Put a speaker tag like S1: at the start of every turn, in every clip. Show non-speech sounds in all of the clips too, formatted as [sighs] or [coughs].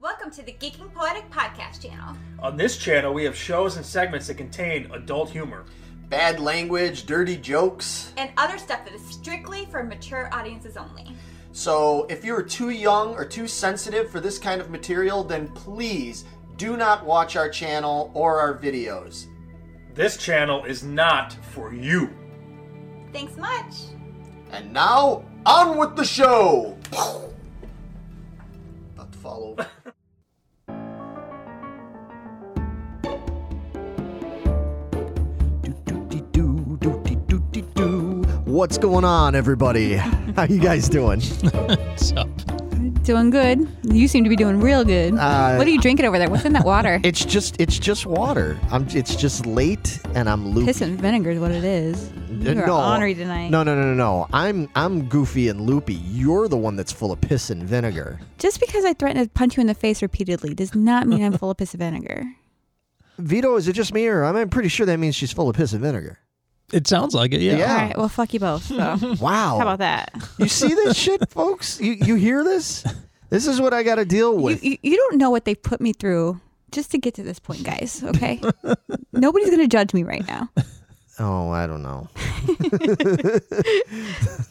S1: welcome to the Geeking Poetic Podcast channel.
S2: On this channel, we have shows and segments that contain adult humor.
S3: Bad language, dirty jokes.
S1: And other stuff that is strictly for mature audiences only.
S3: So if you're too young or too sensitive for this kind of material, then please do not watch our channel or our videos.
S2: This channel is not for you.
S1: Thanks much.
S3: And now, on with the show! [laughs] About to fall over. Do-do-de-doo, do-de-do-de-doo. What's going on, everybody? How you guys doing?
S4: What's up?
S5: Doing good. You seem to be doing real good.
S3: Uh,
S5: what are you drinking over there? What's in that
S3: [laughs]
S5: water?
S3: It's just it's just water. I'm it's just late and I'm loopy.
S5: Piss and vinegar is what it is.
S3: Uh,
S5: You're ornery tonight.
S3: No, no, no, no, no. I'm I'm goofy and loopy. You're the one that's full of piss and vinegar.
S5: Just because I threatened to punch you in the face repeatedly does not mean I'm full of piss and vinegar.
S3: Vito, is it just me or I'm pretty sure that means she's full of piss and vinegar.
S4: It sounds like it, yeah.
S3: Yeah.
S5: All right, well, fuck you both. So. How
S3: [laughs] Wow.
S5: about that?
S3: [laughs] You see this shit,
S5: [laughs]
S3: folks? You you hear this? This is what I got to deal
S5: You,
S3: with.
S5: you, you don't know what they put me through just to get to this point, guys,
S3: [laughs]
S5: okay? Nobody's going to judge me right now.
S3: oh, I don't
S5: [laughs]
S3: know.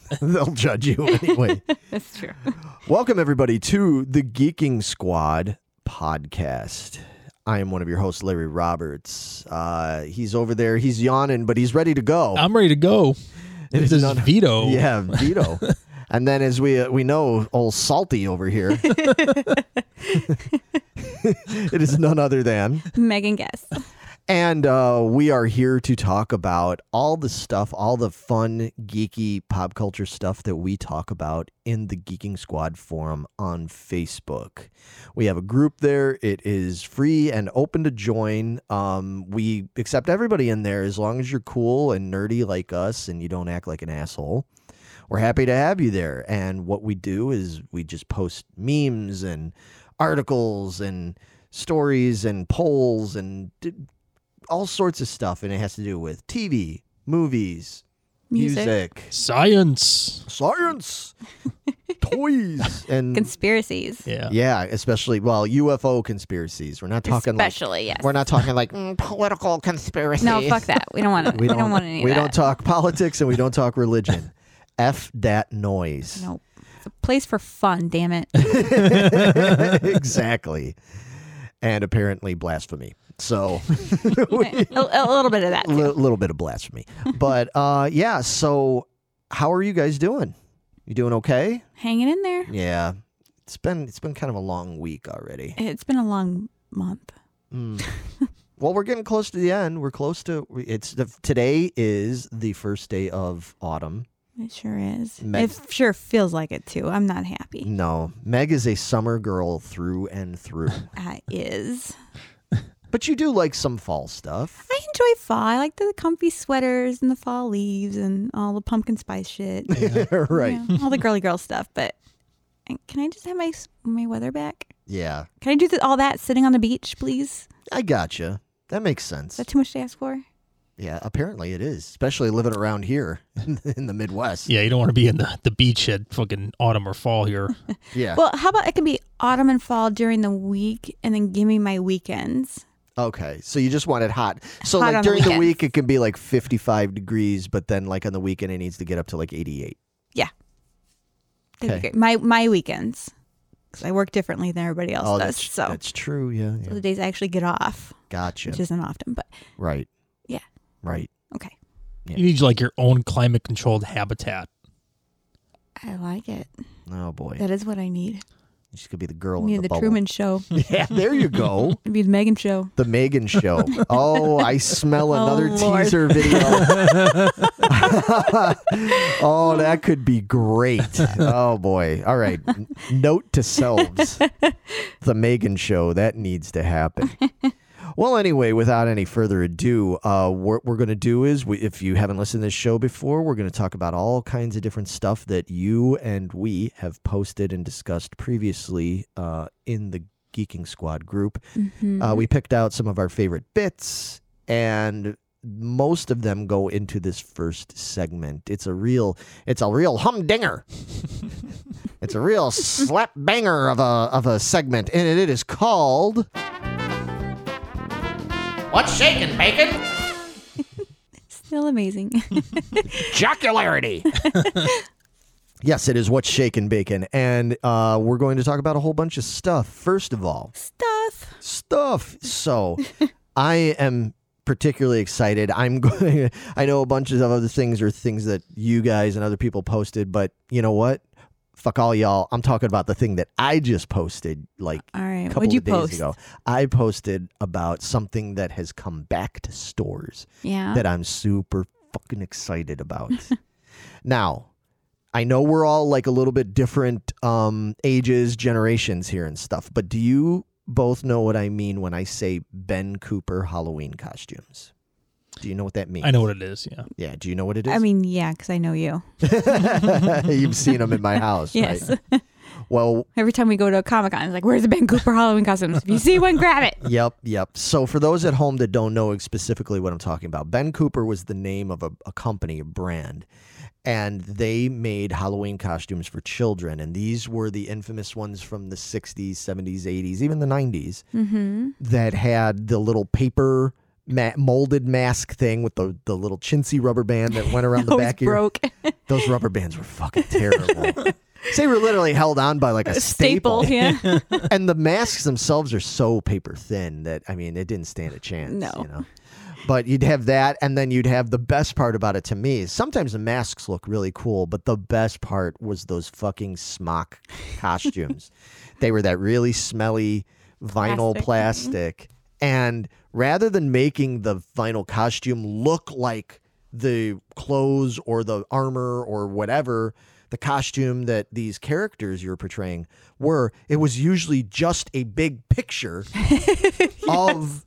S3: [laughs] They'll judge you anyway.
S5: That's true.
S3: Welcome, everybody, to the Geeking Squad podcast. I am one of your hosts, Larry Roberts. Uh, he's over there. He's yawning, but he's ready to go.
S4: I'm ready to go.
S3: It
S4: This
S3: is
S4: is
S3: not- [laughs]
S4: Vito.
S3: Yeah, Vito. and then, as we uh, we know, old Salty over here. [laughs] it is none other than.
S5: Megan Guess.
S3: Mm. And uh, we are here to talk about all the stuff, all the fun, geeky pop culture stuff that we talk about in the Geeking Squad forum on Facebook. We have a group there. It is free and open to join. Um, we accept everybody in there as long as you're cool and nerdy like us and you don't act like an asshole. We're happy to have you there. And what we do is we just post memes and articles and stories and polls and d- all sorts of stuff, and it has to do with TV, movies,
S5: Music.
S4: Science.
S3: science, toys, and
S5: Conspiracies.
S4: Yeah.
S3: yeah, especially well UFO conspiracies. We're not talking
S5: Especially,
S3: like
S5: yes.
S3: we're not talking like mm, political conspiracy. [laughs]
S5: No, fuck that. We don't want to.
S3: We don't,
S5: want any
S3: we
S5: of that.
S3: don't talk politics and we don't talk
S5: [laughs]
S3: religion. F that noise.
S5: Nope. It's a place for fun, damn it.
S3: [laughs] exactly. And apparently blasphemy. So [laughs]
S5: [laughs] a, a little bit of that.
S3: a little bit of blasphemy. But
S5: [laughs]
S3: uh, yeah, so how are you guys doing? You doing okay?
S5: Hanging in there.
S3: Yeah, it's been it's been kind of a long week already.
S5: It's been a long month.
S3: Mm. [laughs] well, we're getting close to the end. We're close to it's the, today is the first day of autumn.
S5: It sure is.
S3: Meg-
S5: it sure feels like it too. I'm not happy.
S3: No, Meg is a summer girl through and
S5: [laughs]
S3: through,
S5: I is.
S3: but you do like some fall stuff.
S5: I enjoy fall. I like the comfy sweaters and the fall leaves and all the pumpkin spice shit. You
S3: [laughs] right?
S5: know, all the girly girl stuff. But can I just have my s- my weather back?
S3: Yeah,
S5: Can I do th- all that sitting on the beach, please?
S3: I gotcha. That makes
S5: Is
S3: sense.
S5: that too much to ask for?
S3: yeah, apparently it is, especially living around here [laughs] in the Midwest.
S4: Yeah, you don't want to be in the, the beach at fucking autumn or
S3: [laughs]
S4: fall here.
S3: Yeah.
S5: Well, how about it can be autumn and fall during the week, and then give me my weekends.
S3: Okay, so you just want it hot. So
S5: Hot
S3: like
S5: on the
S3: during the,
S5: weekends.
S3: week, it can be like fifty-five degrees, but then like on the weekend, it needs to get up to like eighty-eight.
S5: That'd
S3: Okay.
S5: be great. My my weekends, because I work differently than everybody else
S3: oh,
S5: does.
S3: that's
S5: so
S3: that's true. Yeah, yeah.
S5: So the days I actually get off,
S3: gotcha.
S5: which isn't often, but
S3: right.
S5: Yeah.
S3: Right.
S5: okay.
S4: You need like your own climate controlled habitat.
S5: I like it.
S3: Oh boy,
S5: That is what I need.
S3: she's gonna be the girl
S5: I need
S3: in
S5: the,
S3: the, bubble.
S5: Truman Show.
S3: [laughs] Yeah, there you go.
S5: It'd be the Megan Show.
S3: The Megan
S5: [laughs]
S3: Show. Oh, I smell
S5: Oh,
S3: another
S5: Lord.
S3: teaser video. [laughs] oh, that could be great. Oh boy. All right. N- Note to selves.
S5: [laughs]
S3: The Megan Show. That needs to happen. Well, anyway, without any further ado, uh, what we're going to do is, we, if you haven't listened to this show before, we're going to talk about all kinds of different stuff that you and we have posted and discussed previously uh, in the Geeking Squad group.
S5: Mm-hmm.
S3: Uh, we picked out some of our favorite bits, and most of them go into this first segment. It's a real, it's a real humdinger. It's a real slap banger of a of a segment, and it is called
S6: What's shaking, bacon?
S3: [laughs]
S5: Still amazing. [laughs]
S6: Jocularity.
S3: Yes, it is what's shaken bacon, and uh, we're going to talk about a whole bunch of stuff. First of all,
S5: Stuff.
S3: stuff. So I am particularly excited. I'm [laughs] going I know a bunch of other things are things that you guys and other people posted, but you know what? Fuck all y'all. I'm talking about the thing that I just posted like
S5: All
S3: a
S5: right.
S3: couple
S5: What'd you
S3: of days
S5: post?
S3: ago. I posted about something that has come back to stores
S5: Yeah.
S3: that I'm super fucking excited
S5: [laughs]
S3: about. now, I know we're all like a little bit different um, ages, generations here and stuff, but do you both know what I mean when I say Ben Cooper Halloween costumes? Do you know what that means?
S4: I know what it is.
S3: [laughs]
S4: Yeah.
S3: Yeah. Do you know what it is?
S5: I mean, yeah, because I know you.
S3: [laughs] you've seen them
S5: [laughs]
S3: in my house,
S5: Yes.
S3: right? Well,
S5: Every time we go to a Comic Con, it's like, where's the Ben Cooper Halloween costumes? If you see one, grab it.
S3: yep, yep. So for those at home that don't know specifically what I'm talking about, Ben Cooper was the name of a, a company, a brand, and they made Halloween costumes for children. And these were the infamous ones from the 60s, 70s, 80s, even the 90s
S5: Mm-hmm.
S3: that had the little paper ma- molded mask thing with the, the little chintzy rubber band that went
S5: [laughs]
S3: around [laughs] the
S5: Always
S3: back of your
S5: broke.
S3: those rubber bands were fucking
S5: [laughs]
S3: terrible. they were literally held on by like a, staple.
S5: Staple.
S3: [laughs]
S5: Yeah.
S3: and the masks themselves are so paper thin that I mean it didn't stand a chance.
S5: No.
S3: You know? But you'd have that, and then you'd have the best part about it to me. Is sometimes the masks look really cool, but the best part was those fucking smock costumes. they were that really smelly vinyl
S5: Plastic.
S3: plastic. And rather than making the vinyl costume look like the clothes or the armor or whatever the costume that these characters you're portraying were, it was usually just a big picture of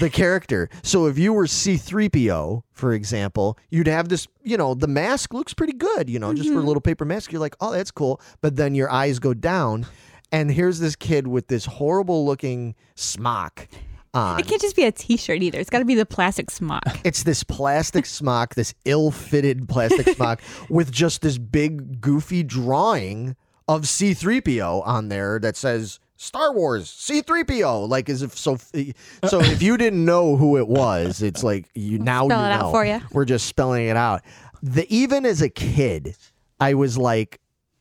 S3: the character. So if you were C3PO, for example, you'd have this, you know, the mask looks pretty good, you know, just for a little paper mask. You're like, oh, that's cool. But then your eyes go down, and here's this kid with this horrible looking smock on.
S5: It can't just be a t shirt either. It's got to be the plastic smock.
S3: It's this plastic smock, this ill fitted plastic
S5: [laughs]
S3: smock with just this big goofy drawing of C3PO on there that says Star Wars C3PO like as if so
S5: Uh,
S3: so if you didn't know who it was it's like
S5: [laughs]
S3: you now
S5: spell
S3: you
S5: it out
S3: know.
S5: for ya.
S3: We're just spelling it out. The even as a kid I was like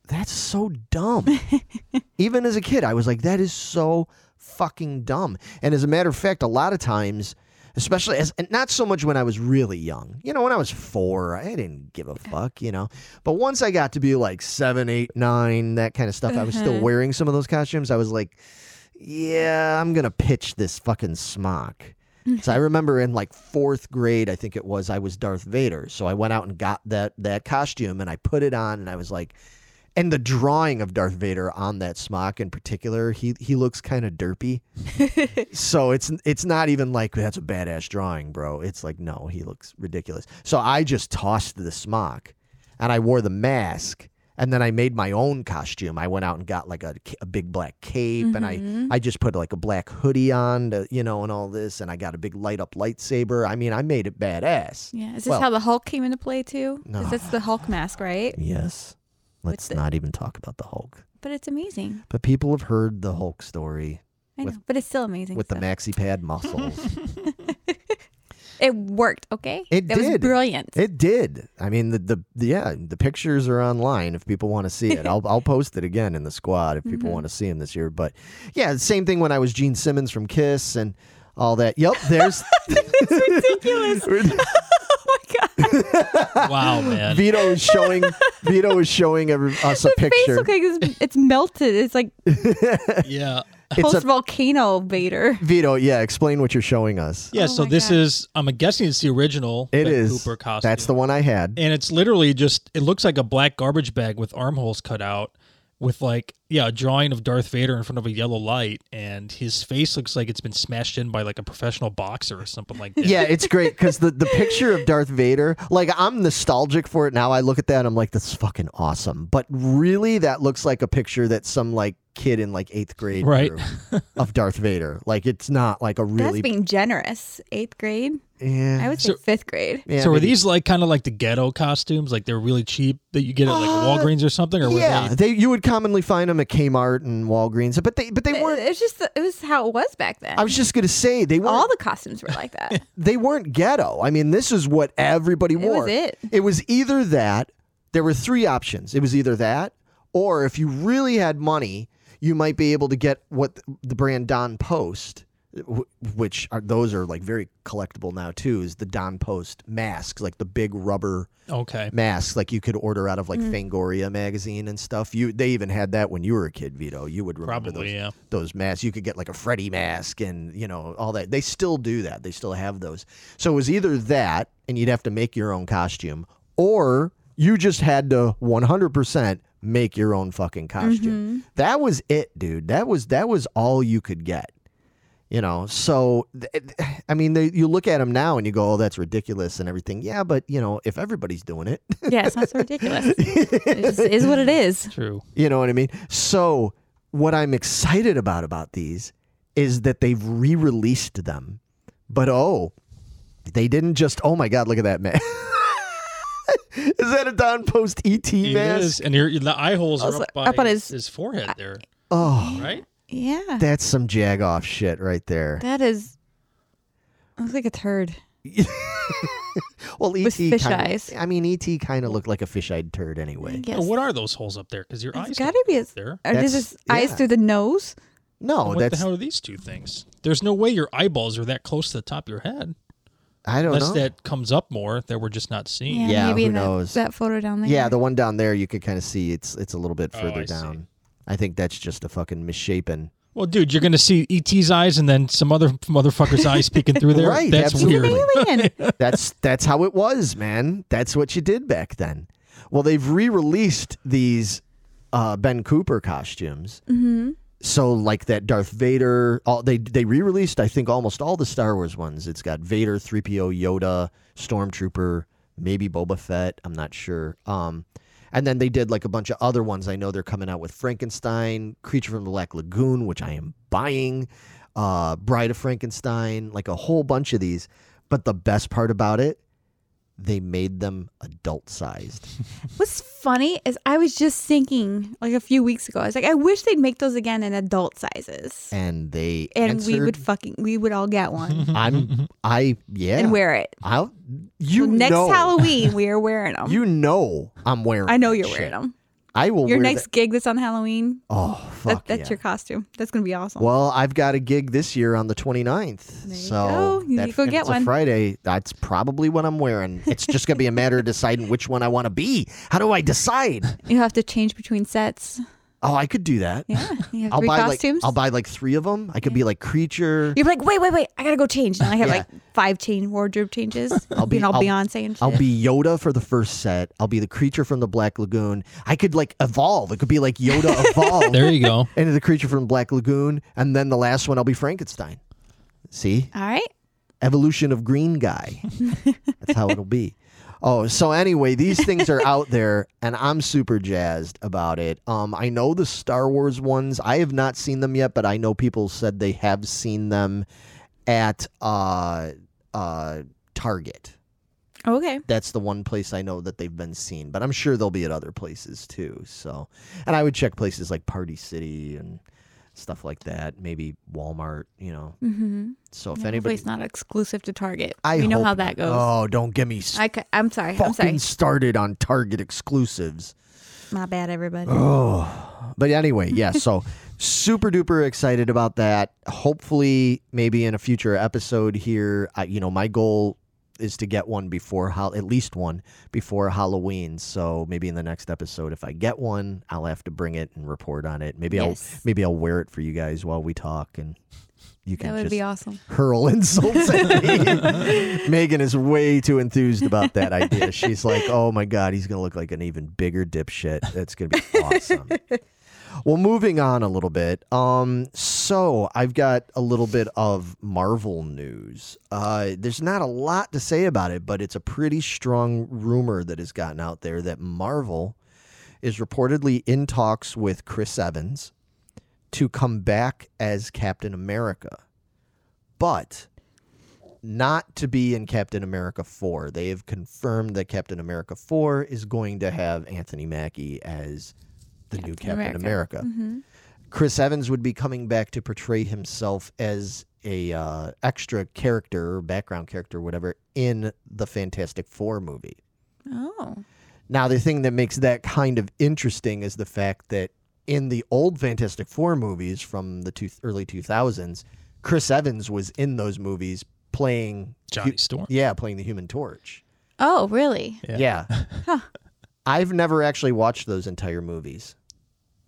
S3: that's so dumb even as a kid, I was like, that is so fucking dumb. And as a matter of fact, a lot of times, especially as and not so much when I was really young, you know, when I was four, I didn't give a fuck, you know. But once I got to be like seven, eight, nine, that kind of stuff, I was still wearing some of those costumes. I was like, yeah, I'm gonna pitch this fucking smock. So I remember in like fourth grade, I think it was, I was Darth Vader. So I went out and got that that costume and I put it on and I was like, and the drawing of Darth Vader on that smock in particular, he he looks kind of
S5: [laughs]
S3: derpy. so it's it's not even like that's a badass drawing, bro. It's like no, he looks ridiculous. So I just tossed the smock, and I wore the mask, and then I made my own costume. I went out and got like a, ca- a big black cape,
S5: Mm-hmm.
S3: and I I just put like a black hoodie on, to, you know, and all this, and I got a big light up lightsaber. I mean, I made it badass.
S5: Yeah. Is this
S3: Well-
S5: how the Hulk came into play too?
S3: No.
S5: Because that's the Hulk mask, right?
S3: Yes. Let's
S5: the-
S3: not even talk about the Hulk.
S5: But it's amazing.
S3: But people have heard the Hulk story.
S5: I
S3: With-
S5: know. But it's still amazing.
S3: with
S5: so.
S3: the maxi
S5: [laughs]
S3: pad muscles.
S5: It worked, okay?
S3: It
S5: that was
S3: did.
S5: [laughs] brilliant.
S3: it did. I mean, the, the the- yeah, the pictures are online if people want to see it. I'll I'll post it again in the squad if
S5: Mm-hmm.
S3: people want to see him this year. But yeah, the same thing when I was Gene Simmons from Kiss and all that. Yep,
S5: [laughs]
S3: there's ridiculous.
S5: Oh
S4: Wow,
S3: [laughs]
S4: man.
S3: Vito is showing Vito is showing every, us a
S5: Face
S3: picture.
S5: okay, it's, it's melted.
S3: [laughs]
S5: It's like
S4: yeah.
S3: It's
S5: post
S3: a
S5: volcano Vader.
S3: Vito. Yeah, explain what you're showing us.
S4: Yeah.
S5: Oh
S4: so
S5: my
S4: this
S5: God.
S4: is, I'm guessing it's the original
S3: It
S4: Ben
S3: is.
S4: Cooper costume.
S3: That's the one I had.
S4: and it's literally just it looks like a black garbage bag with armholes cut out with like yeah a drawing of darth vader in front of a yellow light and his face looks like it's been smashed in by like a professional boxer or something like
S3: [laughs]
S4: that
S3: Yeah, it's great because the, the picture of Darth Vader, like I'm nostalgic for it now. I look at that and I'm like, that's fucking awesome. But really, that looks like a picture that some like kid in like eighth grade
S4: Right.
S3: drew of Darth Vader. Like it's not like a
S5: That's
S3: really
S5: being generous. Eighth grade.
S3: Yeah.
S5: I would say
S4: So-
S5: fifth grade.
S3: Yeah,
S4: so were
S3: maybe.
S4: these like kind of like the ghetto costumes? Like they're really cheap that you get at like
S3: Uh,
S4: Walgreens or something? Or were
S3: yeah,
S4: they,
S3: they you would commonly find them at Kmart and Walgreens, but they but they
S5: It,
S3: weren't.
S5: it's just it was how it was back then.
S3: I was just gonna say they weren't.
S5: All the costumes were
S3: [laughs]
S5: like that.
S3: they weren't ghetto. I mean, this is what everybody
S5: was
S3: wore.
S5: it.
S3: was either that. There were three options. It was either that, or if you really had money, you might be able to get what the brand Don Post, wh- which are those are like very collectible now too. Is the Don Post masks, like the big rubber
S4: okay.
S3: masks, like you could order out of like
S5: Mm.
S3: Fangoria magazine and stuff. You they even had that when you were a kid, Vito. You would remember
S4: Probably,
S3: those
S4: yeah.
S3: those masks. You could get like a Freddy mask and you know all that. They still do that. They still have those. So it was either that, and you'd have to make your own costume, or you just had to 100% make your own fucking costume. That was it, dude. That was that was all you could get. You know, so th- I mean, they, you look at them now and you go, "Oh, that's ridiculous" and everything. Yeah, but you know, if everybody's doing it,
S5: yeah, it's not
S3: [laughs]
S5: so ridiculous. it just is what it is.
S4: True.
S3: You know what I mean? So what I'm excited about about these is that they've re-released them. But oh, they didn't just oh my god, look at that man. [laughs] is that a Don Post ET
S4: It
S3: mask?
S4: is. And your, the eye holes are
S5: Also,
S4: up, by
S5: up on
S4: his,
S5: his-
S4: forehead there,
S3: Oh,
S4: right?
S5: Yeah,
S3: that's some jag off shit right there.
S5: that is. Looks like a turd.
S3: [laughs] Well, ET
S5: With fish
S3: kinda,
S5: eyes.
S3: I mean, ET kind of looked like a fish-eyed turd anyway.
S5: Yes.
S4: Now, what are those holes up there? Because your eyes
S5: it's
S4: got
S5: gotta be. A,
S4: there.
S5: are
S3: That's-
S5: these his eyes
S3: yeah.
S5: through the nose?
S3: No,
S4: And what the
S3: Oh, that's
S4: hell are these two things? There's no way your eyeballs are that close to the top of your head.
S3: I don't
S4: Unless
S3: know.
S4: that comes up more that we're just not seeing.
S3: Yeah,
S5: maybe
S3: who
S5: in that,
S3: knows?
S5: that photo down there.
S3: Yeah, the one down there you could kind of see it's it's a little bit
S4: Oh,
S3: further
S4: I see.
S3: down. I think that's just a fucking misshapen.
S4: Well, dude, you're gonna see ET's eyes and then some other [laughs] motherfucker's eyes peeking through
S3: [laughs]
S4: there.
S3: Right,
S4: That's
S3: absolutely. [laughs]
S4: weird.
S5: alien.
S3: That's that's how it was, man. That's what you did back then. Well, they've re-released these uh, Ben Cooper costumes. Mm-hmm. So, like that Darth Vader, all, they they re-released, I think, almost all the Star Wars ones. It's got Vader, three PO, Yoda, Stormtrooper, maybe Boba Fett. I'm not sure. Um, and then they did like a bunch of other ones. I know they're coming out with Frankenstein, Creature from the Black Lagoon, which I am buying, uh, Bride of Frankenstein, like a whole bunch of these. But the best part about it, they made them adult sized.
S5: What's funny is I was just thinking like a few weeks ago. I was like, I wish they'd make those again in adult sizes,
S3: And they
S5: and we
S3: answered-
S5: would fucking we would all
S3: [laughs]
S5: get one
S3: I'm I yeah.
S5: and wear it.
S3: I'll you
S5: So next
S3: know, [laughs]
S5: Halloween we are wearing them.
S3: You know I'm wearing
S5: I know
S3: that
S5: you're
S3: shit.
S5: wearing them.
S3: I will
S5: Your
S3: wear
S5: next
S3: that-
S5: gig that's on Halloween.
S3: Oh fuck.
S5: That, that's
S3: yeah.
S5: your costume. That's gonna be awesome.
S3: Well, I've got a gig this year on the 29th.
S5: There you
S3: so
S5: go. You
S3: that-
S5: need to go
S3: and
S5: get
S3: it's a
S5: one.
S3: Friday. That's probably what I'm wearing. It's just going to be a matter of deciding which one I want to be. How do I decide?
S5: you have to change between sets.
S3: Oh, I could do that.
S5: Yeah, you have
S3: I'll
S5: three
S3: buy like
S5: costumes.
S3: I'll buy like 3 of them. I could be like creature.
S5: You're like, wait, wait, wait! I gotta go change. And I have
S3: Yeah.
S5: like five change wardrobe changes. I'll
S3: be-
S5: you know,
S3: [laughs] I'll-
S5: Beyonce and shit.
S3: I'll be Yoda for the first set. I'll be the creature from the Black Lagoon. I could like evolve. It could be like Yoda evolved
S4: [laughs] There you go.
S3: into the creature from the Black Lagoon, and then the last one I'll be Frankenstein. See,
S5: All right.
S3: evolution of green
S4: [laughs]
S3: guy. That's how it'll be. Oh, so anyway, these things are out there, and I'm super jazzed about it. Um, I know the Star Wars ones. I have not seen them yet, but I know people said they have seen them at uh, uh, Target.
S5: Okay.
S3: that's the one place I know that they've been seen, but I'm sure they'll be at other places too. So, and I would check places like Party City and stuff like that, maybe Walmart, you know.
S5: Mm-hmm.
S3: So if
S5: Hopefully
S3: anybody,
S5: it's not exclusive to Target.
S3: I
S5: you know
S3: hope
S5: how
S3: not.
S5: that goes.
S3: Oh, don't get me
S5: I c- I'm sorry. I'm sorry.
S3: fucking started on Target exclusives.
S5: My bad, everybody.
S3: Oh, but anyway,
S5: [laughs]
S3: yeah. So super duper excited about that. Hopefully, maybe in a future episode here, I, you know, my goal is to get one before Hal- at least one before Halloween. So maybe in the next episode, if I get one, I'll have to bring it and report on it. Maybe I'll
S5: Yes.
S3: maybe I'll wear it for you guys while we talk and. You can
S5: that would
S3: just
S5: be awesome.
S3: hurl [laughs] insults at me. Megan is way too enthused about that idea. She's like, oh my God, he's going to look like an even bigger dipshit. That's going to be awesome. well, moving on a little bit. Um, so I've got a little bit of Marvel news. Uh, there's not a lot to say about it, but it's a pretty strong rumor that has gotten out there that Marvel is reportedly in talks with Chris Evans to come back as Captain America. But not to be in Captain America 4. They have confirmed that Captain America 4 is going to have Anthony Mackie as the new Captain America. Mm-hmm. Chris Evans would be coming back to portray himself as a uh, extra character, or background character, whatever, in the Fantastic Four movie.
S5: Oh.
S3: Now, the thing that makes that kind of interesting is the fact that in the old Fantastic Four movies from the two, early 2000s, Chris Evans was in those movies playing
S4: Johnny Storm.
S3: yeah, playing the Human Torch.
S5: Oh, really?
S3: Yeah. I've never actually watched those entire movies.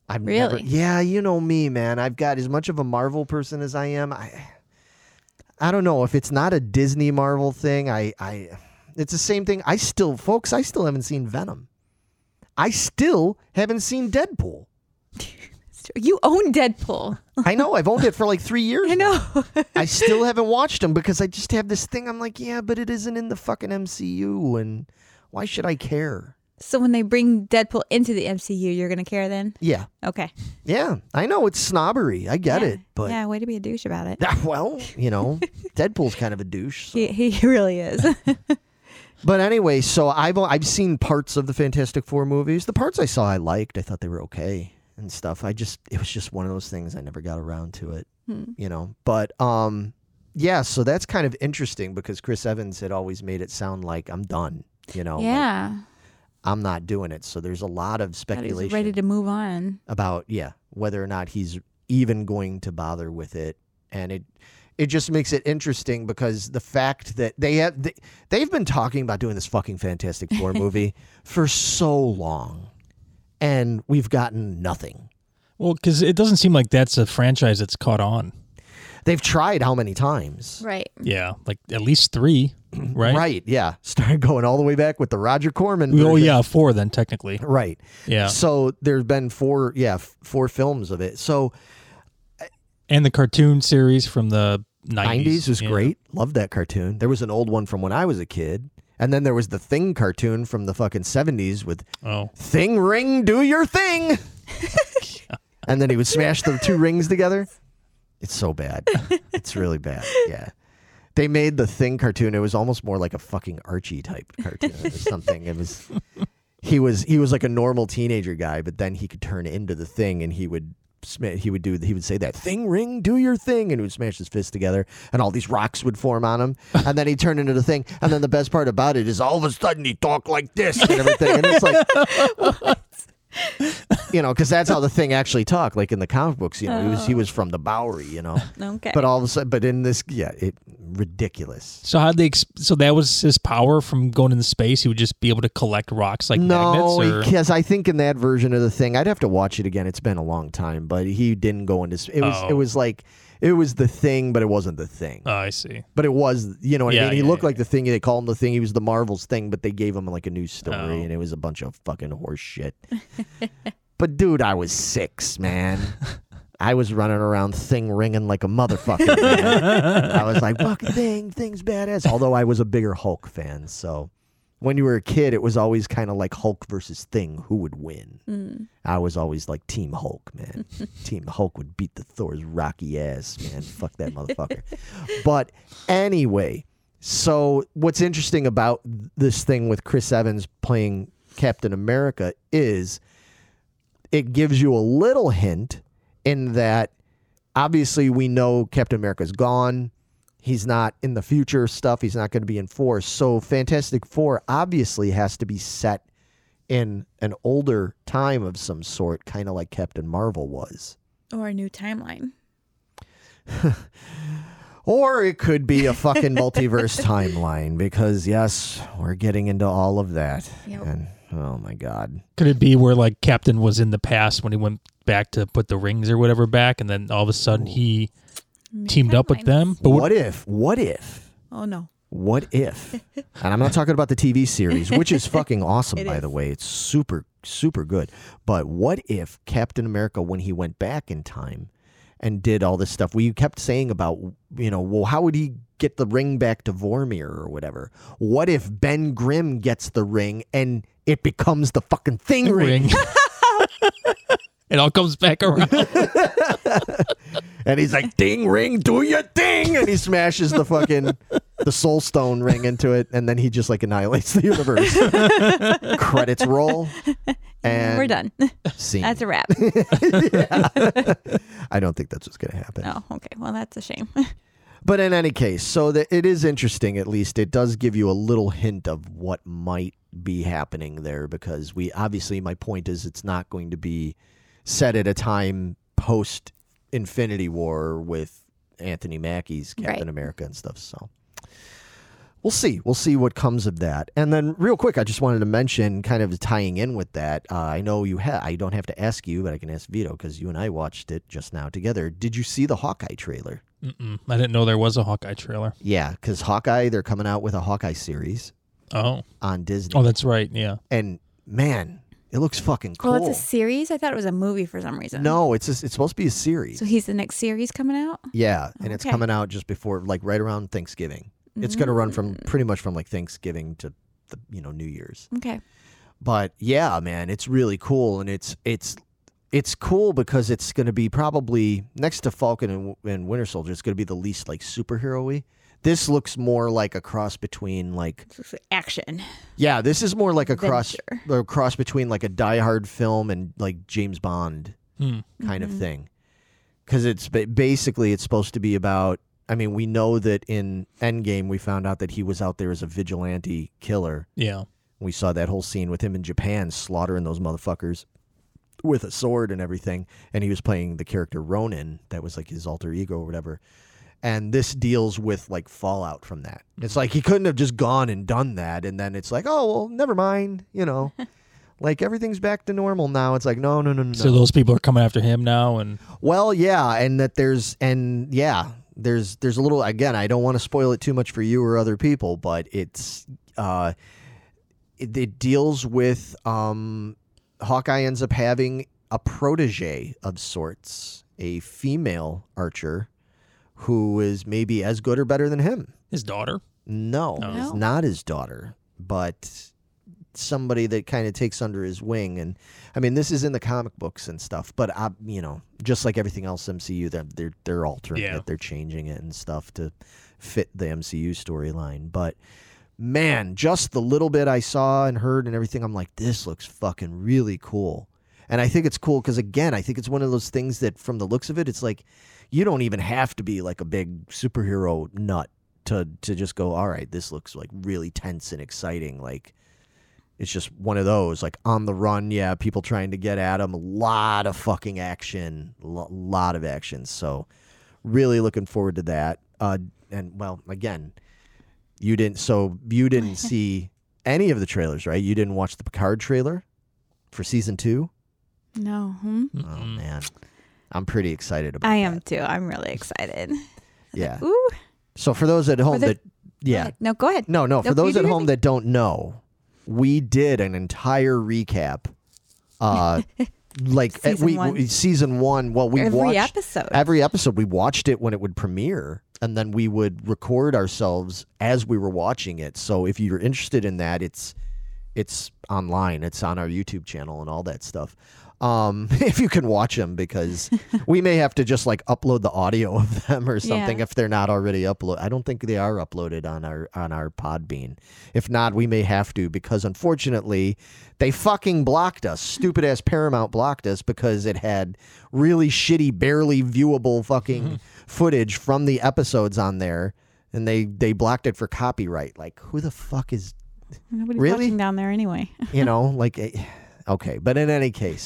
S3: I've never-
S5: Really?
S3: yeah, you know me, man. I've got as much of a Marvel person as I am. I I don't know if it's not a Disney Marvel thing. I I it's the same thing. I still folks, I still haven't seen Venom. I still haven't seen Deadpool.
S5: You own Deadpool.
S3: I know I've owned it for like 3 years.
S5: [laughs] I know.
S3: I still haven't watched them because I just have this thing I'm like, yeah, but it isn't in the fucking MCU and why should I care?
S5: so when they bring Deadpool into the MCU, you're gonna care then?
S3: Yeah.
S5: Okay.
S3: Yeah, I know it's snobbery. I get
S5: yeah.
S3: it, but [laughs]
S5: yeah, way to be a douche about it.
S3: well, you
S5: [laughs]
S3: know, Deadpool's kind of a douche. so-
S5: He he [laughs]
S3: [laughs]
S5: really is.
S3: Oh, But anyway, so I've I've seen parts of the Fantastic Four movies. The parts I saw, I liked. I thought they were okay and stuff. I just it was just one of those things. I never got around to it,
S5: Hmm.
S3: you know. But um, yeah. So that's kind of interesting because Chris Evans had always made it sound like I'm done. You know, like,
S5: yeah.
S3: I'm not doing it. So there's a lot of
S5: Thought he was
S3: speculation.
S5: ready to move on.
S3: about yeah whether or not he's even going to bother with it and it it just makes it interesting because the fact that they have they, they've been talking about doing this fucking fantastic
S4: [laughs]
S3: four movie for so long and we've gotten nothing
S4: Well, because it doesn't seem like that's a franchise that's caught on.
S3: they've tried how many times
S5: Right.
S4: Yeah, like at least
S3: [clears throat]
S4: three, right?
S3: yeah started going all the way back with the roger corman
S4: Oh
S3: version.
S4: yeah, four then technically.
S3: right
S4: Yeah,
S3: so there's been four yeah f- four films of it so
S4: and the cartoon series from the nineties
S3: nineties was
S4: yeah.
S3: great. Loved that cartoon. There was an old one from when I was a kid, and then there was the Thing cartoon from the fucking seventies with
S4: Oh,
S3: Thing Ring, do your thing. and then he would smash the two rings together. It's so bad. It's really bad. Yeah. They made the Thing cartoon. It was almost more like a fucking Archie type cartoon or something. It was he was he was like a normal teenager guy, but then he could turn into the thing and he would sma- he would do he would say that thing ring do your thing and he would smash his fist together and all these rocks would form on him and then he turned into the thing and then the best part about it is all of a sudden he talked like this and everything and it's like you know because that's how the thing actually talked like in the comic books you know he was he was from the Bowery you know
S5: Okay.
S3: but all of a sudden but in this yeah it ridiculous
S4: so how they? Ex- so that was his power from going into space. He would just be able to collect rocks like
S3: No,
S4: magnets. Or-
S3: because I think in that version of the thing, I'd have to watch it again. It's been a long time, but he didn't go into. s- It was it
S4: Oh.
S3: was like it was the thing, but it wasn't the thing.
S4: oh, I see.
S3: but it was, you know what I
S4: Yeah,
S3: mean? He
S4: yeah,
S3: looked
S4: yeah,
S3: like the thing. They call him the thing. He was the Marvel's thing, but they gave him like a new story,
S4: Oh.
S3: and it was a bunch of fucking horse shit. [laughs] but dude, I was six, man. I was running around thing ringing like a motherfucker. man. I was like, fucking thing, thing's badass. Although I was a bigger Hulk fan, so when you were a kid, it was always kind of like Hulk versus Thing, who would win. I was always like Team Hulk, man. Team Hulk would beat the Thor's rocky ass, man. Fuck that motherfucker. But anyway, so what's interesting about this thing with Chris Evans playing Captain America is it gives you a little hint in that obviously we know Captain America's gone. He's not in the future stuff. He's not going to be in four. So Fantastic Four obviously has to be set in an older time of some sort, kind of like Captain Marvel was.
S5: or a new timeline.
S3: Or it could be a fucking multiverse timeline because, yes, we're getting into all of that.
S5: Yep.
S3: And oh my God.
S4: Could it be where like Captain was in the past when he went back to put the rings or whatever back, and then all of a sudden he teamed up with them? But [laughs]
S3: What if? What if?
S5: Oh no.
S3: What if? and I'm not talking about the TV series, which is fucking awesome, by the way. It's super, super good. But what if Captain America, when he went back in time and did all this stuff, we kept saying about, you know, well, how would he get the ring back to Vormir or whatever? What if Ben Grimm gets the ring and it becomes the fucking thing
S4: ring.
S3: ring?
S4: [laughs] it all comes back
S3: [laughs]
S4: around.
S3: And he's like, ding, ring, do your thing. And he smashes the fucking the soul stone rang into it, and then he just like annihilates the universe.
S5: [laughs]
S3: Credits roll, and
S5: We're done. [laughs]
S3: Scene.
S5: That's a wrap.
S3: [laughs] I don't think that's what's going to happen.
S5: oh, okay. [laughs] Well, that's a shame.
S3: But in any case, so that it is interesting. At least it does give you a little hint of what might be happening there, because we obviously my point is it's not going to be set at a time post Infinity War with Anthony Mackie's Captain
S5: Right.
S3: America and stuff. So we'll see. We'll see what comes of that. And then, real quick, I just wanted to mention, kind of tying in with that. Uh, I know you have. I don't have to ask you, but I can ask Vito because you and I watched it just now together. Did you see the Hawkeye trailer?
S4: Mm-mm. I didn't know there was a Hawkeye trailer.
S3: Yeah, because Hawkeye, they're coming out with a Hawkeye series
S4: Oh,
S3: on Disney.
S4: oh, that's right. Yeah,
S3: and man, it looks fucking cool.
S5: Well, it's a series. I thought it was a movie for some reason.
S3: no, it's a, it's supposed to be a series.
S5: So he's the next series coming out.
S3: yeah, and it's
S5: Okay.
S3: coming out just before, like right around Thanksgiving. It's going to run from
S5: Mm.
S3: pretty much from like Thanksgiving to the you know New Year's.
S5: Okay.
S3: But yeah, man, it's really cool, and it's it's it's cool because it's going to be probably next to Falcon and, and Winter Soldier. It's going to be the least like superhero-y. This looks more like a cross between like
S5: So it's like action.
S3: Yeah, this is more like a cross
S5: Venture.
S3: a cross between like a Die Hard film and like James Bond
S4: Hmm.
S3: kind of thing. Cuz it's ba- basically it's supposed to be about I mean, we know that in Endgame we found out that he was out there as a vigilante killer.
S4: yeah.
S3: We saw that whole scene with him in Japan slaughtering those motherfuckers with a sword and everything. And he was playing the character Ronin, that was like his alter ego or whatever. And this deals with like fallout from that. It's like he couldn't have just gone and done that. And then it's like, oh, well, never mind, you know. Like everything's back to normal now. It's like no, no, no, no.
S4: So
S3: no.
S4: those people are coming after him now, and
S3: Well, yeah, and that there's and yeah, there's there's a little again, I don't want to spoil it too much for you or other people, but it's uh it, it deals with um Hawkeye ends up having a protege of sorts, a female archer who is maybe as good or better than him.
S4: his daughter.
S3: No,
S4: No.
S3: it's
S5: No.
S3: not his daughter, but somebody that kind of takes under his wing. And I mean, this is in the comic books and stuff, but I, you know, just like everything else MCU, they're they're, they're altering
S4: Yeah.
S3: it, they're changing it and stuff to fit the MCU storyline. But man, just the little bit I saw and heard and everything, I'm like, this looks fucking really cool. And I think it's cool because again, I think it's one of those things that, from the looks of it, it's like you don't even have to be like a big superhero nut to to just go. All right, this looks like really tense and exciting. Like it's just one of those like on the run. Yeah, people trying to get at him. A lot of fucking action. A lot of action. So really looking forward to that. Uh, and well, again, you didn't. So you
S5: [laughs]
S3: didn't see any of the trailers, right? You didn't watch the Picard trailer for season two.
S5: No. Hmm?
S3: Oh
S4: Mm-mm.
S3: man, I'm pretty excited about.
S5: I am
S3: that.
S5: too. I'm
S3: [laughs]
S5: really excited.
S3: Yeah.
S5: Ooh.
S3: So for those at home
S5: the-
S3: that, yeah,
S5: Okay. No, go ahead.
S3: no, no. For
S5: Nope, you
S3: those
S5: do
S3: at
S5: your
S3: home
S5: thing.
S3: that don't know, we did an entire recap.
S5: [laughs]
S3: Uh, like uh,
S5: Season
S3: we,
S5: one.
S3: we- season one. Well, we
S5: Every
S3: watched
S5: episode.
S3: Every episode, we watched it when it would premiere, and then we would record ourselves as we were watching it. So if you're interested in that, it's it's online. It's on our YouTube channel and all that stuff. Um, [laughs] if you can watch them, because we may have to just like upload the audio of them or something
S5: Yeah.
S3: if they're not already uploaded. I don't think they are uploaded on our on our Podbean. If not, we may have to because unfortunately, they fucking blocked us. Stupid ass Paramount blocked us because it had really shitty, barely viewable fucking footage from the episodes on there, and they they blocked it for copyright. Like, who the fuck is
S5: Nobody's
S3: Really?
S5: watching down there anyway.
S3: you know, like, eh, okay. But in any case,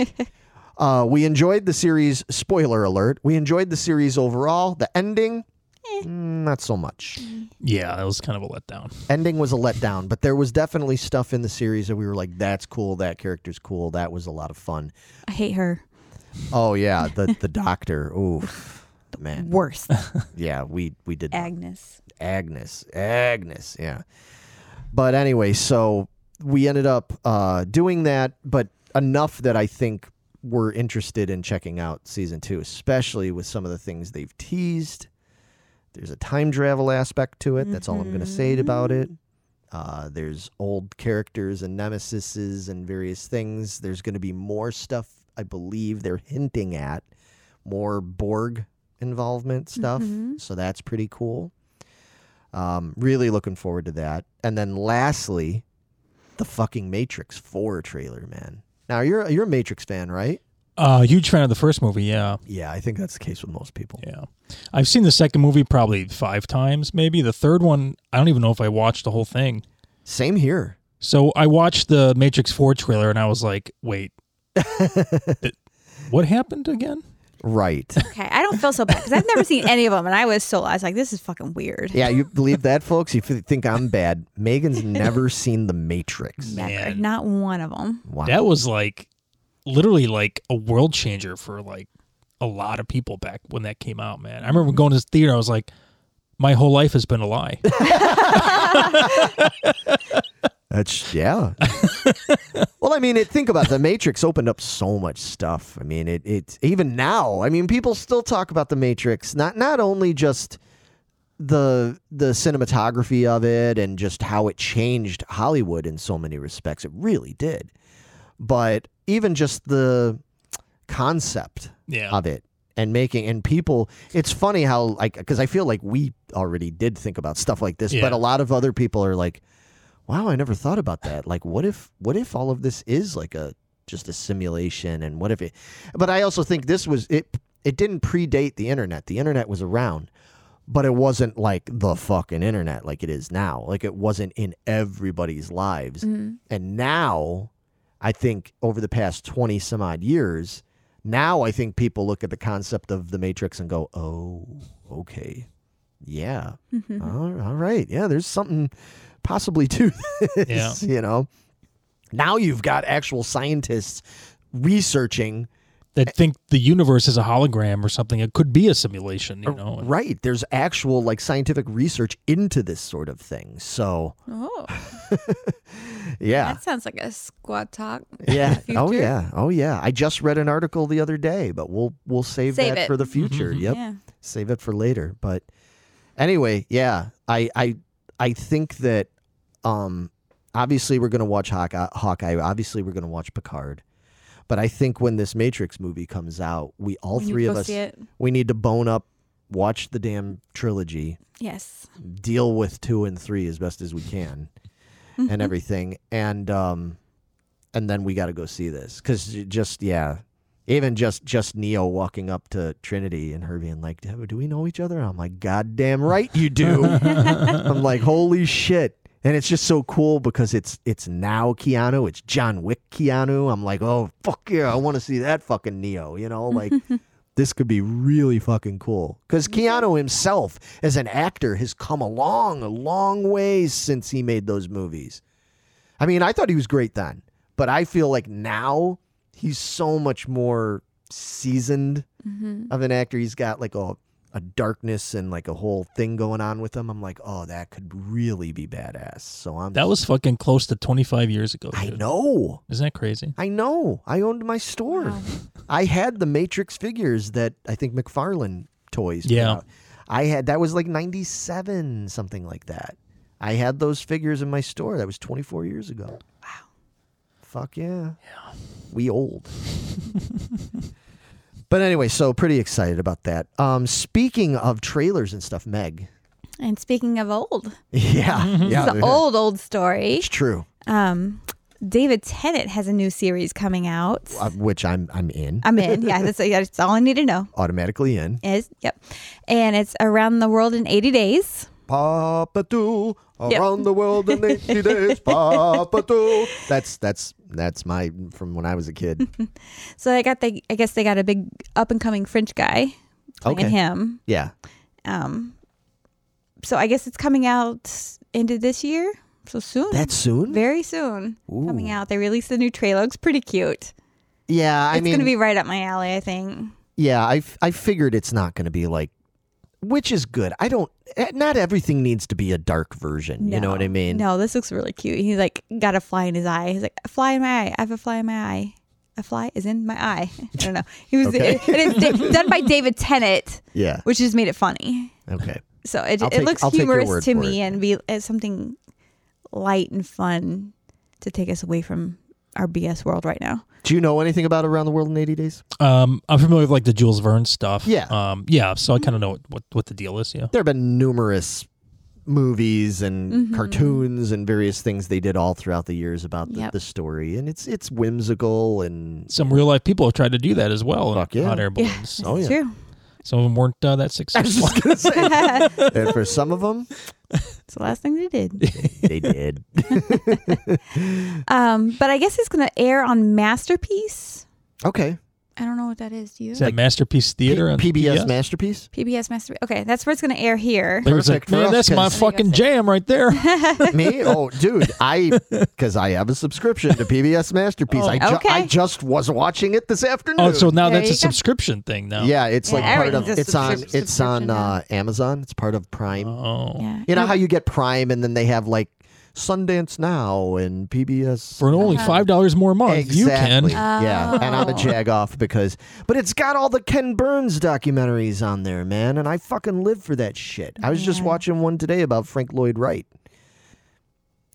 S3: uh, we enjoyed the series. Spoiler alert: we enjoyed the series overall. The ending, mm, not so much.
S4: Yeah, that was kind of a letdown.
S3: Ending was a letdown, but there was definitely stuff in the series that we were like, "That's cool. That character's cool. That was a lot of fun."
S5: [laughs] I hate her.
S3: Oh yeah, the the doctor. Oof, man.
S5: Worst.
S3: [laughs] Yeah, we we did
S5: Agnes.
S3: Agnes. Agnes, yeah. But anyway, so we ended up uh, doing that, but enough that I think we're interested in checking out season two, especially with some of the things they've teased. There's a time travel aspect to it. That's all I'm going to say about it. Uh, there's old characters and nemesises and various things. There's going to be more stuff, I believe, they're hinting at more Borg involvement stuff. So that's pretty cool. Um, really looking forward to that. And then lastly, the fucking Matrix Four trailer, man. Now you're you're a Matrix fan, right?
S4: Uh, huge fan of the first movie. Yeah,
S3: Yeah, I think that's the case with most people.
S4: yeah. I've seen the second movie probably five times, maybe. The third one, I don't even know if I watched the whole thing.
S3: Same here.
S4: So I watched the Matrix Four trailer, and I was like,
S3: [laughs]
S4: wait, th- what happened again?
S3: Right.
S5: Okay, I don't feel so bad because I've never seen any of them, and I was so I was like, this is fucking weird.
S3: Yeah, you believe that, folks? You f- think I'm bad? Megan's never seen The Matrix.
S5: Never.
S4: Man.
S5: not one of them.
S3: Wow.
S4: That was like literally like a world changer for like a lot of people back when that came out, man. I remember going to the theater, I was like, my whole life has been a
S3: [laughs]
S4: lie.
S3: That's yeah. [laughs] well, I mean, it, think about it. the Matrix opened up so much stuff. I mean, it it's even now. I mean, people still talk about the Matrix. Not not only just the the cinematography of it and just how it changed Hollywood in so many respects. It really did. But even just the concept
S4: Yeah.
S3: of it and making and people it's funny how like because i feel like we already did think about stuff like this but
S4: Yeah.
S3: a lot of other people are like wow i never thought about that like what if what if all of this is like a just a simulation and what if it but i also think this was it it didn't predate the internet the internet was around but it wasn't like the fucking internet like it is now like it wasn't in everybody's lives and now i think over the past 20 some odd years now I think people look at the concept of the Matrix and go, "Oh, okay, yeah, all, all right, yeah." There's something possibly to [laughs] this, you know. Now you've got actual scientists researching.
S4: That think the universe is a hologram or something. It could be a simulation, you know. and-
S3: Right, there's actual like scientific research into this sort of thing. So
S5: Oh,
S3: yeah,
S5: that sounds like a squad talk. [laughs]
S3: yeah, oh
S5: future.
S3: yeah, oh yeah. I just read an article the other day, but we'll we'll save,
S5: Save
S3: that
S5: it.
S3: for the future. Yep.
S5: Yeah.
S3: save it for later. But anyway, yeah, I I I think that um obviously we're gonna watch Hawkeye. Hawkeye. Obviously we're gonna watch Picard. But I think when this Matrix movie comes out, we all
S5: We need
S3: three
S5: to
S3: of
S5: go
S3: us
S5: see it.
S3: we need to bone up, watch the damn trilogy,
S5: Yes.
S3: deal with two and three as best as we can, and everything, and um, and then we got to go see this because just yeah, even just just Neo walking up to Trinity and her being like, "Do do we know each other?" I'm like, "God damn right you do." I'm like, "Holy shit." And it's just so cool because it's it's now Keanu, it's John Wick Keanu. I'm like, oh fuck yeah, I want to see that fucking Neo. You know, like this could be really fucking cool. Because Keanu himself, as an actor, has come along a long ways since he made those movies. I mean, I thought he was great then, but I feel like now he's so much more seasoned of an actor. He's got like a a darkness and like a whole thing going on with him. I'm like, oh, that could really be badass. So I'm.
S4: That was fucking close to 25 years ago.
S3: I
S4: dude.
S3: know.
S4: Isn't that crazy?
S3: I know. I owned my store. I had the Matrix figures that I think McFarlane toys. put
S4: Yeah.
S3: out. I had that was like '97, something like that. I had those figures in my store. That was 24 years ago. Wow. Fuck yeah. Yeah. We old. but anyway, so pretty excited about that. Um, speaking of trailers and stuff, Meg. [laughs]
S5: And speaking of old,
S3: Yeah. Yeah.
S5: it's an old old story.
S3: It's true.
S5: Um, David Tennant has a new series coming out.
S3: Uh, which I'm I'm in
S5: I'm in. Yeah, that's, that's all I need to know.
S3: automatically in.
S5: Is yep, and it's around the world in 80 days.
S3: Papa Do
S5: Yep.
S3: around the world in 80
S5: [laughs]
S3: days. Papa Do. That's that's that's my from when I was a kid.
S5: So I got the. I guess they got a big up and coming French guy playing
S3: Okay.
S5: him.
S3: Yeah.
S5: Um, so I guess it's coming out into this year. So soon.
S3: That soon?
S5: very soon coming out. They released a new trailer. Looks pretty cute.
S3: Yeah, I
S5: it's
S3: mean
S5: gonna be right up my alley. I think.
S3: yeah, I f- I figured it's not going to be like which is good. I don't eh, not everything needs to be a dark version, you know what I mean?
S5: No, this looks really cute. He's like got a fly in his eye. He's like a fly in my eye. I have a fly in my eye. A fly is in my eye. [laughs] I don't know. He was [laughs]
S3: Okay.
S5: it, it is da- done by David Tennant,
S3: Yeah.
S5: which just made it funny.
S3: Okay.
S5: So it,
S3: I'll
S5: it
S3: take-
S5: looks
S3: I'll take your word
S5: humorous to
S3: for
S5: me
S3: it.
S5: and be it's something light and fun to take us away from our BS world right now.
S3: Do you know anything about around the world in 80 days?
S4: Um, I'm familiar with like the Jules Verne stuff.
S3: Yeah.
S4: Um, yeah. So I kind of know what, what, what the deal is. Yeah.
S3: There have been numerous movies and
S5: Mm-hmm,
S3: cartoons and various things they did all throughout the years about the,
S5: Yep.
S3: the story, and it's it's whimsical and
S4: Some real life people have tried to do that as well. in
S3: Fuck yeah.
S4: Hot air
S5: Yeah,
S4: balloons.
S3: Oh,
S5: it's
S3: yeah.
S5: true. [laughs]
S4: Some of them weren't uh,
S3: [laughs]
S4: that successful.
S3: and for some of them
S5: It's the last thing they
S3: [laughs]
S5: did.
S3: they did.
S5: um, but I guess it's gonna air on Masterpiece.
S3: okay,
S5: I don't know what that is. Do you?
S4: Is that masterpiece theater on
S3: P- PBS,
S4: PBS?
S3: masterpiece.
S5: PBS Masterpiece. Okay, that's where it's gonna air here.
S4: They were just
S3: Perfect
S4: like,
S3: for
S4: man,
S3: us,
S4: that's my
S3: 'cause-
S4: fucking jam right there.
S3: [laughs]
S5: [laughs]
S3: Me? Oh, dude, I because I have a subscription to PBS Masterpiece. I, ju-
S5: Oh. okay.
S3: I just was watching it this afternoon.
S4: oh, so now
S5: There
S4: that's a
S5: you go.
S4: subscription thing now.
S3: yeah, it's
S5: Yeah,
S3: like part of
S5: everything's a
S3: it's on
S5: subscrip-
S3: it's on
S5: subscription now.
S3: uh, Amazon. It's part of Prime.
S4: Oh.
S5: yeah.
S3: You know how you get Prime and then they have like Sundance Now and PBS
S4: For only
S5: Uh-huh.
S4: five dollars more a month,
S3: Exactly.
S4: Oh, you can.
S3: Yeah, and I'm a
S5: Oh.
S3: jag off because, but it's got all the Ken Burns documentaries on there, man, and I fucking live for that shit. I was just watching one today about Frank Lloyd Wright,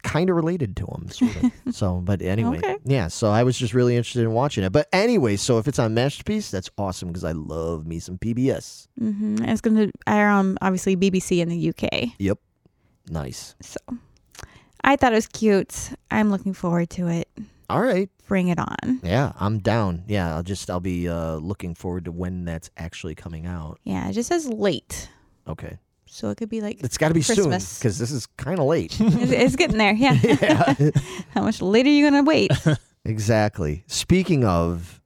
S3: kind of related to him, sort of. so, but anyway,
S5: Okay.
S3: yeah. So I was just really interested in watching it. But anyway, so if it's on Masterpiece, that's awesome because I love me some PBS.
S5: hmm And it's gonna air on obviously BBC in the UK.
S3: Yep, nice.
S5: So I thought it was cute. I'm looking forward to it.
S3: All right.
S5: Bring it on.
S3: Yeah, I'm down. Yeah, I'll just I'll be uh, looking forward to when that's actually coming out.
S5: Yeah, it just says late,
S3: Okay,
S5: so it could be like
S3: it's got to be soon
S5: Christmas.
S3: because this is kind of late. [laughs]
S5: [laughs] it's, it's getting there. Yeah. [laughs] how much later are you gonna
S3: [laughs]
S5: wait?
S3: exactly. Speaking of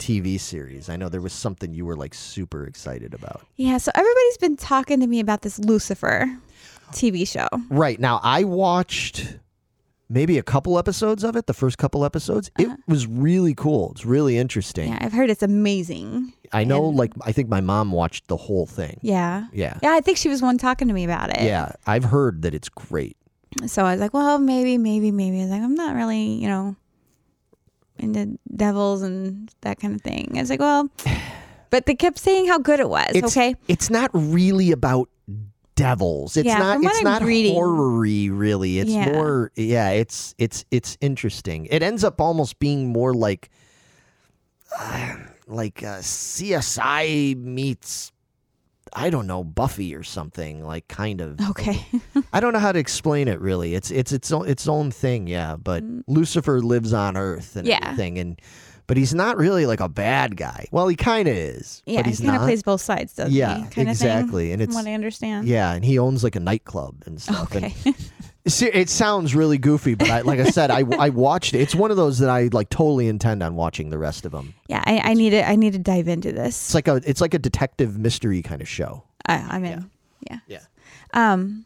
S3: TV series, I know there was something you were like super excited about.
S5: yeah. So everybody's been talking to me about this Lucifer TV show.
S3: Right now, I watched maybe a couple episodes of it. The first couple episodes, it was really cool. It's really interesting.
S5: Uh-huh. Yeah, I've heard it's amazing.
S3: I know,
S5: And-
S3: like I think my mom watched the whole thing.
S5: Yeah.
S3: Yeah,
S5: Yeah, I think she was the one talking to me about it.
S3: yeah. I've heard that it's great.
S5: So I was like, well, maybe, maybe, maybe. I was like, I'm not really, you know, into devils and that kind of thing. I was
S3: [sighs]
S5: like, well, but they kept saying how good it was.
S3: it's
S5: okay. [laughs]
S3: It's not really about devils. It's
S5: Yeah,
S3: not.
S5: from what
S3: It's
S5: I'm
S3: not
S5: reading.
S3: horror-y, really. It's
S5: Yeah.
S3: more. Yeah. It's it's it's interesting. It ends up almost being more like, uh, like uh, CSI meets. I don't know Buffy or something like kind of.
S5: Okay.
S3: I don't know how to explain it really. It's it's its own its own thing, yeah. But Lucifer lives on Earth and
S5: Mm. Yeah.
S3: everything, and but he's not really like a bad guy. Well, he kind of is,
S5: yeah,
S3: but
S5: he
S3: he's
S5: kind of
S3: not.
S5: plays both sides, doesn't
S3: Yeah,
S5: he? Kinda
S3: exactly.
S5: Thing,
S3: And it's-
S5: from what I understand.
S3: Yeah, and he owns like a nightclub and stuff.
S5: Uh-huh. Okay.
S3: And [laughs] see, it sounds really goofy, but I, like I said, I, I watched it. It's one of those that I like totally intend on watching the rest of them.
S5: [laughs] yeah, I, I need to I need to dive into this.
S3: It's like a it's like a detective mystery kind of show.
S5: I, I'm in. Yeah. yeah. Um,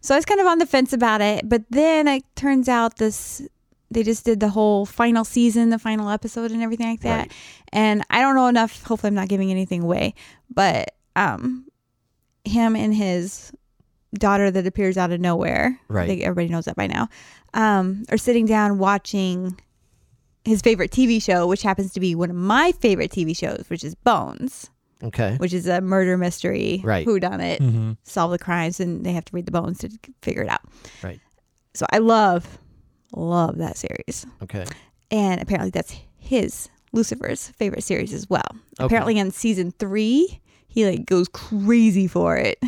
S5: so I was kind of on the fence about it, but then it turns out this they just did the whole final season, the final episode, and everything like that.
S3: Right.
S5: And I don't know enough. Hopefully, I'm not giving anything away. But um, him and his daughter that appears out of nowhere. I
S3: Right.
S5: think everybody knows that by now. Um, are sitting down watching his favorite TV show, which happens to be one of my favorite TV shows, which is Bones
S3: Okay.
S5: which is a murder mystery,
S3: Right.
S5: Who done it?
S4: Mm-hmm.
S5: Solve the crimes, and they have to read the bones to figure it out.
S3: Right.
S5: So I love, love that series, [laughs]
S3: Okay.
S5: and apparently that's his Lucifer's favorite series as well. Apparently, in season three, he like goes crazy
S3: [laughs]
S5: for it,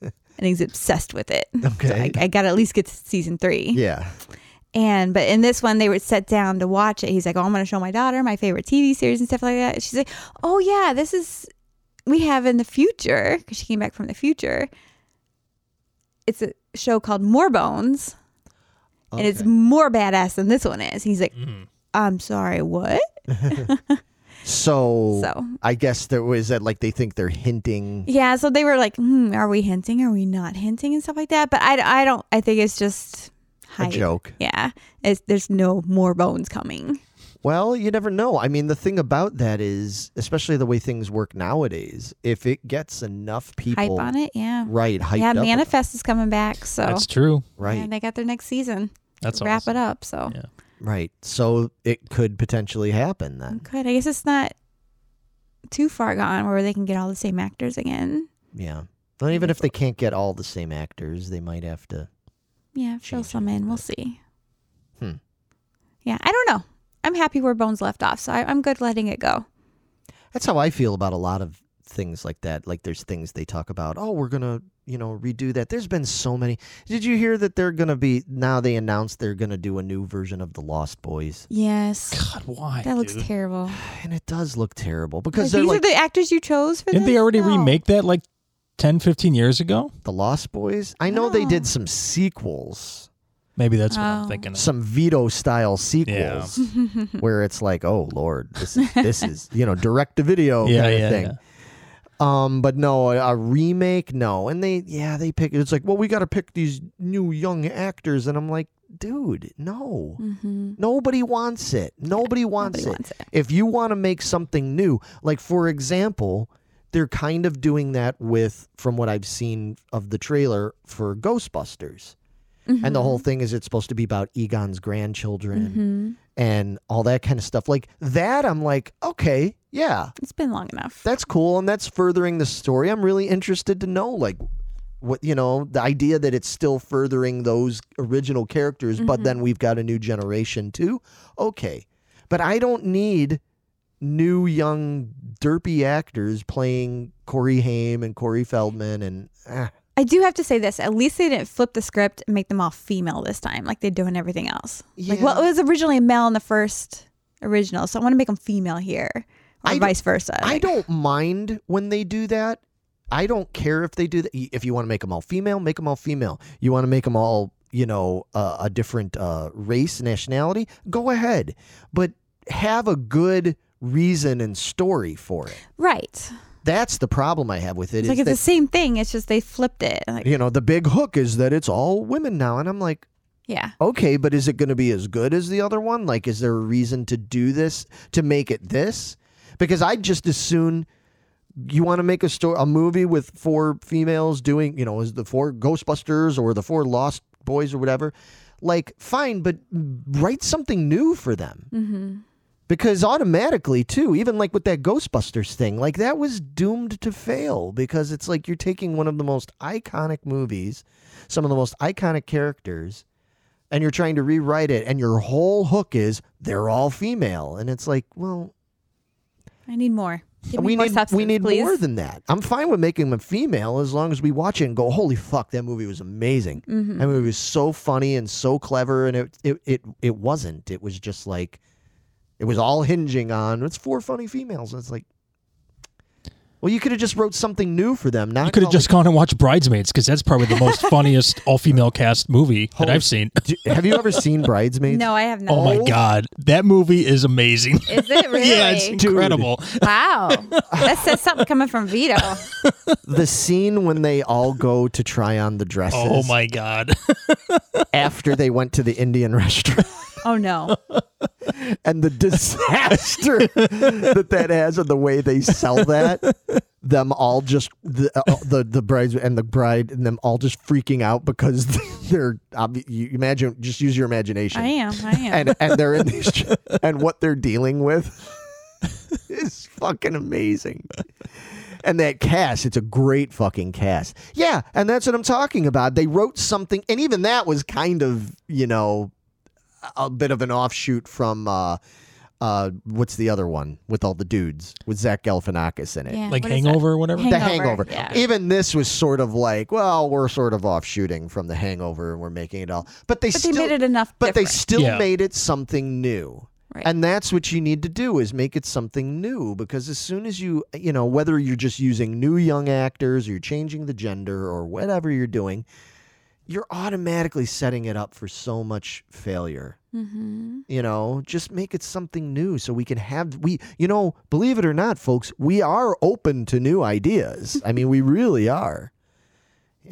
S5: and he's obsessed with it. So I,
S3: Okay.
S5: I got to at least get to season three.
S3: Yeah.
S5: And but in this one, they would sit down to watch it. He's like, "Oh, I'm going to show my daughter my favorite TV series and stuff like that." And she's like, "Oh yeah, this is we have in the future because she came back from the future. It's a show called More Bones, and it's
S3: Okay. Mm-hmm.
S5: more badass than this one is." He's like, "I'm sorry, what?"
S3: so.
S5: So.
S3: I guess there was that like they think they're hinting.
S5: Yeah, so they were like, hmm, "Are we hinting? Are we not hinting?" and stuff like that. But I, I don't. I think it's just hype.
S3: joke.
S5: Yeah, it's, there's no more bones coming.
S3: Well, you never know. I mean, the thing about that is, especially the way things work nowadays, if it gets enough
S5: Hype
S3: people
S5: on it, yeah.
S3: right, hyped
S5: yeah,
S3: up,
S5: Manifest is coming back, so
S4: That's true.
S3: right,
S5: and they got their next season.
S4: That's
S5: wrap
S4: awesome.
S5: it up. So
S4: Yeah.
S3: Right. So it could potentially happen then.
S5: good. I guess it's not too far gone where they can get all the same actors again.
S3: Yeah. Not even if they can't get all the same actors, they might have to.
S5: Yeah, fill
S3: Change
S5: some
S3: it,
S5: in. We'll
S3: but-
S5: see.
S3: Hmm.
S5: Yeah, I don't know. I'm happy where Bones left off, so I, I'm good letting it go.
S3: That's how I feel about a lot of things like that. Like there's things they talk about. Oh, we're gonna you know redo that. There's been so many. Did you hear that they're gonna be now? They announced they're gonna do a new version of the Lost Boys,
S5: Yes.
S4: God, why?
S5: That looks
S4: dude?
S5: terrible.
S3: and it does look terrible because
S5: These
S3: they're
S5: are
S3: like
S5: the actors you chose for
S4: Didn't
S5: this?
S4: they already
S5: No.
S4: remake that like 10, 15 years ago?
S3: the Lost Boys. I know they
S5: Oh.
S3: did some sequels,
S4: Maybe that's what
S5: Oh.
S4: I'm thinking. Of.
S3: some Vito style sequels,
S5: [laughs]
S3: where it's like, oh lord, this is this is you know direct to video
S4: [laughs] yeah,
S3: kind of
S4: yeah,
S3: thing.
S4: yeah.
S3: Um, but no, a, a remake, no. And they, yeah, they pick. It's like, well, we got to pick these new young actors, and I'm like, dude, no, nobody wants it. Nobody wants,
S5: Mm-hmm. nobody
S3: it.
S5: wants it.
S3: If you want to make something new, like for example, they're kind of doing that with, from what I've seen of the trailer for Ghostbusters, and the whole thing is it's supposed to be about Egon's grandchildren
S5: Mm-hmm.
S3: and all that kind of stuff. Like that, I'm like, okay, yeah,
S5: It's been long enough.
S3: that's cool and that's furthering the story i'm really interested to know like what you know the idea that it's still furthering those original characters but then we've got a new generation too okay but i don't need new young derpy actors playing corey haim and corey feldman and ah,
S5: I do have to say this. At least they didn't flip the script and make them all female this time, like they do in everything else. Like, well,
S3: Yeah.
S5: it was originally a male in the first original, so I want to make them female here, or
S3: I d-
S5: vice versa.
S3: i
S5: Like, [laughs]
S3: don't mind when they do that i don't care if they do that if you want to make them all female make them all female you want to make them all you know uh, a different uh, race nationality go ahead but have a good reason and story for it
S5: Right.
S3: that's the problem i have with it
S5: It's
S3: is
S5: like it's the
S3: that,
S5: same thing. It's just they flipped it. Like,
S3: you know the big hook is that it's all women now and i'm like
S5: yeah.
S3: okay but is it going to be as good as the other one like is there a reason to do this to make it this because i just as soon you want to make a story a movie with four females doing you know is the four ghostbusters or the four lost boys or whatever like fine but write something new for them mm-hmm. because automatically too even like with that ghostbusters thing like that was doomed to fail because it's like you're taking one of the most iconic movies some of the most iconic characters and you're trying to rewrite it and your whole hook is they're all female and it's like well
S5: I need more. Give me
S3: we
S5: more
S3: need
S5: substance,
S3: we need
S5: please.
S3: more than that i'm fine with making them female as long as we watch it and go holy fuck that movie was amazing
S5: Mm-hmm.
S3: that movie was so funny and so clever and it it it, it wasn't it was just like it was all hinging on it's four funny females and it's like well you could have just wrote something new for them not
S4: You could have
S3: all
S4: just gone and watched Bridesmaids because that's probably the
S5: [laughs]
S4: most funniest all female cast movie that
S3: Holy
S4: I've seen.
S3: the- [laughs] Do- have you ever
S4: [laughs]
S3: seen bridesmaids
S5: no, I have not.
S4: Oh my God. That movie is amazing.
S5: [laughs]
S4: [laughs]
S5: Is it really?
S4: yeah, it's incredible.
S5: [laughs] wow. That says something coming from
S3: [laughs]
S5: Vito.
S3: the scene when they all go to try on the dresses
S4: Oh my God. [laughs]
S3: after they went to the Indian [laughs] restaurant
S5: Oh no.
S3: and the disaster that that has and the way they sell that. Them all just the uh, the the brides and the bride and them all just freaking out because [laughs] they're obvi- you imagine just use your imagination
S5: I am. I am.
S3: and and they're in
S5: [laughs]
S3: these and what they're dealing with is fucking amazing. And that cast, it's a great fucking cast. Yeah, and that's what I'm talking about. They wrote something, and even that was kind of, you know, a bit of an offshoot from uh, uh, what's the other one with all the dudes with Zach Galifianakis in it.
S5: Yeah,
S4: Like
S5: what is that?
S4: Hangover or whatever.
S5: Hang-
S3: The
S5: Hangover,
S3: Hangover.
S5: yeah.
S3: Even this was sort of like, well, we're sort of offshooting from The Hangover, and we're making it all. But they
S5: But
S3: still
S5: they made it enough.
S3: but they
S5: different.
S3: still
S4: Yeah.
S3: made it something new
S5: Right.
S3: and that's what you need to do is make it something new because as soon as you you know whether you're just using new young actors or you're changing the gender or whatever you're doing you're automatically setting it up for so much failure
S5: Mm-hmm.
S3: you know just make it something new so we can have we you know believe it or not folks we are open to new ideas i mean we really are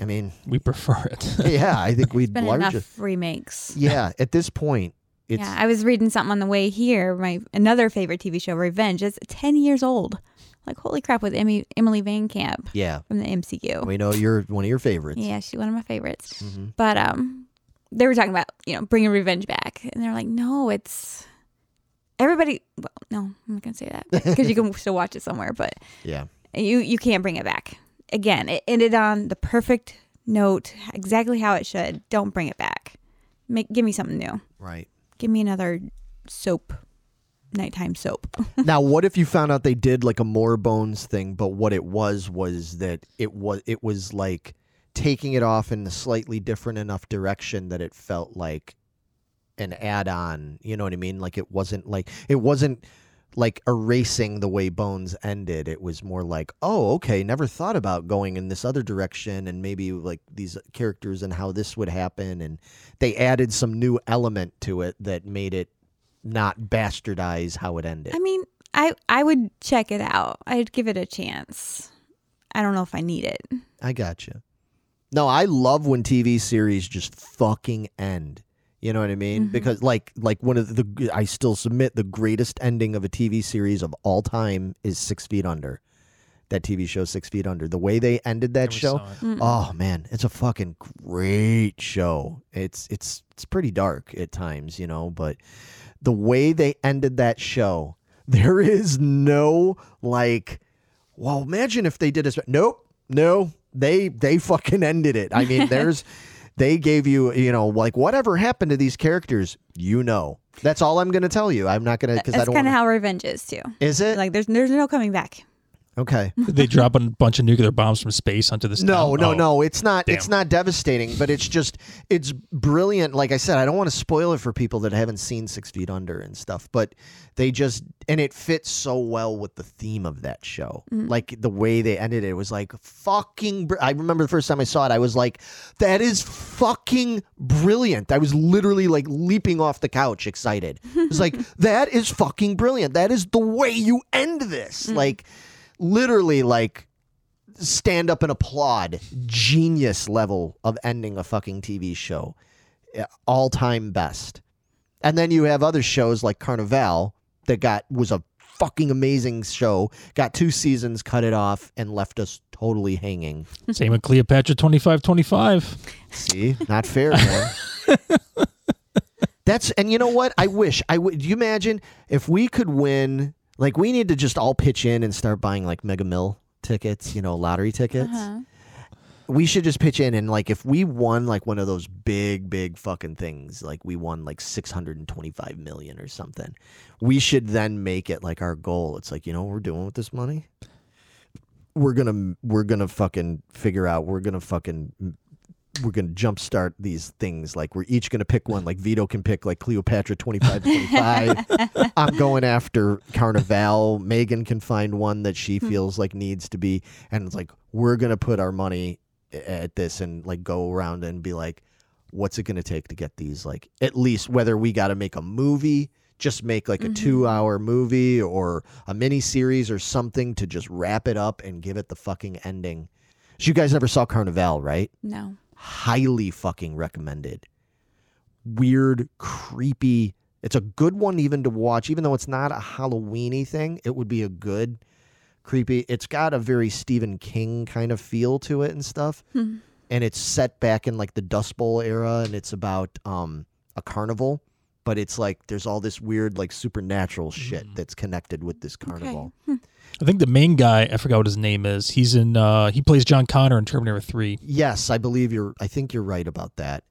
S3: i mean [laughs]
S4: We prefer it. [laughs]
S3: yeah i think we'd
S5: Been
S3: large
S5: enough remakes.
S3: yeah at this point it's
S5: yeah, I was reading something on the way here. My another favorite TV show, Revenge, is ten years old. Like holy crap, with Emmy, Emily Van Camp
S3: yeah.
S5: from the MCU.
S3: We know you're one of your favorites. Mm-hmm.
S5: Yeah, she's one of my favorites. But um, they were talking about you know bringing revenge back, and they're like, no, it's everybody. Well, no, I'm not gonna say
S3: [laughs]
S5: that because you can still watch it somewhere, but
S3: Yeah.
S5: you you can't bring it back again. It ended on the perfect note, exactly how it should. Don't bring it back. Make give me something new.
S3: Right.
S5: Give me another soap
S3: [laughs]
S5: nighttime soap.
S3: now, what if you found out they did like a more bones thing, but what it was was that it was it was like taking it off in a slightly different enough direction that it felt like an add-on. You know what I mean? Like it wasn't like it wasn't like erasing the way bones ended it was more like oh okay never thought about going in this other direction and maybe like these characters and how this would happen and they added some new element to it that made it not bastardize how it ended
S5: I mean, I I would check it out. I'd give it a chance. I don't know if I need it.
S3: I gotcha. No, I love when TV series just fucking end. You know what I mean? Because like like one of the I still submit the greatest ending of a TV series of all time is Six Feet Under. That TV show Six Feet Under. The way they ended that
S4: Never
S3: show.
S4: saw it.
S5: Mm.
S3: Oh man, it's a fucking great show. It's it's it's pretty dark at times, you know, but the way they ended that show, [laughs] there is no like well, imagine if they did a spe- nope, no, they they fucking ended it. I
S5: [laughs]
S3: mean, there's they gave you you know like whatever happened to these characters, you know. That's all I'm gonna tell you. I'm not gonna because I
S5: That's
S3: don't.
S5: kind
S3: Wanna,
S5: of how revenge is too.
S3: is it
S5: Like there's there's no coming back.
S3: okay?
S4: they drop a bunch of nuclear bombs from space onto this.
S3: No,
S4: town?
S3: no,
S4: Oh.
S3: no. It's not. It's
S4: Damn.
S3: not devastating, but it's just it's brilliant. Like I said, I don't want to spoil it for people that haven't seen Six Feet Under and stuff, but they just and it fits so well with the theme of that show. Like the way they ended it was like fucking. Br- I remember the first time I saw it, I was like, that is fucking brilliant. I was literally like leaping off the couch, excited. It was like that is fucking brilliant. That is the way you end this. Like literally, like stand up and applaud genius level of ending a fucking TV show. All time best. And then you have other shows like Carnival that got was a fucking amazing show, got two seasons, cut it off, and left us totally hanging.
S4: Oh, Same with Cleopatra twenty five twenty five.
S3: See, not fair, man. That's and you know what? I wish I would. Do you imagine if we could win? Like we need to just all pitch in and start buying like Mega Mill tickets, you know, lottery tickets. We should just pitch in and like if we won like one of those big, big fucking things, like we won like six hundred and twenty-five million or something, we should then make it like our goal. It's like you know what we're doing with this money. We're gonna we're gonna fucking figure out. We're gonna fucking we're going to jumpstart these things. Like we're each going to pick one. Like Vito can pick like Cleopatra 25, 25. I'm going after Carnival. Megan can find one that she feels like needs to be. And it's like, we're going to put our money at this and like go around and be like, what's it going to take to get these? Like at least whether we got to make a movie, just make like a two hour movie or a mini series or something to just wrap it up and give it the fucking ending. So you guys never saw Carnival, right? [laughs]
S5: No.
S3: highly fucking recommended. Weird, creepy. It's a good one even to watch, even though it's not a Halloweeny thing. It would be a good, creepy. It's got a very Stephen King kind of feel to it and stuff. And it's set back in like the Dust Bowl era, and it's about um, a carnival. But it's like there's all this weird, like supernatural shit that's connected with this carnival.
S4: I think the main guy, I forgot what his name is. He's in. Uh, he plays John Connor in Terminator Three.
S3: Yes, I believe you're. I think you're right about that.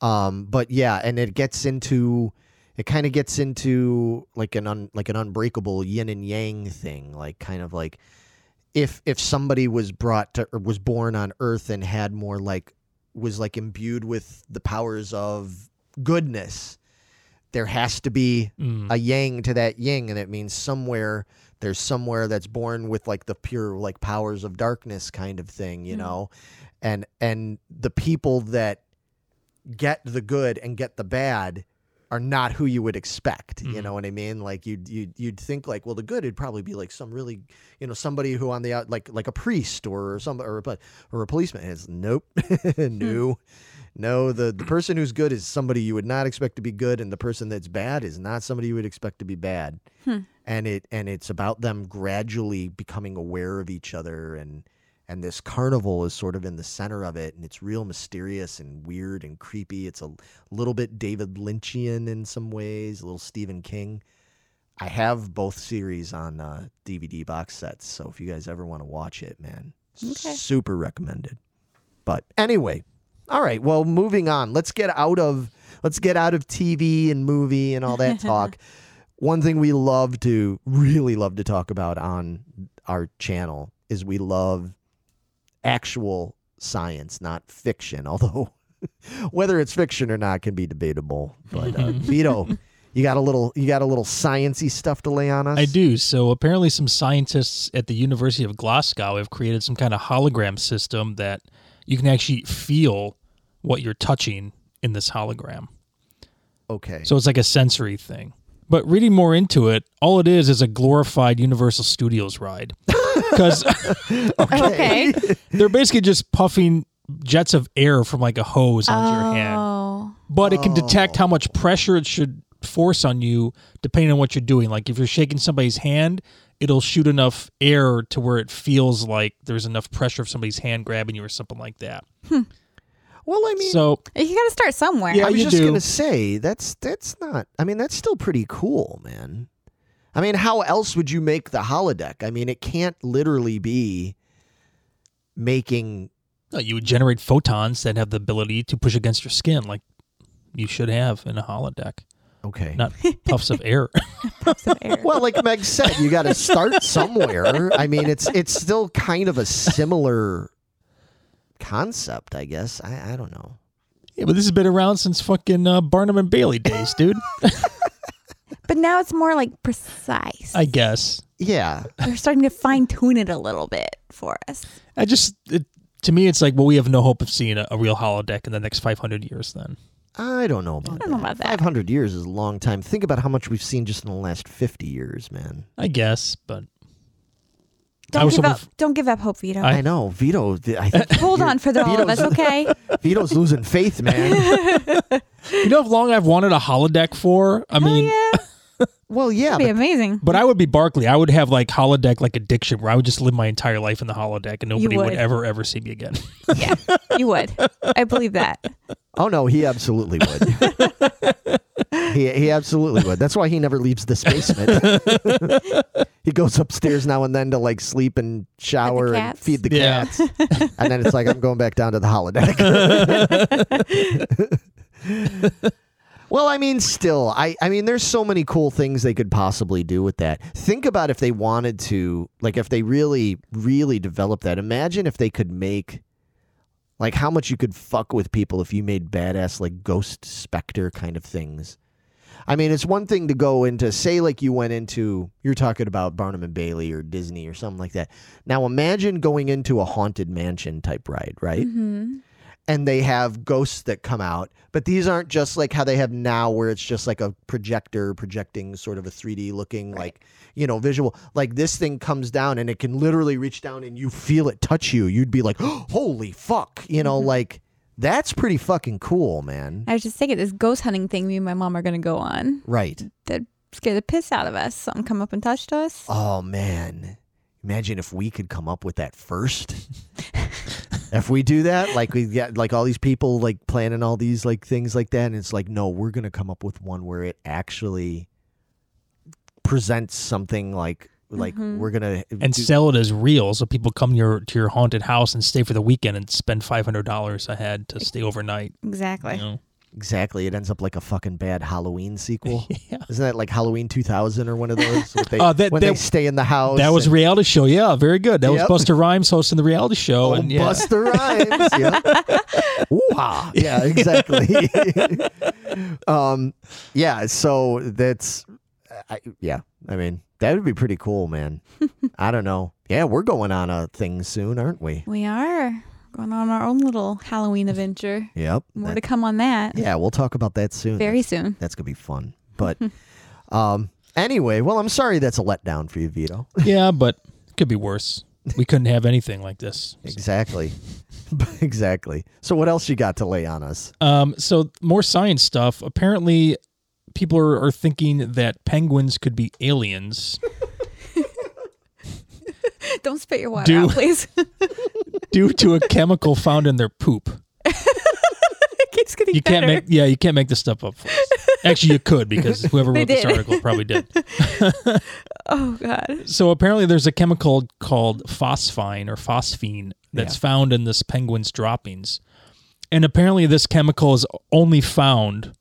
S3: Um, but yeah, and it gets into, it kind of gets into like an un, like an unbreakable yin and yang thing, like kind of like if if somebody was brought to or was born on Earth and had more like was like imbued with the powers of goodness, there has to be
S4: Mm.
S3: a yang to that yin and it means somewhere there's somewhere that's born with like the pure like powers of darkness kind of thing you know and and the people that get the good and get the bad are not who you would expect you know what i mean like you'd, you'd you'd think like well the good would probably be like some really you know somebody who on the out like like a priest or some or a, pol- or a policeman is nope [laughs] no no the the person who's good is somebody you would not expect to be good and the person that's bad is not somebody you would expect to be bad and it and it's about them gradually becoming aware of each other and and this carnival is sort of in the center of it and it's real mysterious and weird and creepy it's a little bit david lynchian in some ways a little stephen king i have both series on uh, dvd box sets so if you guys ever want to watch it man
S5: Okay.
S3: super recommended but anyway all right well moving on let's get out of let's get out of tv and movie and all that talk one thing we love to really love to talk about on our channel is we love actual science, not fiction. [laughs] Although whether it's fiction or not can be debatable. But
S4: [laughs]
S3: uh, Vito, you got a little you got a little sciency stuff to lay on us.
S4: I do. So apparently, some scientists at the University of Glasgow have created some kind of hologram system that you can actually feel what you're touching in this hologram.
S3: Okay.
S4: So it's like a sensory thing. But reading more into it, all it is is a glorified Universal Studios ride. Because
S5: Okay.
S4: [laughs] they're basically just puffing jets of air from like a hose onto your hand.
S5: Oh.
S4: But it can detect how much pressure it should force on you depending on what you're doing. Like if you're shaking somebody's hand, it'll shoot enough air to where it feels like there's enough pressure of somebody's hand grabbing you or something like that.
S3: well, I mean,
S4: So
S5: You got to start somewhere.
S4: Yeah.
S3: I was
S4: you
S3: just
S4: do.
S3: gonna say that's that's not. I mean, that's still pretty cool, man. I mean, how else would you make the holodeck? I mean, it can't literally be making.
S4: no, you would generate photons that have the ability to push against your skin like you should have in a holodeck.
S3: Okay. [laughs]
S4: Not puffs of air. [laughs]
S5: Puffs of air.
S3: Well, like Meg said, you got to start somewhere. I mean, it's it's still kind of a similar concept, I guess. I, I don't know.
S4: Yeah, but this has been around since fucking uh, Barnum and Bailey days, dude.
S5: but now it's more like precise.
S4: I guess.
S3: Yeah.
S5: They're starting to fine tune it a little bit for us.
S4: I just, it, to me, it's like, well, we have no hope of seeing a, a real holodeck in the next 500 years then.
S3: I don't know about
S5: I don't know about that.
S3: Five hundred years is a long time. Think about how much we've seen just in the last fifty years, man.
S4: I guess, but I
S5: Don't
S4: was
S5: give up.
S4: hoping
S5: Don't give up hope, Vito.
S4: I-
S3: I, know Vito. th- I think
S5: Hold
S3: you're-
S5: on for the all of us,
S3: Vito's-
S4: [laughs]
S5: okay?
S3: Vito's losing faith,
S5: [laughs]
S3: man.
S4: you know how long I've wanted a holodeck for? I mean,
S5: yeah,
S3: Well, yeah,
S5: that'd be
S3: but
S4: [laughs]
S5: amazing.
S4: but I would be Barkley. I would have like holodeck like addiction where I would just live my entire life in the holodeck and nobody would.
S5: would.
S4: ever, ever see me again.
S5: Yeah, you would. I believe that.
S3: oh no, he absolutely would. he he absolutely would. That's why he never leaves this basement. he goes upstairs now and then to like sleep and shower and
S5: cats.
S3: feed the
S4: Yeah.
S3: cats, [laughs] and then it's like I'm going back down to the holodeck. [laughs] Well, I mean, still, I, I mean, there's so many cool things they could possibly do with that. Think about if they wanted to, like, if they really, really developed that. Imagine if they could make, like, how much you could fuck with people if you made badass, like, ghost specter kind of things. I mean, it's one thing to go into, say, like, you went into, you're talking about Barnum and Bailey or Disney or something like that. Now, imagine going into a haunted mansion type ride, right?
S5: hmm
S3: and they have ghosts that come out. But these aren't just like how they have now, where it's just like a projector projecting sort of a 3D looking, like, you know, visual. Like this thing comes down and it can literally reach down and you feel it touch you. You'd be like, [gasps] holy fuck. You know, like that's pretty fucking cool, man.
S5: I was just thinking this ghost hunting thing me and my mom are going to go on.
S3: Right.
S5: That scare the piss out of us. Something come up and touched us.
S3: Oh, man. Imagine if we could come up with that first. if we do that, like we get like all these people like planning all these like things like that, and it's like, no, we're gonna come up with one where it actually presents something like like we're gonna
S4: and
S3: do-
S4: sell it as real so people come your, to your haunted house and stay for the weekend and spend $500 I had to stay overnight.
S5: Exactly.
S4: You know?
S3: exactly. It ends up like a fucking bad Halloween sequel.
S4: [laughs] Yeah.
S3: Isn't that like Halloween 2000 or one of those? What they,
S4: Uh, that-
S3: when they
S4: that-
S3: stay in the house.
S4: That was a
S3: and,
S4: reality show. Yeah, very good. That
S3: Oh, Yep.
S4: was Buster Rhymes hosting the reality show.
S3: Oh,
S4: and yeah.
S3: Buster
S5: [laughs]
S3: Rhymes. yeah. Ooh-ha. Yeah, exactly. [laughs] um, yeah, so that's, I, yeah, I mean, that would be pretty cool,
S5: [laughs]
S3: man. I don't know. Yeah, we're going on a thing soon, aren't we?
S5: We are going on our own little Halloween adventure.
S3: Yep.
S5: More to
S3: That-
S5: come on that
S3: yeah, we'll talk about that soon.
S5: very soon. [laughs]
S3: That's going to be fun. But um, anyway, well, I'm sorry that's a letdown for you,
S5: [laughs]
S3: Vito.
S4: Yeah, but it could be worse. We couldn't have anything like this.
S3: [laughs] exactly. exactly. So what else you got to lay on us?
S4: Um, so more science stuff. Apparently, people are, are thinking that penguins could be
S5: [laughs]
S4: aliens
S5: Don't spit your water
S4: Do- [laughs]
S5: out, please. [laughs] it
S4: due to a chemical found in their poop.
S5: keeps getting
S4: You
S5: better.
S4: can't make yeah, you can't make this stuff up. Folks. Actually, you could because whoever
S5: They
S4: wrote this
S5: did.
S4: article
S5: [laughs]
S4: probably did.
S5: oh God.
S4: So apparently, there's a chemical called phosphine or phosphine that's found in this penguin's droppings, and apparently, this chemical is only found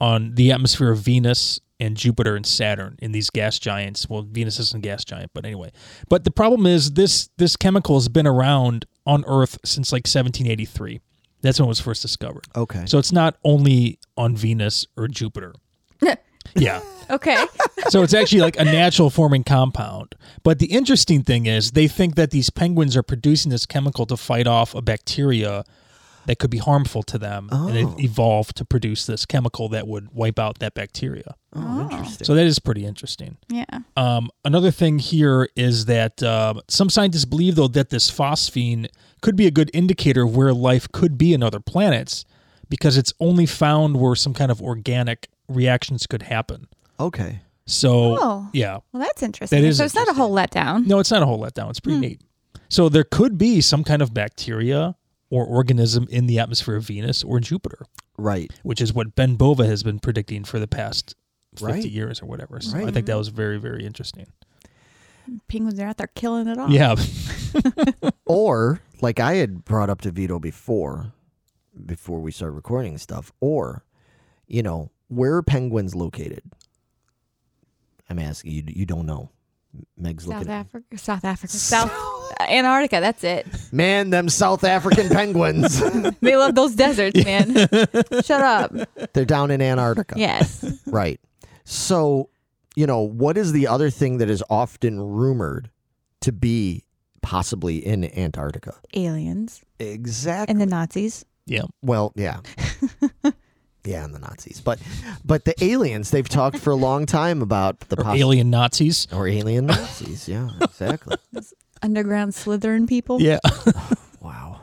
S4: on the atmosphere of Venus and Jupiter and Saturn in these gas giants. Well, Venus isn't a gas giant, but anyway. But the problem is this this chemical has been around on Earth since like 1783. That's when it was first discovered.
S3: Okay.
S4: So it's not only on Venus or Jupiter. yeah. [laughs]
S5: Okay.
S4: So it's actually like a natural forming compound. But the interesting thing is they think that these penguins are producing this chemical to fight off a bacteria that could be harmful to them and it evolved to produce this chemical that would wipe out that bacteria.
S3: oh, interesting.
S4: So that is pretty interesting.
S5: yeah.
S4: Um, another thing here is that uh, some scientists believe, though, that this phosphine could be a good indicator of where life could be in other planets because it's only found where some kind of organic reactions could happen.
S3: okay.
S4: So,
S5: Oh.
S4: yeah.
S5: Well, that's interesting.
S4: That is
S5: so it's not a whole letdown.
S4: No, it's not a whole letdown. It's pretty
S5: Hmm.
S4: neat. So there could be some kind of bacteria or organism in the atmosphere of Venus or Jupiter,
S3: Right.
S4: which is what Ben Bova has been predicting for the past 50
S3: Right.
S4: years or whatever. So I
S3: Right.
S4: think that was very, very interesting.
S5: Penguins are out there killing it all.
S4: Yeah.
S3: Or like I had brought up to Vito before, before we started recording stuff. Or, you know, where are penguins located? I'm asking you. You don't know. Meg's
S5: South
S3: looking. at
S5: Africa, South
S4: [laughs]
S5: Africa, South Antarctica. That's it.
S3: Man, them South African
S5: [laughs]
S3: penguins.
S5: They love those
S4: [laughs]
S5: deserts, man. Shut up.
S3: They're down in Antarctica.
S5: Yes.
S3: Right. So, you know, what is the other thing that is often rumored to be possibly in Antarctica?
S5: Aliens
S3: Exactly.
S5: and the Nazis.
S4: yeah.
S3: Well, yeah. yeah, and the Nazis. But but the aliens, they've talked for a long time about the
S4: [laughs] Or
S3: possi-
S4: alien Nazis.
S3: or alien Nazis. Yeah, exactly.
S5: Underground Slytherin
S3: Oh,
S5: people.
S4: Yeah.
S3: Wow.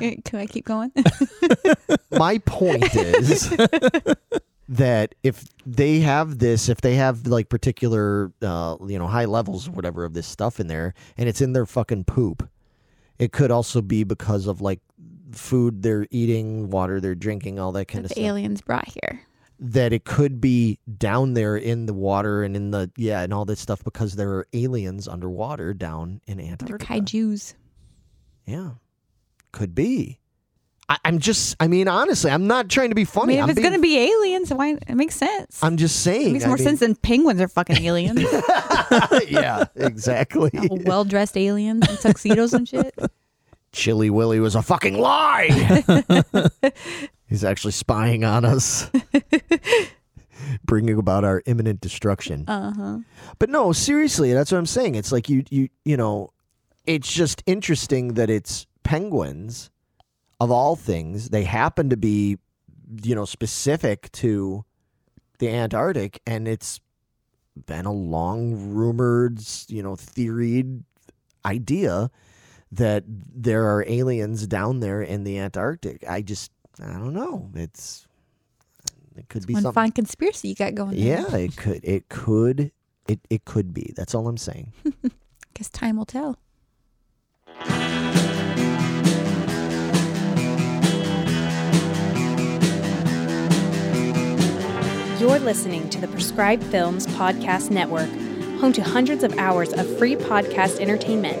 S5: Eh, Can I keep going?
S3: my point is that if they have this, if they have like particular, uh, you know, high levels or whatever of this stuff in there, and it's in their fucking poop, it could also be because of like food they're eating, water they're drinking, all that kind of
S5: [laughs] the
S3: stuff.
S5: aliens brought here.
S3: That it could be down there in the water and in the yeah and all this stuff because there are aliens underwater down in
S5: They're
S3: Antarctica.
S5: kaiju's.
S3: Yeah, could be. I, I'm just. I mean, honestly, I'm not trying to be funny.
S5: I mean,
S3: I'm
S5: if it's
S3: being
S5: gonna be aliens, why? It makes sense.
S3: I'm just saying.
S5: it makes
S3: I
S5: more
S3: mean-
S5: sense than penguins are fucking
S3: [laughs]
S5: aliens. [laughs]
S3: yeah, exactly.
S5: well dressed uh, aliens in tuxedos
S3: [laughs]
S5: and shit. [laughs]
S3: Chilly Willy was a fucking lie. He's actually spying on us, [laughs] bringing about our imminent destruction.
S5: Uh huh.
S3: But no, seriously, that's what I'm saying. It's like you, you, you know, it's just interesting that it's penguins, of all things, they happen to be, you know, specific to the Antarctic, and it's been a long rumored, you know, theoried idea that there are aliens down there in the Antarctic. I just, I don't know. It's it could be
S5: One
S3: something.
S5: fine conspiracy you got going. there.
S3: Yeah, it could. It could. It it could be. That's all I'm saying.
S5: Guess time will tell.
S7: You're listening to the Prescribed Films Podcast Network, home to hundreds of hours of free podcast entertainment.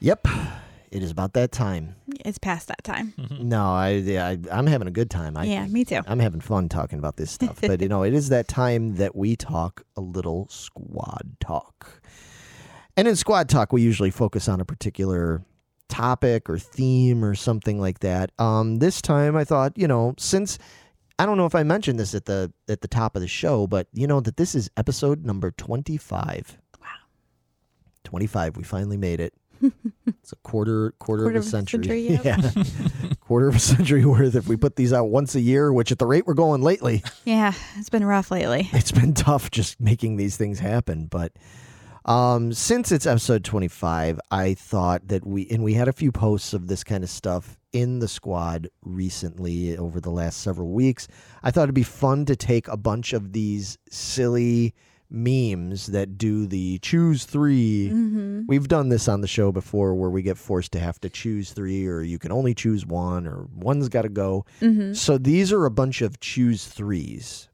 S3: Yep, it is about that time.
S5: It's past that time.
S3: No, I, yeah, I I'm having a good time. Hmm. I,
S5: yeah, me too.
S3: I'm having fun talking about this stuff. But you know, it is that time that we talk a little squad talk. And in squad talk, we usually focus on a particular topic or theme or something like that. Um, this time, I thought, you know, since I don't know if I mentioned this at the at the top of the show, but you know that this is episode number twenty five. Wow, twenty five. We finally made [laughs] it. it's a quarter quarter,
S5: Quarter
S3: of a century. [laughs]
S5: yep.
S3: yeah quarter of a century worth if we put these out once a year, which at the rate we're going lately,
S5: Yeah, it's been rough lately.
S3: [laughs] it's been tough just making these things happen. But Um, since it's episode 25, I thought that we, and we had a few posts of this kind of stuff in the squad recently over the last several weeks. I thought it'd be fun to take a bunch of these silly memes that do the choose 3
S5: Mm-hmm.
S3: We've done this on the show before where we get forced to have to choose three, or you can only choose one, or one's got to go.
S5: Mm-hmm.
S3: So these are a bunch of choose threes.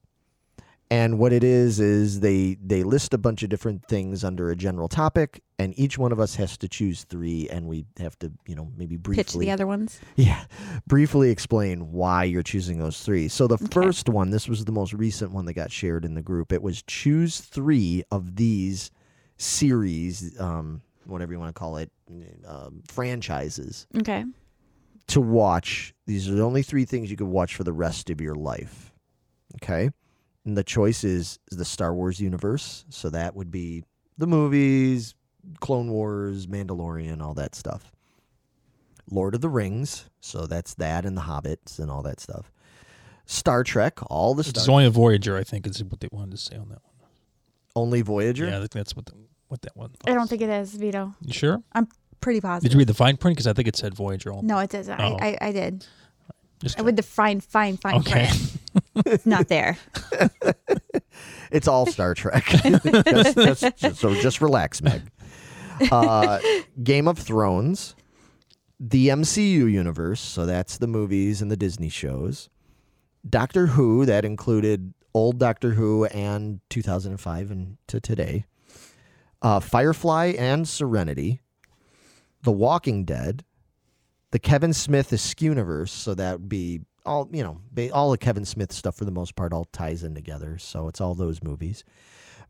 S3: And what it is is they they list a bunch of different things under a general topic, and each one of us has to choose three, and we have to you know maybe briefly
S5: Pitch the other ones.
S3: [laughs] yeah briefly explain why you're choosing those three. So the first one, this was the most recent one that got shared in the group. It was choose three of these series, um, whatever you want to call it, um, franchises
S5: Okay.
S3: to watch. These are the only three things you could watch for the rest of your life. Okay. And the choice is the Star Wars universe. So that would be the movies, Clone Wars, Mandalorian, all that stuff. Lord of the Rings. So that's that and the Hobbits and all that stuff. Star Trek, all the
S4: It's
S3: Star
S4: only a Voyager, I think, is what they wanted to say on that one.
S3: only Voyager.
S4: Yeah, I think that's what the, what that one.
S5: I don't
S4: was.
S5: think it is, Vito.
S4: You sure?
S5: Pretty positive.
S4: Did you read the fine print? Because I think it said Voyager. All
S5: No, it doesn't.
S4: Oh.
S5: I, I, I did.
S4: Just
S5: I would the fine, fine, fine.
S4: Okay.
S5: print. it's not
S3: [laughs]
S5: there.
S3: It's all Star Trek. [laughs] That's- that's- so just relax, Meg. Uh, Game of Thrones, the MCU universe, so that's the movies and the Disney shows. Doctor Who, that included old Doctor Who and 2005 and to today. Uh, Firefly and Serenity, The Walking Dead, the Kevin Smith Askewniverse, so that would be all you know, ba- all the Kevin Smith stuff for the most part all ties in together. So it's all those movies.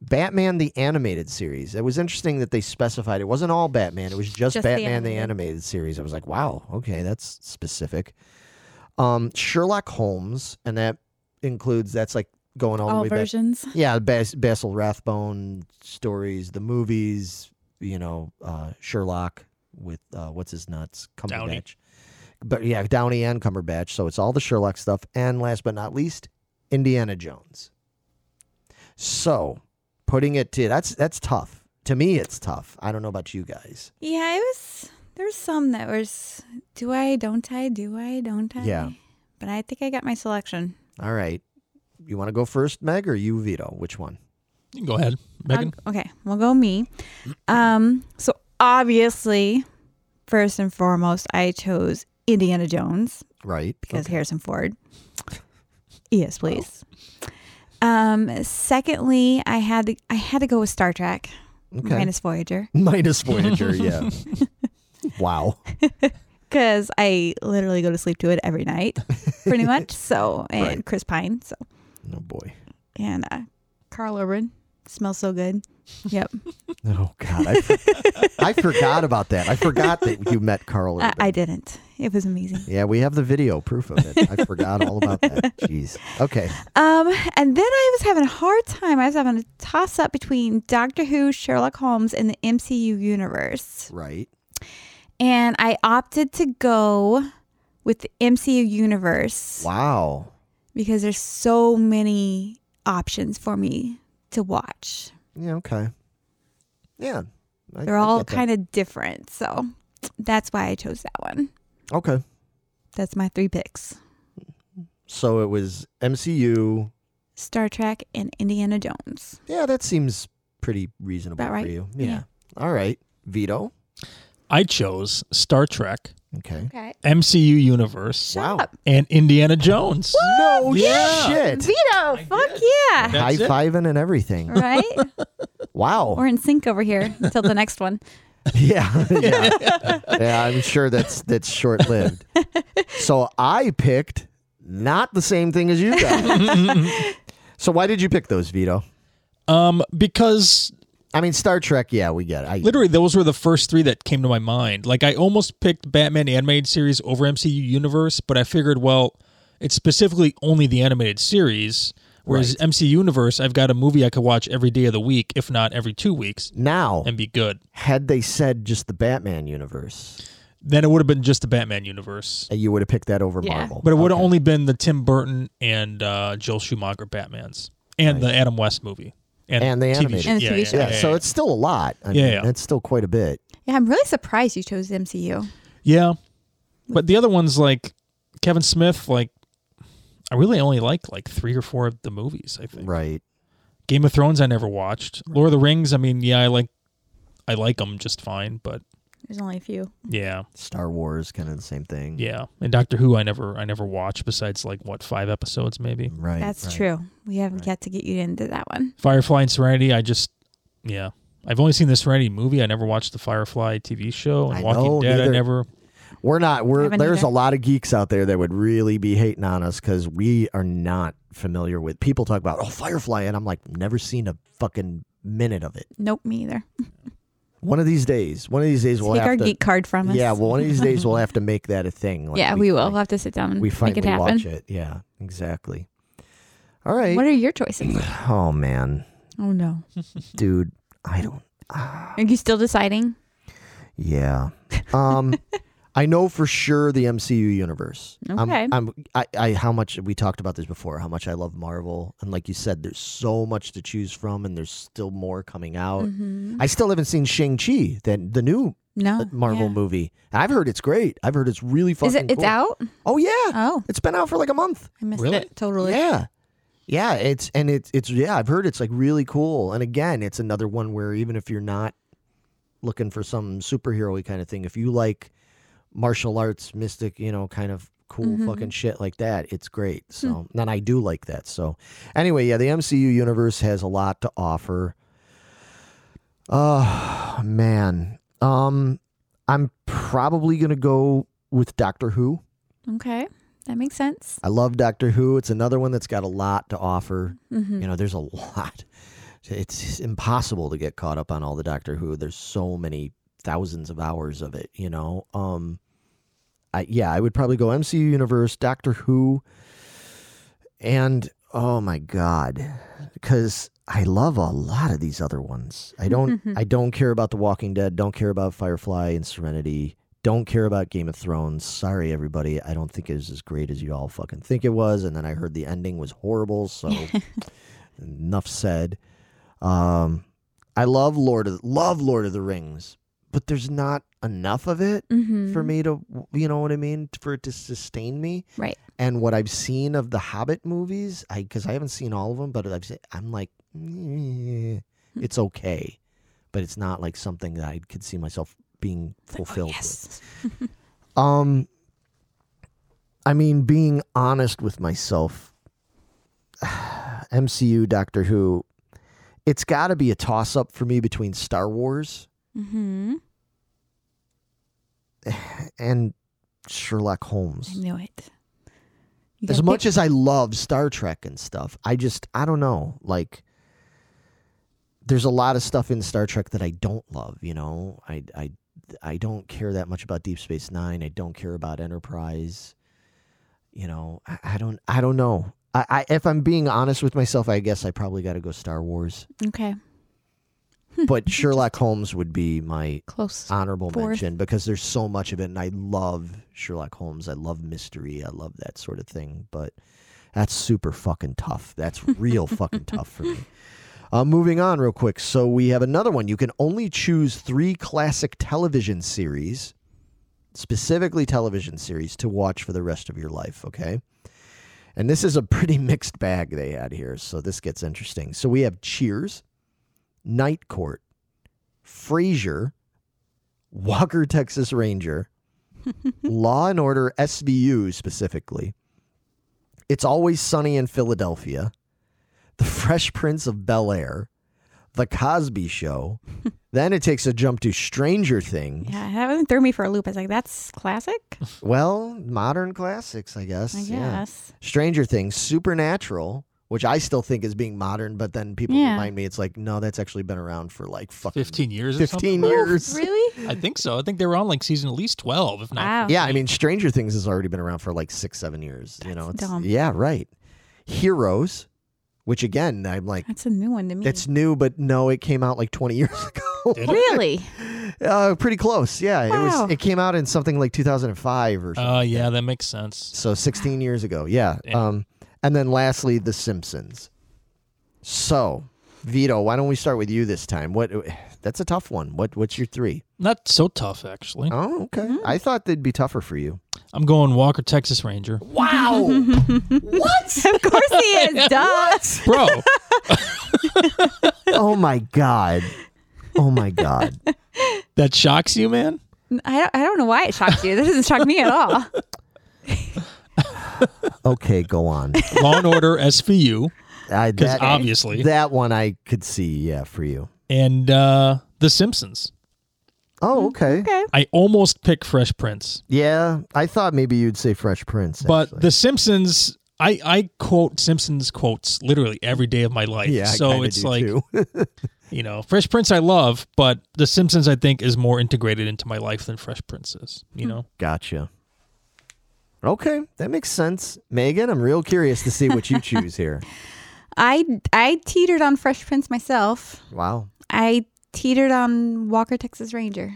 S3: Batman the animated series. It was interesting that they specified it wasn't all Batman; it was just,
S5: Just the
S3: Batman the
S5: animated.
S3: animated series. I was like, wow, okay, that's specific. Um, Sherlock Holmes, and that includes that's like going all, the
S5: All
S3: way back
S5: versions.
S3: yeah, Bas- Basil Rathbone stories, the movies, you know, uh, Sherlock with uh, what's his nuts Cumberbatch.
S4: Downey.
S3: But yeah, Downey and Cumberbatch. So it's all the Sherlock stuff, and last but not least, Indiana Jones. So putting it to that's that's tough. To me, it's tough. I don't know about you guys.
S5: Yeah, it was. There's some that was. Do I? Don't I? Do I? Don't I?
S3: Yeah.
S5: But I think I got my selection.
S3: All right, you want to go first, Meg, or you, Vito? Which one?
S4: You can [laughs] go ahead, Megan.
S5: I'll- okay, we'll go me. Um, so obviously, first and foremost, I chose Indiana Jones
S3: Right,
S5: because
S3: Okay.
S5: Harrison Ford. Yes, please.
S3: Oh.
S5: Um, secondly, I had to, I had to go with Star Trek
S3: okay.
S5: minus
S3: [laughs]
S5: Voyager
S3: minus Voyager.
S5: [laughs]
S3: Yeah. wow.
S5: because I literally go to sleep to it every night, pretty much. So and
S3: Right.
S5: Chris Pine. So
S3: Oh boy.
S5: and uh, Carl Urban smells so good. Yep,
S3: Oh God, I, for- I forgot about that. I forgot that you met Carl.
S5: I,
S3: Urban.
S5: I didn't. It was amazing. [laughs]
S3: Yeah, we have the video proof of it. I forgot all about that. Jeez. Okay.
S5: Um, and then I was having a hard time. I was having a toss up between Doctor Who, Sherlock Holmes, and the MCU universe.
S3: Right.
S5: And I opted to go with the MCU universe
S3: Wow.
S5: because there's so many options for me to watch.
S3: Yeah. Okay. Yeah. I-
S5: They're
S3: I
S5: all
S3: get that.
S5: kind of different, so that's why I chose that one.
S3: Okay.
S5: That's my three picks:
S3: So it was MCU.
S5: Star Trek and Indiana Jones.
S3: Yeah, that seems pretty reasonable
S5: About right.
S3: for you.
S5: Yeah.
S3: All right. Vito.
S4: I chose Star Trek,
S3: Okay.
S5: Okay.
S4: MCU Universe,
S3: wow.
S5: up.
S4: and Indiana Jones.
S3: No
S4: Yeah.
S3: shit.
S5: Vito, Oh, fuck
S3: [laughs]
S5: yeah!
S4: That's
S3: High
S4: it.
S3: fiving and everything.
S5: Right?
S3: Wow.
S5: We're in sync over here until the next one.
S4: [laughs]
S3: Yeah, [laughs] yeah, yeah. I'm sure that's that's short
S4: [laughs]
S3: lived. So I picked not the same thing as you guys.
S4: [laughs]
S3: so why did you pick those, Vito?
S4: Um, because
S3: I mean, Star Trek. Yeah, we get it. I,
S4: literally those were the first three that came to my mind. Like I almost picked Batman the animated series over MCU universe, but I figured, well, it's specifically only the animated series. Whereas MCU universe, I've got a movie I could watch every day of the week, if not every two weeks,
S3: now,
S4: and be good.
S3: had they said just the Batman universe,
S4: Then it would have been just the Batman universe.
S3: uh, you would have picked that over
S5: Yeah.
S3: Marvel.
S4: But it would have
S3: Okay.
S4: only been the Tim Burton and uh, Joel Schumacher Batmans and the Adam West movie.
S3: And they animated
S4: show-
S5: it. And the TV show.
S3: Yeah, so
S4: yeah.
S3: it's still a lot. I
S4: Yeah,
S3: mean,
S4: yeah.
S3: That's still quite a bit.
S5: Yeah, I'm really surprised you chose MCU.
S4: Yeah. But the other ones like Kevin Smith, like I really only like like three or four of the movies, I think.
S3: Right.
S4: Game of Thrones I never watched. Lord of the Rings, I mean, yeah, I like I like them just fine, but
S5: There's only a few.
S4: yeah.
S3: Star Wars, kind of the same thing.
S4: Yeah. And Doctor Who I never I never watched besides like what, five episodes maybe.
S3: Right.
S5: That's
S3: right.
S5: true. We haven't yet to get you into that one.
S4: Firefly and Serenity, I just yeah. I've only seen the Serenity movie. I never watched the Firefly TV show and
S3: I
S4: Walking
S3: know,
S4: Dead. I
S3: neither-
S4: never.
S3: We're not. We're
S5: Haven't
S3: there's
S5: either.
S3: a lot of geeks out there that would really be hating on us because we are not familiar with. People talk about oh Firefly, and I'm like never seen a fucking minute of it.
S5: Nope, me either.
S3: One of these days. One of these days we'll
S5: Take
S3: have
S5: our
S3: to.
S5: geek card from us.
S3: yeah. Well, one of these
S5: [laughs]
S3: days we'll have to make that a thing. like
S5: yeah, we, will.
S3: fin-
S5: We'll have to sit down and
S3: we
S5: make
S3: finally
S5: it happen.
S3: watch it. Yeah. Exactly. All right.
S5: What are your choices?
S3: [laughs] oh man,
S5: oh no,
S3: dude. I don't.
S5: are you still deciding?
S3: Yeah.
S5: [laughs]
S3: Um, I know for sure the MCU universe.
S5: Okay.
S3: I'm, I'm, I, I, how much we talked about this before, how much I love Marvel. And like you said, there's so much to choose from and there's still more coming out. I still haven't seen Shang-Chi, that the new
S5: No,
S3: uh, Marvel
S5: Mm-hmm. Oh, yeah.
S3: movie. And I've heard it's great. I've heard it's really fucking
S5: Is it? It's
S3: cool.
S5: out.
S3: Oh yeah.
S5: Oh.
S3: It's been out for like a month.
S5: I missed
S4: Really?
S5: it totally.
S3: Yeah. Yeah, it's and it's it's yeah, I've heard it's like really cool. And again, it's another one where even if you're not looking for some superhero kind of thing, if you like martial arts, mystic, you know, kind of cool
S5: Mm-hmm.
S3: fucking shit like that, it's great.
S5: Hmm.
S3: So and I do like that. So anyway, yeah, the MCU universe has a lot to offer. Oh man. Um I'm probably gonna go with Doctor Who.
S5: Okay, that makes sense.
S3: I love Doctor Who. It's another one that's got a lot to offer.
S5: hmm
S3: You know, there's a lot. It's impossible to get caught up on all the Doctor Who. There's so many thousands of hours of it, you know. Um I yeah, I would probably go MCU Universe, Doctor Who, and oh my god, cuz I love a lot of these other ones. I don't I don't care about The Walking Dead, don't care about Firefly and Serenity. Don't care about Game of Thrones. Sorry, everybody. I don't think it was as great as you all fucking think it was. And then I heard the ending was horrible. So enough said. Um, I love Lord of love Lord of the Rings, but there's not enough of it
S5: hmm
S3: for me to you know what I mean for it to sustain me.
S5: Right.
S3: And what I've seen of the Hobbit movies, I because I haven't seen all of them, but I've seen, I'm like, "Eh, it's okay, but it's not like something that I could see myself being fulfilled with.
S5: Yes.
S3: [laughs] Um, I mean, being honest with myself, [sighs] MCU, Doctor Who, it's got to be a toss up for me between Star Wars
S5: Mm-hmm.
S3: and Sherlock
S5: I
S3: Holmes.
S5: knew it. You
S3: As
S5: gotta
S3: much
S5: pick-
S3: as I love Star Trek and stuff, I just, I don't know. Like, there's a lot of stuff in Star Trek that I don't love, you know? I, I, I don't care that much about Deep Space Nine. I don't care about Enterprise. you know i, I don't i don't know I, I if i'm being honest with myself i guess i probably got to go star wars
S5: okay,
S3: but sherlock holmes would be my
S5: close.
S3: honorable
S5: Fourth.
S3: mention because there's so much of it and i love sherlock holmes i love mystery i love that sort of thing but that's super fucking tough that's real fucking tough for me uh, moving on real quick so we have another one you can only choose three classic television series specifically television series to watch for the rest of your life okay and this is a pretty [laughs] mixed bag they had here so this gets interesting so we have cheers night court frasier Walker Texas
S5: [laughs]
S3: Ranger, Law and Order SVU specifically. It's Always Sunny in Philadelphia, The Fresh Prince of Bel Air, The Cosby
S5: [laughs]
S3: Show. then it takes a jump to Stranger Things.
S5: Yeah, that one threw me for a loop. I was like, "That's classic."
S3: Well, modern classics, I guess.
S5: I
S3: Yeah.
S5: guess.
S3: Stranger Things, Supernatural, which I still think is being modern, but then people
S5: Yeah.
S3: remind me it's like, no, that's actually been around for like fucking
S4: 15 years or
S3: 15
S4: something?
S3: years.
S5: Really?
S4: I think so. I think they were on like season at least 12, if not.
S5: Wow.
S3: Yeah, I mean, Stranger Things has already been around for like six, seven years. you know,
S5: That's
S3: it's
S5: dumb.
S3: yeah, right. Heroes, which again, I'm like,
S5: That's a new one to me.
S3: it's new, but no, it came out like 20 [laughs] years ago.
S5: really
S3: uh, pretty close. Yeah, it
S5: Wow.
S3: was. It came out in something like 2005 or something.
S4: Oh, yeah, that makes sense.
S3: so 16 years ago. Yeah.
S4: Damn.
S3: Um, and then lastly, The Simpsons. So Vito, why don't we start with you this time? What? [sighs] That's a tough one. What? What's your three?
S4: Not so tough, actually.
S3: Oh, okay.
S5: Mm-hmm.
S3: I thought they'd be tougher for you.
S4: I'm going Walker, Texas Ranger.
S6: Wow. what?
S5: [laughs] of course he
S4: [laughs]
S5: is. Duh.
S4: Bro,
S3: oh my god. Oh my god.
S4: that shocks you, man?
S5: I don't, I don't know why it shocked you. This doesn't shock me at all.
S3: Okay, go on.
S4: Law and Order [laughs] SVU.
S3: I, that,
S4: obviously.
S3: that one I could see. Yeah, for you.
S4: and uh, The Simpsons.
S3: Oh, okay.
S5: Okay.
S4: I almost picked Fresh Prince,
S3: Yeah, I thought maybe you'd say Fresh Prince.
S4: but
S3: actually.
S4: The Simpsons. I, I quote Simpsons quotes literally every day of my life.
S3: yeah, I
S4: so
S3: kinda
S4: it's
S3: do
S4: like
S3: too. [laughs]
S4: you know, Fresh Prince I love, but The Simpsons I think is more integrated into my life than Fresh Prince is. You
S5: Hmm.
S4: know,
S3: gotcha. Okay, that makes sense, Megan. I'm real curious to see what you choose here.
S5: I I teetered on Fresh Prince myself.
S3: Wow,
S5: I teetered on Walker Texas Ranger.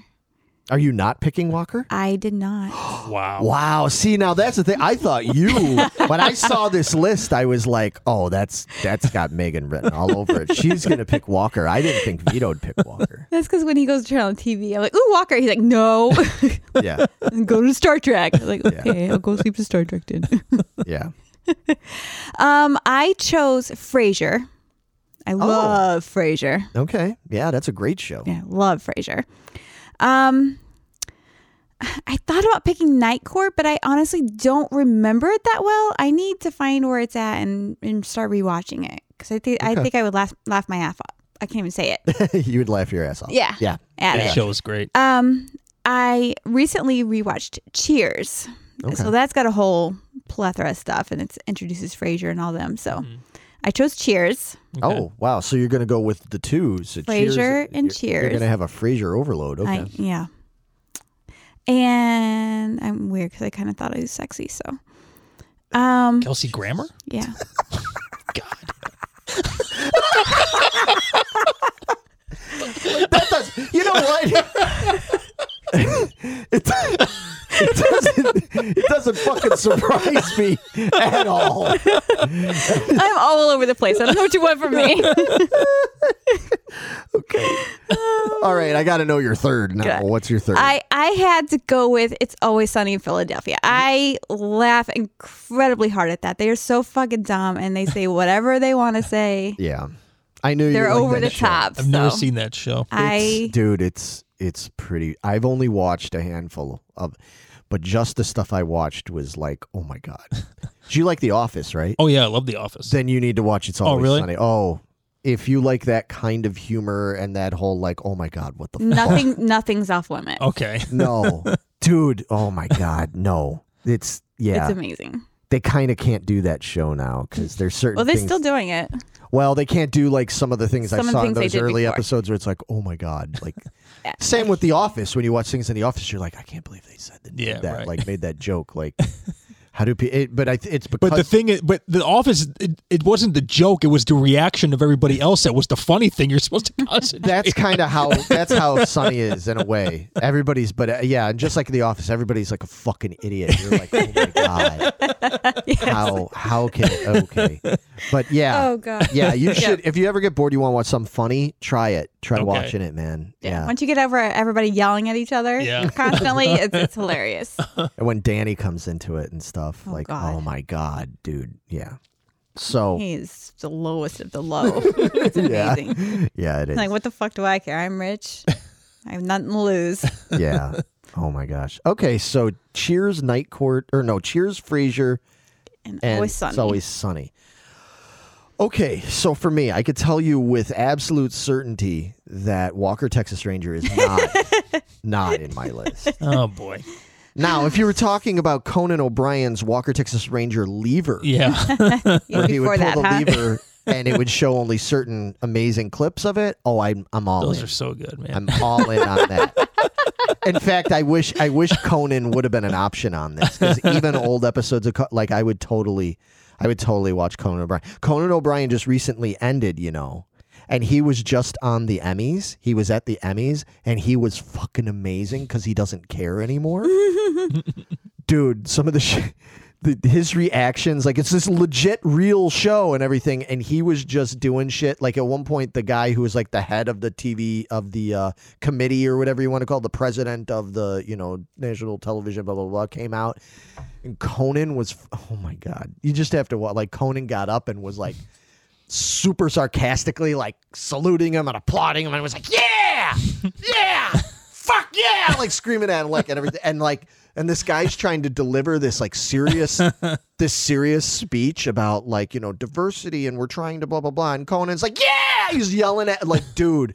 S3: are you not picking Walker?
S5: I did not.
S4: wow.
S3: Wow. See, now that's the thing. I thought
S5: [laughs]
S3: you, when I saw this list, I was like, "Oh, that's that's got Megan written all over it. She's gonna pick Walker." I didn't think Vito'd pick Walker.
S5: That's because when he goes to turn on TV, I'm like, "Ooh, Walker." He's like, "No, [laughs]
S3: Yeah,
S5: go to Star Trek." I'm like, okay, I'll go sleep to Star Trek then.
S3: yeah.
S5: [laughs] um, I chose Frasier. I love Frasier.
S3: Okay, yeah, that's a great show. [laughs]
S5: Yeah, love Frasier. Um, I thought about picking Night Court, but I honestly don't remember it that well. I need to find where it's at and, and start rewatching it because I think I think I would laugh laugh my ass off. I can't even say it.
S3: you would laugh your ass off.
S5: Yeah.
S3: yeah.
S5: At
S4: That
S5: it.
S4: show is great.
S5: Um, I recently rewatched Cheers, so that's got a whole plethora of stuff, and it introduces Frasier and all them. So I chose Cheers.
S4: Okay.
S3: Oh wow! So you're gonna go with the twos, so Cheers-
S5: Frasier and
S3: you're- You're
S5: Cheers.
S3: gonna have a Frasier overload. Okay.
S5: I yeah. And I'm weird because I kind of thought I was sexy. So, um,
S4: Kelsey Grammer.
S5: yeah.
S3: that does. You know what? [laughs] it, it doesn't. It doesn't fucking surprise me at all.
S5: I'm all over the place. I don't know what you want from me.
S3: All right, I got to know your third now.
S5: Good.
S3: What's your third?
S5: I I had to go with "It's Always Sunny in Philadelphia." I laugh incredibly hard at that. They are so fucking dumb, and they say whatever they want to say.
S3: yeah, I knew you
S5: They're
S3: liked
S5: over
S3: that
S5: the
S3: show.
S5: top.
S4: I've never
S5: so
S4: seen that show.
S5: I
S3: It's- dude, it's it's pretty. I've only watched a handful of, but just the stuff I watched was like, oh my
S5: [laughs]
S3: god. Do you like The Office, right?
S4: Oh yeah, I love The Office.
S3: then you need to watch It's Always
S4: really?
S3: Sunny. Oh, if you like that kind of humor and that whole like, oh my god, what the f-
S5: [laughs] nothing nothing's off limit.
S4: okay,
S3: [laughs]
S4: [laughs]
S3: no, dude, oh my god, no, it's yeah,
S5: It's amazing.
S3: they kind of can't do that show now because there's certain.
S5: Well, they're
S3: things-
S5: still doing it.
S3: Well, they can't do like some of the things
S5: Some of
S3: I
S5: the
S3: saw
S5: things
S3: in
S5: they
S3: those
S5: did
S3: early
S5: before.
S3: episodes where it's like, oh my god, like.
S5: [laughs] Yeah.
S3: Same with The Office. When you watch things in The Office, you're like, I can't believe they said that. did
S4: Yeah,
S3: that
S4: right.
S3: like made that joke.
S4: [laughs]
S3: Like, how do people? It, but I, th- it's because
S4: but the
S5: [laughs]
S4: thing is, but The Office, it, it wasn't the joke. It was the reaction of everybody else that was the funny thing. You're supposed [laughs] to concentrate.
S3: that's kind of how that's how Sunny is in a way. Everybody's, but uh, yeah, and just like in the office, everybody's like a fucking idiot. You're like, oh my
S5: [laughs]
S3: god, how how can okay, but yeah,
S5: Oh, God.
S3: yeah,
S5: [laughs]
S3: you should. If you ever get bored, you want to watch something funny, try it. Try
S4: Okay.
S3: watching it, man. Yeah,
S5: Once you get over everybody yelling at each other
S3: [laughs]
S4: Yeah.
S5: constantly, it's, it's hilarious.
S3: and when Danny comes into it and stuff, like,
S5: God.
S3: oh my god, dude, yeah. So
S5: He's the lowest of
S3: [laughs]
S5: the low. It's amazing.
S3: yeah, it is.
S5: [laughs] Like, what the fuck do I care?
S3: [laughs]
S5: I'm rich. I have nothing to lose.
S3: yeah. Oh my gosh. Okay, so Cheers, Night Court, or no, Cheers, Frasier.
S5: And,
S3: and
S5: always sunny.
S3: it's
S5: [laughs]
S3: always sunny. Okay, so for me, I could tell you with absolute certainty that Walker Texas Ranger is not
S5: [laughs]
S3: not in my list.
S4: oh boy,
S3: Now, if you were talking about Conan O'Brien's Walker Texas Ranger lever, [laughs]
S4: yeah.
S5: Yeah,
S3: where he would
S5: before
S3: pull
S5: that,
S3: the
S5: huh?
S3: lever and it would show only certain amazing clips of it. Oh, I'm I'm all
S4: Those
S3: in.
S4: are so good, man.
S3: I'm all in on that.
S5: [laughs]
S3: In fact, I wish I wish Conan would have been an option on this because even old episodes of Co- like I would totally, I would totally watch Conan O'Brien. Conan O'Brien just recently ended, you know, and he was just on the Emmys. He was at the Emmys and he was
S5: Mm-hmm.
S3: fucking amazing because he doesn't care anymore. Dude, some of the shit. [laughs] the, his reactions like it's this legit real show and everything and he was just doing shit like at one point the guy who was like the head of the tv of the uh, committee or whatever you want to call it, the president of the you know national television blah blah blah came out and conan was oh my god you just have to watch like conan got up and was like super sarcastically like saluting him and applauding him and was like, Yeah, yeah, fuck yeah, like screaming at him like and everything and like and this guy's trying to deliver this like serious this serious speech about like, you know, diversity and we're trying to blah blah blah. And Conan's like, Yeah, he's yelling at like, dude,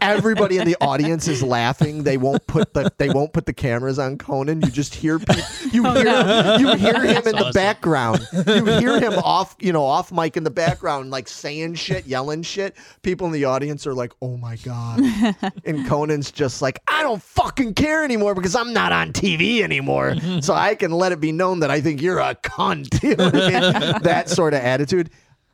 S3: everybody in the audience is laughing. They won't put the they won't put the cameras on Conan. You just hear people, you hear you hear him in the
S4: awesome.
S3: back background. You hear him off, you know, off mic in the background, like saying shit, yelling shit. People in the audience are like, "Oh my god!" [laughs] and Conan's just like, "I don't fucking care anymore because I'm not on TV anymore, so I can let it be known that I think you're a [laughs] cunt." You know what I mean? that sort of attitude.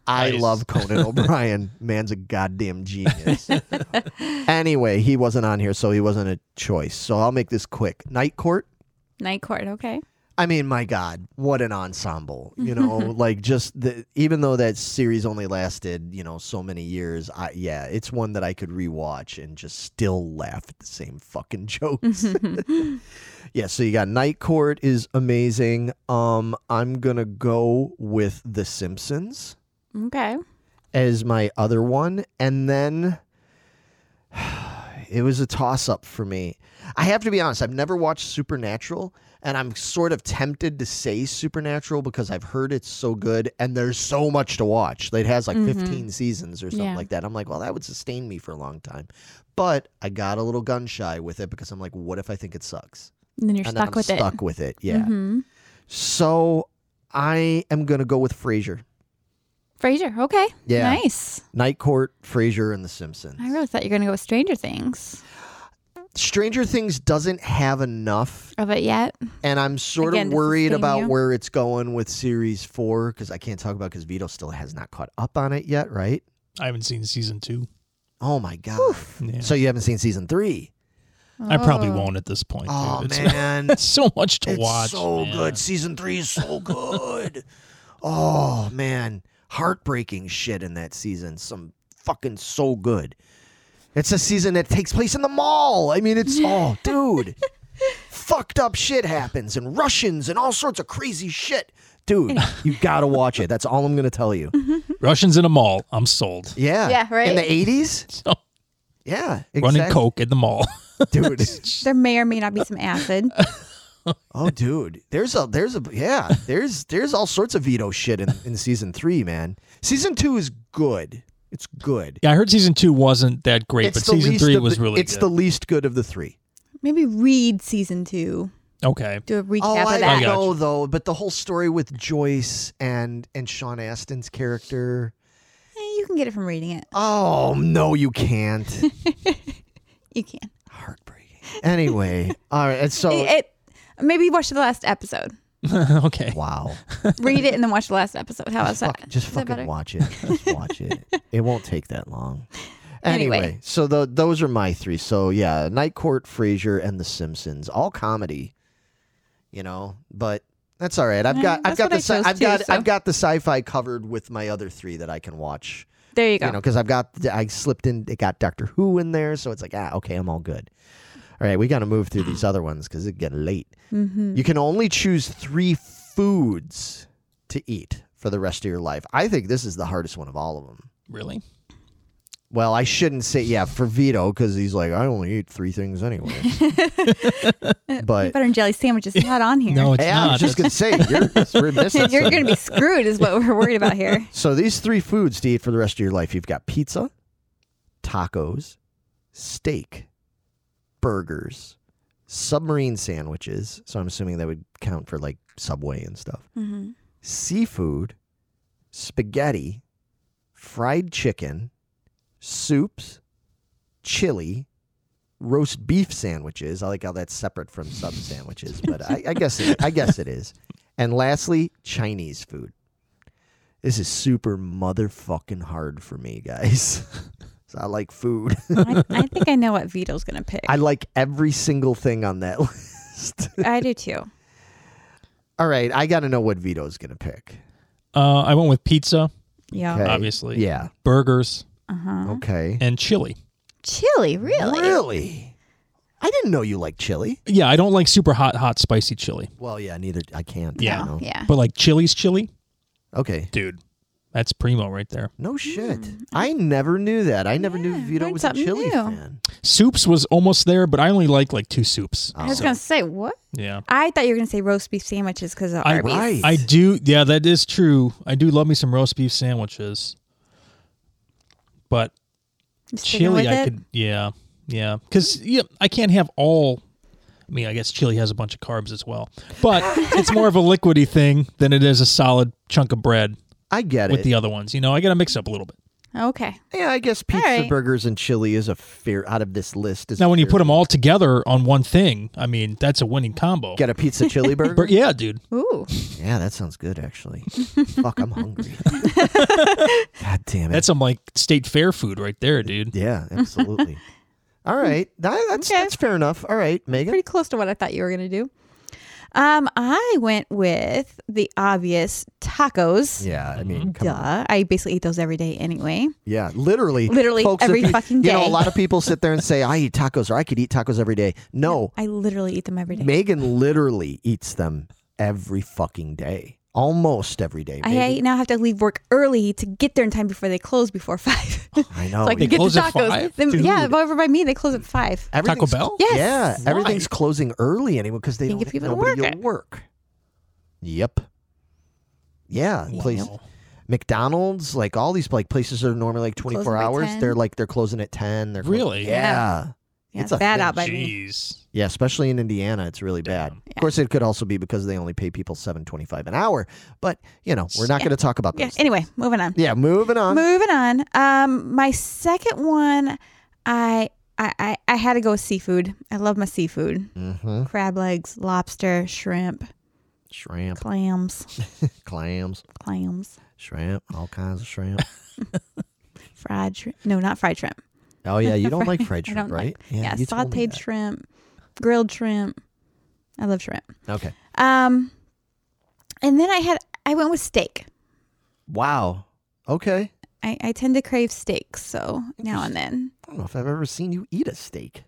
S3: I
S4: Nice.
S3: love Conan O'Brien. Man's a goddamn genius. [laughs] anyway, he wasn't on here, so he wasn't a choice. So I'll make this quick. Night Court.
S5: [laughs] Night court, okay.
S3: I mean, my God, what an ensemble! You know, like just the, even though that series only lasted, you know, so many years, I yeah, it's one that I could rewatch and just still laugh at the same fucking [laughs] jokes. yeah, so you got Night Court is amazing. Um, I'm gonna go with The Simpsons
S5: Okay.
S3: as my other one. And then [sighs] it was a toss up for me. I have to be honest, I've never watched Supernatural, and I'm sort of tempted to say Supernatural because I've heard it's so good and there's so much to watch. It has like 15 seasons or something
S5: Mm-hmm. Yeah.
S3: like that. I'm like, well, that would sustain me for a long time. But I got a little gun shy with it because I'm like, what if I think it sucks?
S5: And then you're
S3: and then
S5: stuck
S3: I'm
S5: with
S3: stuck
S5: it.
S3: with it. Yeah.
S5: hmm
S3: So I am going to go with Frasier.
S5: Frasier, okay.
S3: Yeah.
S5: Nice.
S3: Night Court, Frasier, and The Simpsons.
S5: I really thought you were gonna go with Stranger Things.
S3: Stranger Things doesn't have enough,
S5: Of it yet?
S3: and I'm sort
S5: Again,
S3: of
S5: to
S3: worried
S5: sustain
S3: about
S5: you.
S3: where it's going with series four because I can't talk about because Vito still has not caught up on it yet, right?
S4: I haven't seen season two.
S3: Oh my god!
S4: Yeah.
S3: So you haven't seen season three?
S4: I probably
S5: Oh.
S4: won't at this point.
S3: Oh
S4: dude. It's, [laughs]
S3: man, [laughs]
S4: it's so much to
S3: it's
S4: watch.
S3: so
S4: man.
S3: good. Season three is so good. [laughs] oh man, heartbreaking shit in that season. Some fucking so good. It's a season that takes place in the mall. I mean, it's oh,
S4: [laughs]
S3: dude. Fucked up shit happens and Russians and all sorts of crazy shit.
S4: [laughs]
S3: Dude, you gotta watch it. That's all I'm gonna tell you.
S4: Russians in a mall. I'm sold. [laughs]
S3: Yeah.
S5: Yeah, right?
S3: In the 80s?
S4: So,
S3: Yeah.
S4: Running
S3: exactly.
S4: coke in the mall. [laughs]
S3: Dude.
S5: There may or may not be some acid.
S3: Oh, dude, there's a there's a yeah there's there's all sorts of veto shit in, in season three, man. Season two is good. It's good.
S4: yeah, I heard season two wasn't that great,
S3: it's
S4: but season
S3: least
S4: three
S3: of
S4: was
S3: the-
S4: really
S3: It's
S4: good.
S3: the least good of the three.
S5: Maybe read season two.
S4: okay. [laughs]
S5: Do a recap
S3: Oh, I
S5: of
S3: don't
S5: that.
S4: got
S3: know
S4: you.
S3: though, but the whole story with Joyce and and Sean Astin's character.
S5: Eh, you can get it from reading it.
S3: Oh no, you
S5: [laughs]
S3: can't.
S5: You can.
S3: Heartbreaking. Anyway, all right. And so
S5: It, it- maybe watch the last episode.
S4: okay.
S3: wow,
S5: Read it and then watch the last episode. How about
S3: just, fuck-
S5: that?
S3: just
S5: Is that
S3: fucking
S5: better?
S3: watch it. Just watch
S5: [laughs]
S3: it. It won't take that long. Anyway,
S5: Anyway.
S3: so tho- those are my three. So yeah, Night Court, Frasier, and The Simpsons, all comedy. You know, but that's all right. I've
S5: Yeah,
S3: got, I've
S5: that's
S3: got
S5: what
S3: the,
S5: I
S3: sci-
S5: chose
S3: I've
S5: too,
S3: got,
S5: so.
S3: I've got the sci-fi covered with my other three that I can watch.
S5: There you go.
S3: You know, because I've got, I slipped in, it got Doctor Who in there, so it's like, ah, okay, I'm all good. All right, we got to move through these other ones because it get late.
S5: mm-hmm.
S3: You can only choose three foods to eat for the rest of your life. I think this is the hardest one of all of them.
S4: Really?
S3: Well, I shouldn't say yeah for Vito because he's like I only eat three things
S5: [laughs]
S3: anyway. but
S5: Butter and jelly sandwiches not on here. [laughs]
S4: No, it's
S3: hey, I
S4: not.
S3: was just gonna say you're remiss.
S5: You're going to be screwed, is what we're worried about here.
S3: So these three foods to eat for the rest of your life: you've got pizza, tacos, steak, burgers, submarine sandwiches. So I'm assuming that would count for like Subway and stuff.
S5: Mm-hmm.
S3: seafood, spaghetti, fried chicken, soups, chili, roast beef sandwiches. I like how that's separate from sub sandwiches, but I, I guess it, I guess it is. And lastly, Chinese food. This is super motherfucking hard for me, guys. [laughs] 'Cause I like food. [laughs]
S5: I, I think I know what Vito's going to pick.
S3: I like every single thing on that list.
S5: I do too.
S3: [laughs] All right, I got to know what Vito's going to pick.
S4: Uh, I went with pizza,
S5: Yeah.
S3: Okay.
S4: obviously.
S3: Yeah.
S4: Burgers
S5: Uh-huh.
S3: Okay.
S4: and chili.
S5: Chili, really?
S3: Really? I didn't know you liked chili.
S4: Yeah, I don't like super hot, hot, spicy chili,
S3: Well, yeah, neither. I can't.
S4: Yeah.
S3: you know.
S5: Yeah.
S4: but like chili's chili,
S3: Okay.
S4: dude, that's primo right there.
S3: No shit. I never knew that. I never knew Vito
S5: learned
S3: was a
S5: Mm. something
S3: chili
S5: new.
S3: fan.
S4: Soups was almost there, but I only like like two soups.
S5: I was gonna say what?
S4: Yeah.
S5: I thought you were gonna say roast beef sandwiches because of
S4: I,
S5: Arby's.
S3: Right.
S4: I do. Yeah, that is true. I do love me some roast beef sandwiches, but
S5: You sticking with
S4: chili, I
S5: it?
S4: could. Yeah, yeah, because yeah, I can't have all. I mean, I guess chili has a bunch of carbs as well, but it's more
S5: [laughs]
S4: of a liquidy thing than it is a solid chunk of bread
S3: I get
S4: with
S3: it.
S4: the other ones. You know, I got to mix up a little bit.
S5: Okay.
S3: yeah, I guess pizza,
S5: right.
S3: burgers, and chili is a fair out of this list. Is
S4: Now,
S3: a
S4: when you
S3: fair-
S4: put them all together on one thing, I mean, that's a winning combo.
S3: get a pizza
S4: [laughs]
S3: chili burger.
S4: But yeah, dude,
S5: Ooh.
S3: Yeah, that sounds good
S5: [laughs]
S3: actually. Fuck, I'm hungry. God damn it.
S4: that's some like state fair food right there, dude.
S3: yeah, absolutely. All right, that, that's
S5: Hmm. Okay.
S3: that's fair enough. All right, Megan.
S5: Pretty close to what I thought you were gonna do. Um, I went with the obvious tacos.
S3: yeah, I
S5: Mm-hmm.
S3: mean, come on.
S5: Duh. I basically eat those every day anyway.
S3: yeah, literally,
S5: Literally
S3: folks, if
S5: every
S3: you,
S5: fucking
S3: You know, a
S5: day.
S3: lot of
S5: [laughs]
S3: people sit there and say, "I eat tacos," or "I could eat tacos every day." No,
S5: I literally eat them every day.
S3: Megan literally eats them every fucking day, almost every day.
S5: I, I
S3: Megan.
S5: now have to leave work early to get there in time before they close before [laughs] five.
S3: Oh,
S5: so
S3: I know.
S5: I can
S4: They
S5: get the
S4: close at
S5: tacos.
S4: five?
S5: Then- yeah,
S4: Dude.
S5: over by me they close at five.
S4: Taco
S3: Everything's-
S4: Bell.
S5: Yes.
S3: Yeah,
S4: Why?
S3: everything's closing early anymore because they
S5: Think
S3: don't
S5: if
S3: have
S5: people don't
S3: nobody
S5: work
S3: to work. Yep. Yeah, place
S4: Wow.
S3: McDonald's, like all these like places that are normally like twenty four
S5: Closing by
S3: hours.
S5: 10.
S3: They're like they're closing at ten. They're clo-
S4: Really?
S3: yeah.
S5: Yeah,
S3: It's
S5: it's
S3: a
S5: bad
S3: thing.
S5: out by me.
S4: Jeez.
S3: Yeah, especially in Indiana, it's really bad.
S4: Damn.
S3: Of course, it could also be because they only pay people seven twenty five an hour. But you know, we're not
S5: Yeah.
S3: going to talk about
S5: Yeah.
S3: this.
S5: Anyway, moving on.
S3: Yeah, moving on.
S5: Moving on. Um, my second one, I, I I I had to go with seafood. I love my seafood:
S3: mm-hmm.
S5: crab legs, lobster, shrimp,
S3: Shrimp,
S5: clams,
S3: clams,
S5: clams,
S3: shrimp, all kinds of shrimp.
S5: fried shrimp. No, not fried shrimp.
S3: Oh yeah,
S5: [laughs]
S3: you don't like fried
S5: I
S3: shrimp,
S5: don't like-
S3: right?
S5: Yeah,
S3: you told me
S5: sautéed
S3: that.
S5: shrimp, grilled shrimp. I love shrimp.
S3: Okay.
S5: Um, and then I had I went with steak.
S3: Wow. Okay.
S5: I, I tend to crave steak, so now and then.
S3: I don't know if I've ever seen you eat a steak.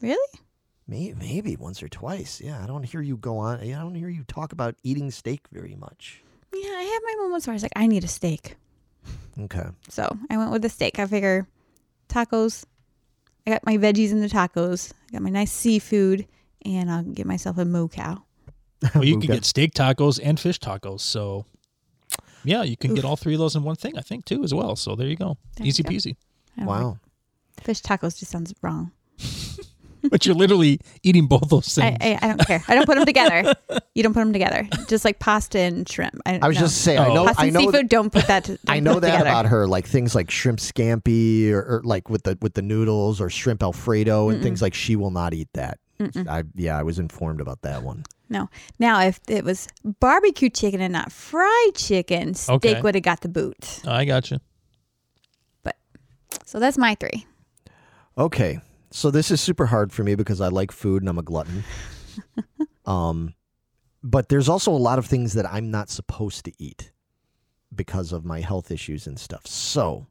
S5: Really?
S3: Maybe, maybe once or twice. Yeah, I don't hear you go on. I don't hear you talk about eating steak very much.
S5: Yeah, I have my moments where I was like, I need a steak.
S3: Okay.
S5: So I went with the steak. I figure tacos. I got my veggies in the tacos. I got my nice seafood, and I'll get myself a mo cow.
S4: Well, you
S3: Okay.
S4: can get steak tacos and fish tacos. So, yeah, you can get all three of those in one thing, I think, too, as well. So there you go.
S5: There
S4: Easy
S5: you go.
S4: peasy. [laughs]
S5: I don't
S3: Wow.
S5: like- Fish tacos just sounds wrong.
S4: But you're literally eating both those
S5: I,
S4: things.
S5: I, I don't care. I don't put them together. You don't put them together. Just like pasta and shrimp. I,
S3: I was
S5: no.
S3: just saying. I
S4: Oh.
S3: know.
S5: pasta
S3: I
S5: and
S3: know.
S5: seafood. don't put that. To,
S3: [laughs] I
S5: don't
S3: know
S5: [laughs] put
S3: that
S5: together.
S3: about her, like things like shrimp scampi or, or like with the with the noodles or shrimp alfredo and things like. She will not eat that. I yeah, I was informed about that one.
S5: No. Now, if it was barbecue chicken and not fried chicken, steak
S4: Okay.
S5: would have got the boot.
S4: I got you.
S5: So that's my three.
S3: Okay. So this is super hard for me because I like food and I'm a glutton. um but there's also a lot of things that I'm not supposed to eat because of my health issues and stuff. So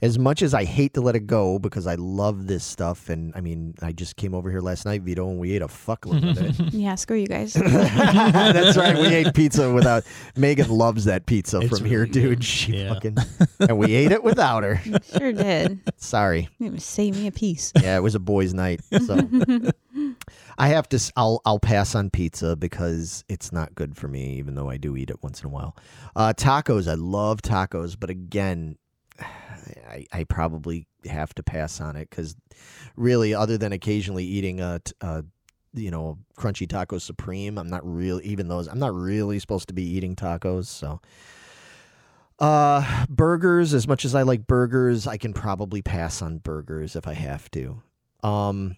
S3: as much as I hate to let it go because I love this stuff and I mean I just came over here last night Vito and we ate a fuckload of
S4: [laughs]
S3: it.
S5: yeah, screw
S3: [laughs]
S5: you guys.
S3: That's right. We ate pizza without Megan loves that pizza
S4: It's
S3: from here,
S4: really
S3: dude.
S4: good.
S3: She
S4: Yeah.
S3: fucking and we ate it without her.
S5: sure did.
S3: Sorry.
S5: You didn't save me a [laughs] piece.
S3: yeah, it was a boys' night.
S5: [laughs]
S3: So I have to. s- I'll I'll pass on pizza because it's not good for me, even though I do eat it once in a while. Uh, tacos, I love tacos, but again, I, I probably have to pass on it because really, other than occasionally eating a. t- a you know, crunchy taco supreme. I'm not really even those. I'm not really supposed to be eating tacos, so uh, burgers. As much as I like burgers, I can probably pass on burgers if I have to. Um,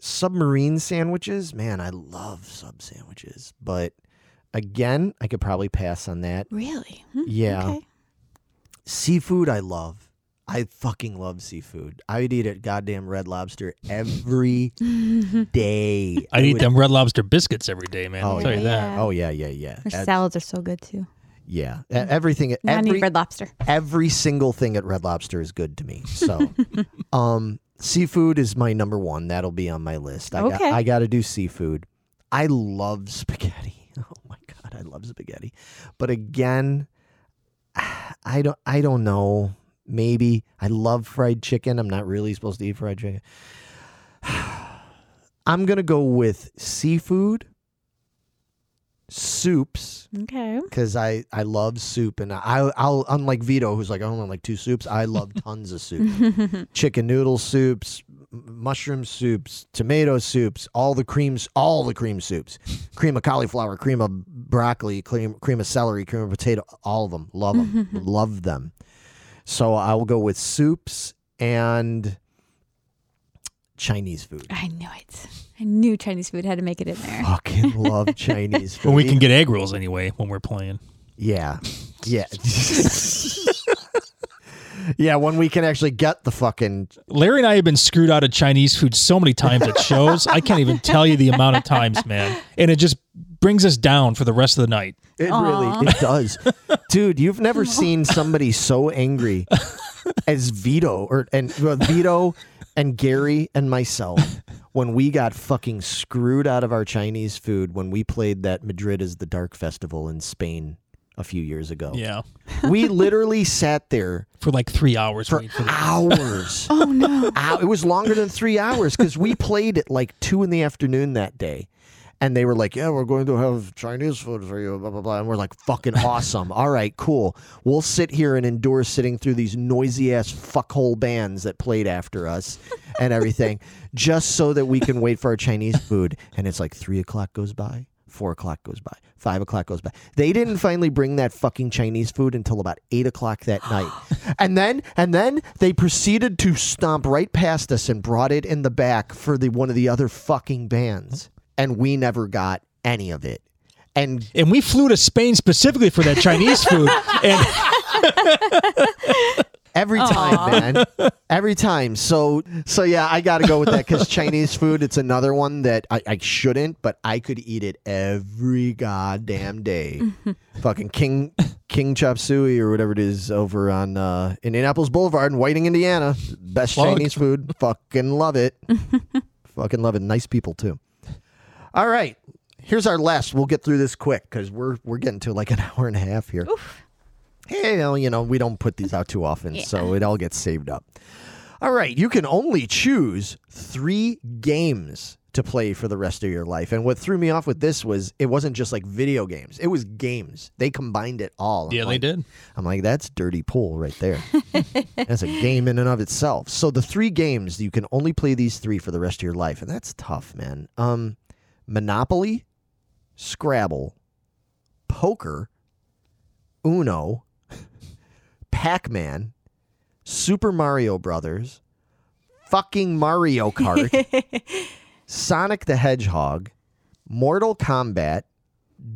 S3: submarine sandwiches. Man, I love sub sandwiches, but again, I could probably pass on that.
S5: Really? Hmm,
S3: Yeah.
S5: Okay.
S3: Seafood, I love. I fucking love seafood. I would eat at goddamn Red Lobster
S5: [laughs]
S3: every day.
S4: I
S3: I
S4: eat
S3: would-
S4: them red lobster biscuits every day, man.
S3: Oh,
S4: I'll tell you that.
S5: yeah.
S3: Oh yeah, yeah, yeah.
S5: Their
S3: At-
S5: salads are so good too.
S3: yeah, E- everything.
S5: I need
S3: Every,
S5: red lobster.
S3: every single thing at Red Lobster is good to me. So, um, seafood is my number one. That'll be on my list. I got,
S5: Okay.
S3: I got to do seafood. I love spaghetti. [laughs] Oh my god, I love spaghetti. But again, [sighs] I don't. I don't know. Maybe I love fried chicken. I'm not really supposed to eat fried chicken. [sighs] I'm gonna go with seafood, soups
S5: Okay.
S3: because I I love soup and I I'll unlike Vito who's like I only like two soups I
S4: [laughs]
S3: love tons of soup chicken noodle soups m- mushroom soups tomato soups all the creams all the cream soups cream of cauliflower cream of broccoli cream cream of celery cream of potato all of them love
S4: [laughs]
S3: them love them so I will go with soups and Chinese
S4: [laughs]
S3: food
S5: I knew it. I knew Chinese food had to make it
S3: [laughs]
S5: in there.
S3: fucking love Chinese food
S4: But we can get egg rolls anyway when we're playing.
S3: Yeah. Yeah. [laughs] yeah, when we can actually get the fucking
S4: Larry and I have been screwed out of Chinese food so many times at shows. I can't even tell you the amount of times, man. And it just brings us down for the rest of the night.
S3: it
S5: Aw.
S3: really it does. Dude, you've never seen somebody so angry as Vito or and well, Vito and Gary and myself when we got fucking screwed out of our Chinese food when we played that Madrid is the Dark Festival in Spain a few years ago.
S4: Yeah.
S3: We literally sat there
S4: For like three hours.
S3: for
S4: waiting for the-
S3: hours.
S5: Oh no.
S3: hour. It was longer than three hours because we played at like two in the afternoon that day. And they were like, yeah, we're going to have Chinese food for you, blah, blah, blah. And we're like, fucking awesome. All right, cool. We'll sit here and endure sitting through these noisy ass fuckhole bands that played after us and everything [laughs] just so that we can wait for our Chinese food. And it's like three o'clock goes by, four o'clock goes by, five o'clock goes by. They didn't finally bring that fucking Chinese food until about eight o'clock that night. And then and then they proceeded to stomp right past us and brought it in the back for the one of the other fucking bands. And we never got any of it. And
S4: and we flew to Spain specifically for that Chinese [laughs] food. And
S3: every time, man, every time. So, so yeah, I got to go with that because Chinese food. It's another one that I, I shouldn't, but I could eat it every goddamn day. Fucking King King Chop Suey or whatever it is over on uh, Indianapolis Boulevard in Whiting, Indiana. Best
S4: Plug.
S3: Chinese food. Fucking love it. Fucking love it. Nice people too. All right. Here's our last. We'll get through this quick because we're we're getting to like an [laughs] hour and a half here. Hey, well, you know, we don't put these out too often, so it all gets saved up. All right, you can only choose three games to play for the rest of your life. And what threw me off with this was it wasn't just like video games, it was games. They combined it all. I'm
S4: yeah, they
S3: like-
S4: did.
S3: I'm like, that's dirty pool right there. that's a game in and of itself. So the three games, you can only play these three for the rest of your life. And that's tough, man. Um, Monopoly, Scrabble, Poker, Uno, [laughs] Pac Man, Super Mario Brothers, fucking Mario Kart, Sonic the Hedgehog, Mortal Kombat,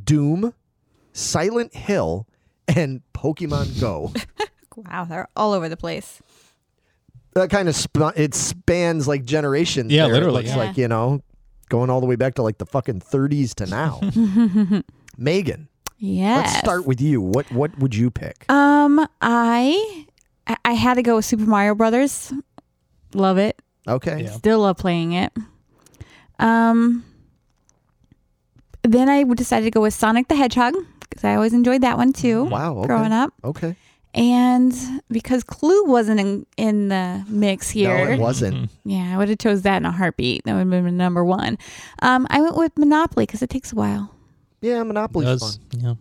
S3: Doom, Silent Hill, and Pokemon Go.
S5: Wow, they're all over the place.
S3: that kind of sp- it spans like generations.
S4: Yeah,
S3: there,
S4: literally,
S3: It looks
S4: yeah.
S3: like you know, going all the way back to like the fucking 30s to
S5: [laughs]
S3: now. Megan,
S5: Yes.
S3: let's start with you. What what would you pick?
S5: Um, I I- I had to go with Super Mario Brothers. Love it.
S3: Okay,
S4: Yeah.
S5: Still love playing it. Um, then I decided to go with Sonic the Hedgehog because I always enjoyed that one too.
S3: Wow, okay.
S5: Growing up,
S3: okay.
S5: and because Clue wasn't in in the mix
S3: No,
S5: here,
S3: it wasn't.
S4: Mm-hmm.
S5: yeah, I would have chose that in a heartbeat. That would have been my number one. Um, I went with Monopoly because it takes a while.
S3: Yeah, Monopoly's fun.
S4: Does- yeah.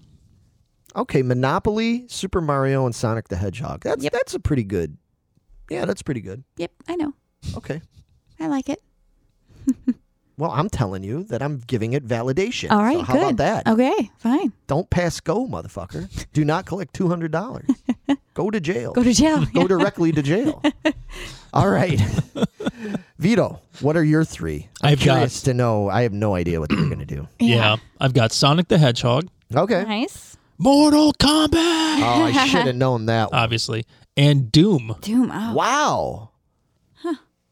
S3: Okay, Monopoly, Super Mario, and Sonic the Hedgehog. That's
S5: Yep.
S3: that's a pretty good. Yeah, that's pretty good.
S5: Yep, I know.
S3: Okay.
S5: I like it.
S3: Well, I'm telling you that I'm giving it validation.
S5: All right,
S3: So how
S5: good.
S3: about that?
S5: Okay, fine.
S3: Don't pass go, motherfucker. Do not collect two hundred
S5: [laughs]
S3: dollars. go to jail.
S5: Go to jail.
S3: [laughs]
S5: [laughs]
S3: go directly to jail. All right, Vito, what are your three? I'm
S4: I've got-
S3: curious
S5: [clears throat]
S3: to know. I have no idea what they're going to do.
S4: yeah. I've got Sonic the Hedgehog,
S3: Okay,
S5: Nice.
S4: Mortal Kombat,
S3: Oh, I
S5: [laughs]
S3: should have known that. one.
S4: obviously, and Doom.
S5: Doom. Oh,
S3: wow.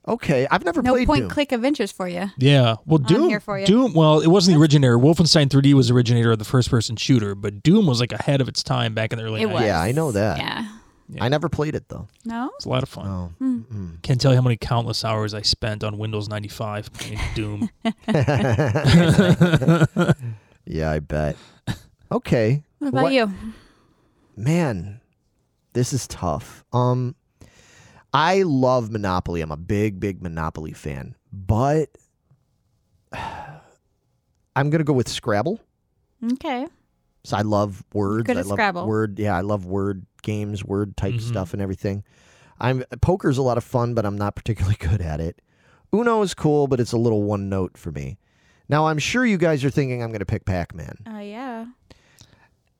S3: Okay, I've never
S5: no
S3: played
S5: point
S3: Doom.
S5: click adventures for you.
S4: Yeah, well, Doom.
S5: here for you.
S4: Doom. Well, it wasn't the originator. Wolfenstein 3D was the originator of the first-person shooter, but Doom was like ahead of its time back in the early.
S5: It
S4: 90s.
S5: was.
S3: Yeah, I know that.
S5: Yeah.
S3: I never played it though.
S5: No.
S4: It's a lot of fun.
S3: Oh.
S4: Can't tell you how many countless hours I spent on Windows 95 playing Doom.
S3: Yeah, I bet. Okay.
S5: What about you?
S3: Man, this is tough. Um I love Monopoly. I'm a big big Monopoly fan. But [sighs] I'm going to go with Scrabble.
S5: Okay.
S3: So I love words.
S5: Good
S3: I
S5: at
S3: love
S5: Scrabble.
S3: word. Yeah, I love word games, word type
S4: Mhm.
S3: stuff, and everything. I'm poker's a lot of fun, but I'm not particularly [laughs] good at it. Uno is cool, but it's a little one note for me. Now I'm sure you guys are thinking I'm going to pick Pac-Man.
S5: Oh yeah.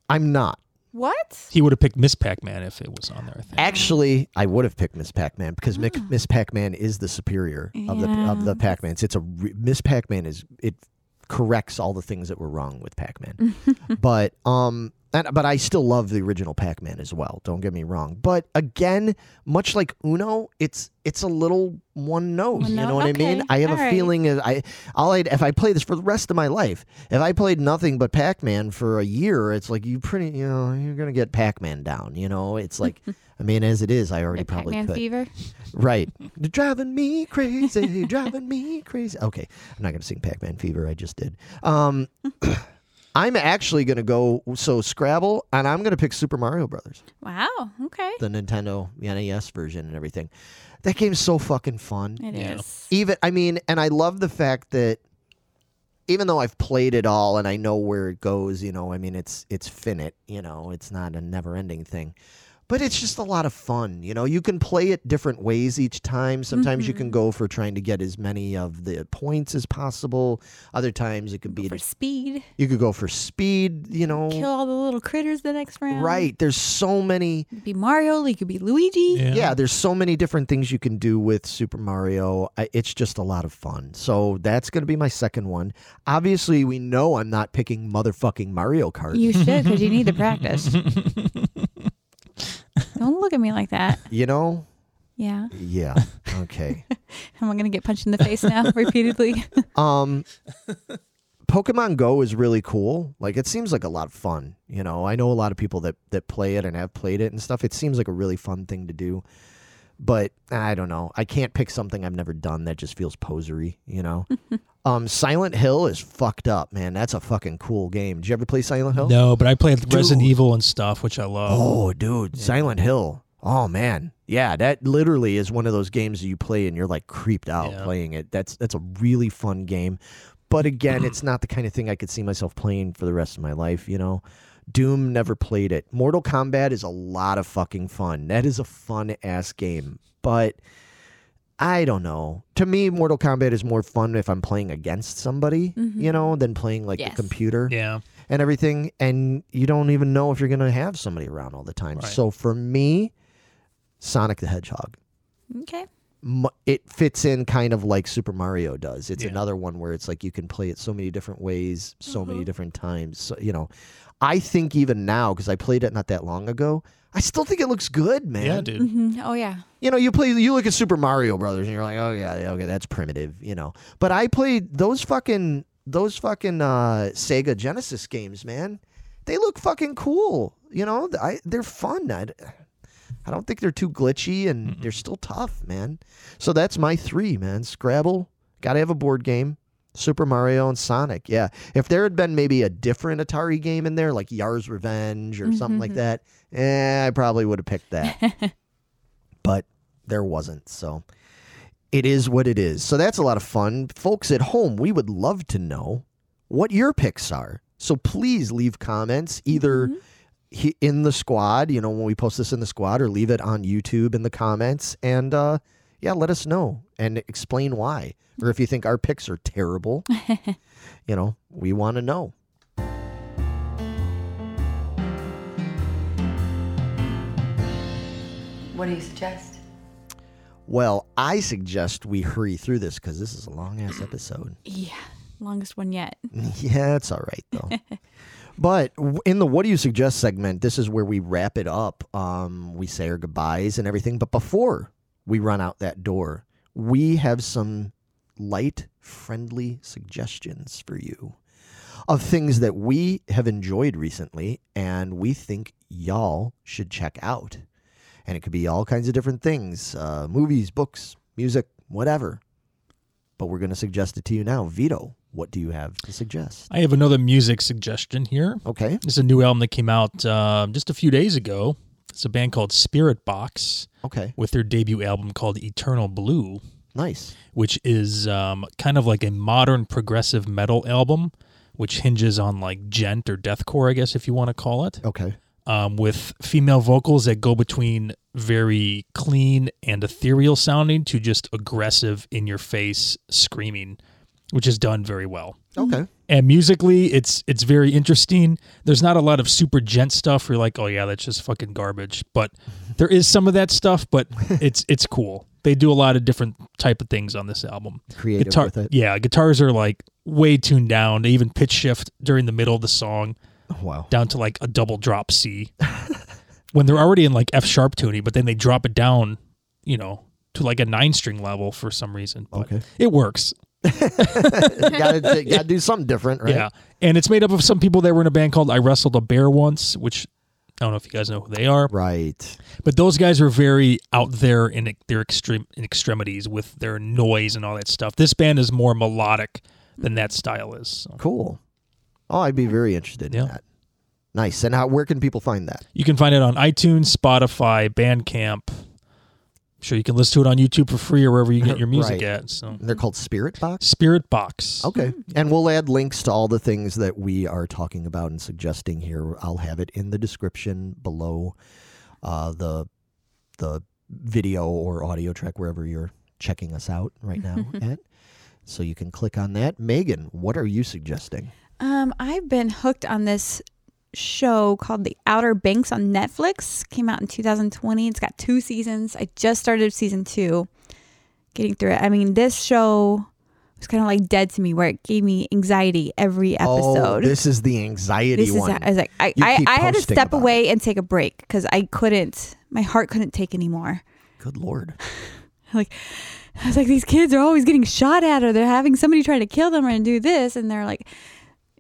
S3: I'm not.
S5: What?
S4: he would have picked Miss Pac-Man if it was on there. I think.
S3: Actually, I would have picked Miss Pac-Man because Mic- Miss Pac-Man is the superior of the
S5: Ah. Yeah.
S3: of the Pac-Mans. It's a re- Miss Pac-Man is it corrects all the things that were wrong with Pac-Man.
S5: [laughs]
S3: but um and, but I still love the original Pac-Man as well. Don't get me wrong. But again, much like Uno, it's it's a little one note.
S5: One
S3: you know
S5: note?
S3: what I
S5: Okay.
S3: mean? I have
S5: All
S3: a
S5: right.
S3: feeling is I all I if I play this for the rest of my life, if I played nothing but Pac-Man for a year, it's like you pretty you know you're gonna get Pac-Man down. You know, it's
S5: [laughs]
S3: like I mean as it is, I already
S5: The
S3: probably
S5: Pac-Man
S3: could.
S5: fever.
S3: Right.
S5: [laughs]
S3: You're driving me crazy, driving me crazy. Okay. I'm not going to sing Pac Man Fever. I just did.
S5: [laughs]
S3: Um, [coughs] I'm actually going to go, so Scrabble, and I'm going to pick Super Mario Brothers,
S5: Wow. Okay.
S3: the Nintendo NES version and everything. That game's so fucking fun.
S5: It is.
S4: Yeah.
S3: Even, I mean, and I love the fact that even though I've played it all and I know where it goes, you know, I mean, it's it's finite, you know, it's not a never ending thing. But it's just a lot of fun, you know. You can play it different ways each time. Sometimes you
S5: Mm-hmm.
S3: can go for trying to get as many of the points as possible. Other times it could be
S5: For speed,
S3: you could go for speed, you know.
S5: kill all the little critters the next round.
S3: Right. There's so many
S5: You could be Mario. You could be Luigi.
S4: Yeah.
S3: [laughs] yeah. there's so many different things you can do with Super Mario. I, it's just a lot of fun. So that's going to be my second one. Obviously, we know I'm not picking motherfucking Mario Kart. You,
S5: You should, because you need
S3: [laughs]
S5: to practice. Don't look at me like that.
S3: know?
S5: Yeah.
S3: Yeah. Okay.
S5: Am I going to get punched in the face
S3: [laughs]
S5: now repeatedly?
S3: um Pokemon Go is really cool. Like it seems like a lot of fun, you know. I know a lot of people that that play it and have played it and stuff. It seems like a really fun thing to do. But I don't know. I can't pick something I've never done that just feels posery, you know. um Silent Hill is fucked up, man. That's a fucking cool game. Did you ever play Silent Hill?
S4: No, but I played Resident
S3: Dude.
S4: Evil and stuff, which I love.
S3: Oh, dude, Silent Hill. Oh man, yeah, that literally is one of those games that you play and you're like creeped out
S4: Yeah.
S3: playing it. That's that's a really fun game, but again, it's not the kind of thing I could see myself playing for the rest of my life. You know, Doom never played it. Mortal Kombat is a lot of fucking fun. That is a fun ass game, but. I don't know. To me, Mortal Kombat is more fun if I'm playing against somebody, you know, than playing like
S5: Yes.
S3: a computer
S4: Yeah,
S3: and everything and you don't even know if you're going to have somebody around all the time.
S4: Right.
S3: So for me, Sonic the Hedgehog
S5: okay.
S3: mu- it fits in kind of like Super Mario does. It's
S4: Yeah.
S3: another one where it's like you can play it so many different ways, so many
S4: Mm-hmm.
S3: different times. So, you know, I think even now cuz I played it not that long ago, I still think it looks good, man.
S4: yeah, dude.
S5: Mhm. Oh, yeah.
S3: You know, you play you look at Super Mario Brothers and you're like, "Oh yeah, yeah, okay, that's primitive," you know. But I played those fucking those fucking uh Sega Genesis games, man. They look fucking cool. You know, I they're fun. I, I don't think they're too glitchy and they're still tough, man. So that's my 3, man. Scrabble, got to have a board game. Super Mario and Sonic. Yeah. If there had been maybe a different Atari game in there like Yar's Revenge or something like that, eh, I probably would have picked that but there wasn't. So it is what it is. So that's a lot of fun. Folks at home, we would love to know what your picks are. So please leave comments either he- in the squad, you know, when we post this in the squad, or leave it on YouTube in the comments. And uh, yeah, let us know and explain why. Or if you think our picks are terrible, you know, we want to know.
S6: What do you suggest?
S3: Well, I suggest we hurry through this because this is a long ass episode. [laughs]
S5: Yeah. Longest one yet.
S3: Yeah, it's all right though. but w- in the what do you suggest segment, this is where we wrap it up. Um, we say our goodbyes and everything. But before we run out that door, we have some light, friendly suggestions for you of things that we have enjoyed recently and we think y'all should check out. And it could be all kinds of different things uh, movies, books, music, whatever. But we're going to suggest it to you now. Vito, what do you have to suggest?
S4: I have another music suggestion here.
S3: Okay.
S4: It's a new album that came out um, just a few days ago. It's a band called Spirit Box
S3: Okay.
S4: with their debut album called Eternal Blue,
S3: Nice.
S4: which is um, kind of like a modern progressive metal album, which hinges on like gent or deathcore, I guess if you want to call it,
S3: Okay.
S4: um, with female vocals that go between very clean and ethereal sounding to just aggressive, in your face screaming, which is done very well
S3: Okay.
S4: and musically it's it's very interesting there's not a lot of super gent stuff where you're like oh yeah that's just fucking garbage
S3: [laughs]
S4: but there is some of that stuff but it's it's cool they do a lot of different type of things on this album
S3: Creative
S4: guitar
S3: with it.
S4: yeah guitars are like way tuned down they even pitch shift during the middle of the song
S3: [laughs] Wow.
S4: down to like a double drop c [laughs] when they're already in like f sharp tuning but then they drop it down you know to like a nine string level for some reason but
S3: Okay.
S4: it works [laughs]
S3: gotta, gotta do something different, right?
S4: Yeah. And it's made up of some people that were in a band called I Wrestled a Bear Once, which I don't know if you guys know who they are,
S3: Right.
S4: but those guys are very out there in ex- their extreme in extremities with their noise and all that stuff. This band is more melodic than that style is. So
S3: Cool. Oh, I'd be very interested in
S4: Yeah.
S3: that. Nice. And how? Where can people find that?
S4: you can find it on iTunes, Spotify, Bandcamp. sure you can listen to it on YouTube for free or wherever you
S3: [laughs]
S4: get your music
S3: Right.
S4: at. So
S3: They're called Spirit Box.
S4: Spirit Box.
S3: Okay. And we'll add links to all the things that we are talking about and suggesting here. I'll have it in the description below uh, the the video or audio track wherever you're checking us out right
S4: [laughs]
S3: now at. So you can click on that. Megan, what are you suggesting?
S5: Um, I've been hooked on this show called The Outer Banks on Netflix. Came out in 2020. It's got two seasons. I just started season two, getting through it. I mean, this show was kind of like dead to me, where it gave me anxiety every
S3: Oh,
S5: episode.
S3: this is the anxiety
S5: This is
S3: one.
S5: I was like, I,
S3: You
S5: I,
S3: keep
S5: I had to
S3: posting
S5: step
S3: about
S5: away and take a break because I couldn't. My heart couldn't take anymore.
S3: Good lord.
S5: I was like, these kids are always getting shot at, or they're having somebody try to kill them, or do this, and they're like,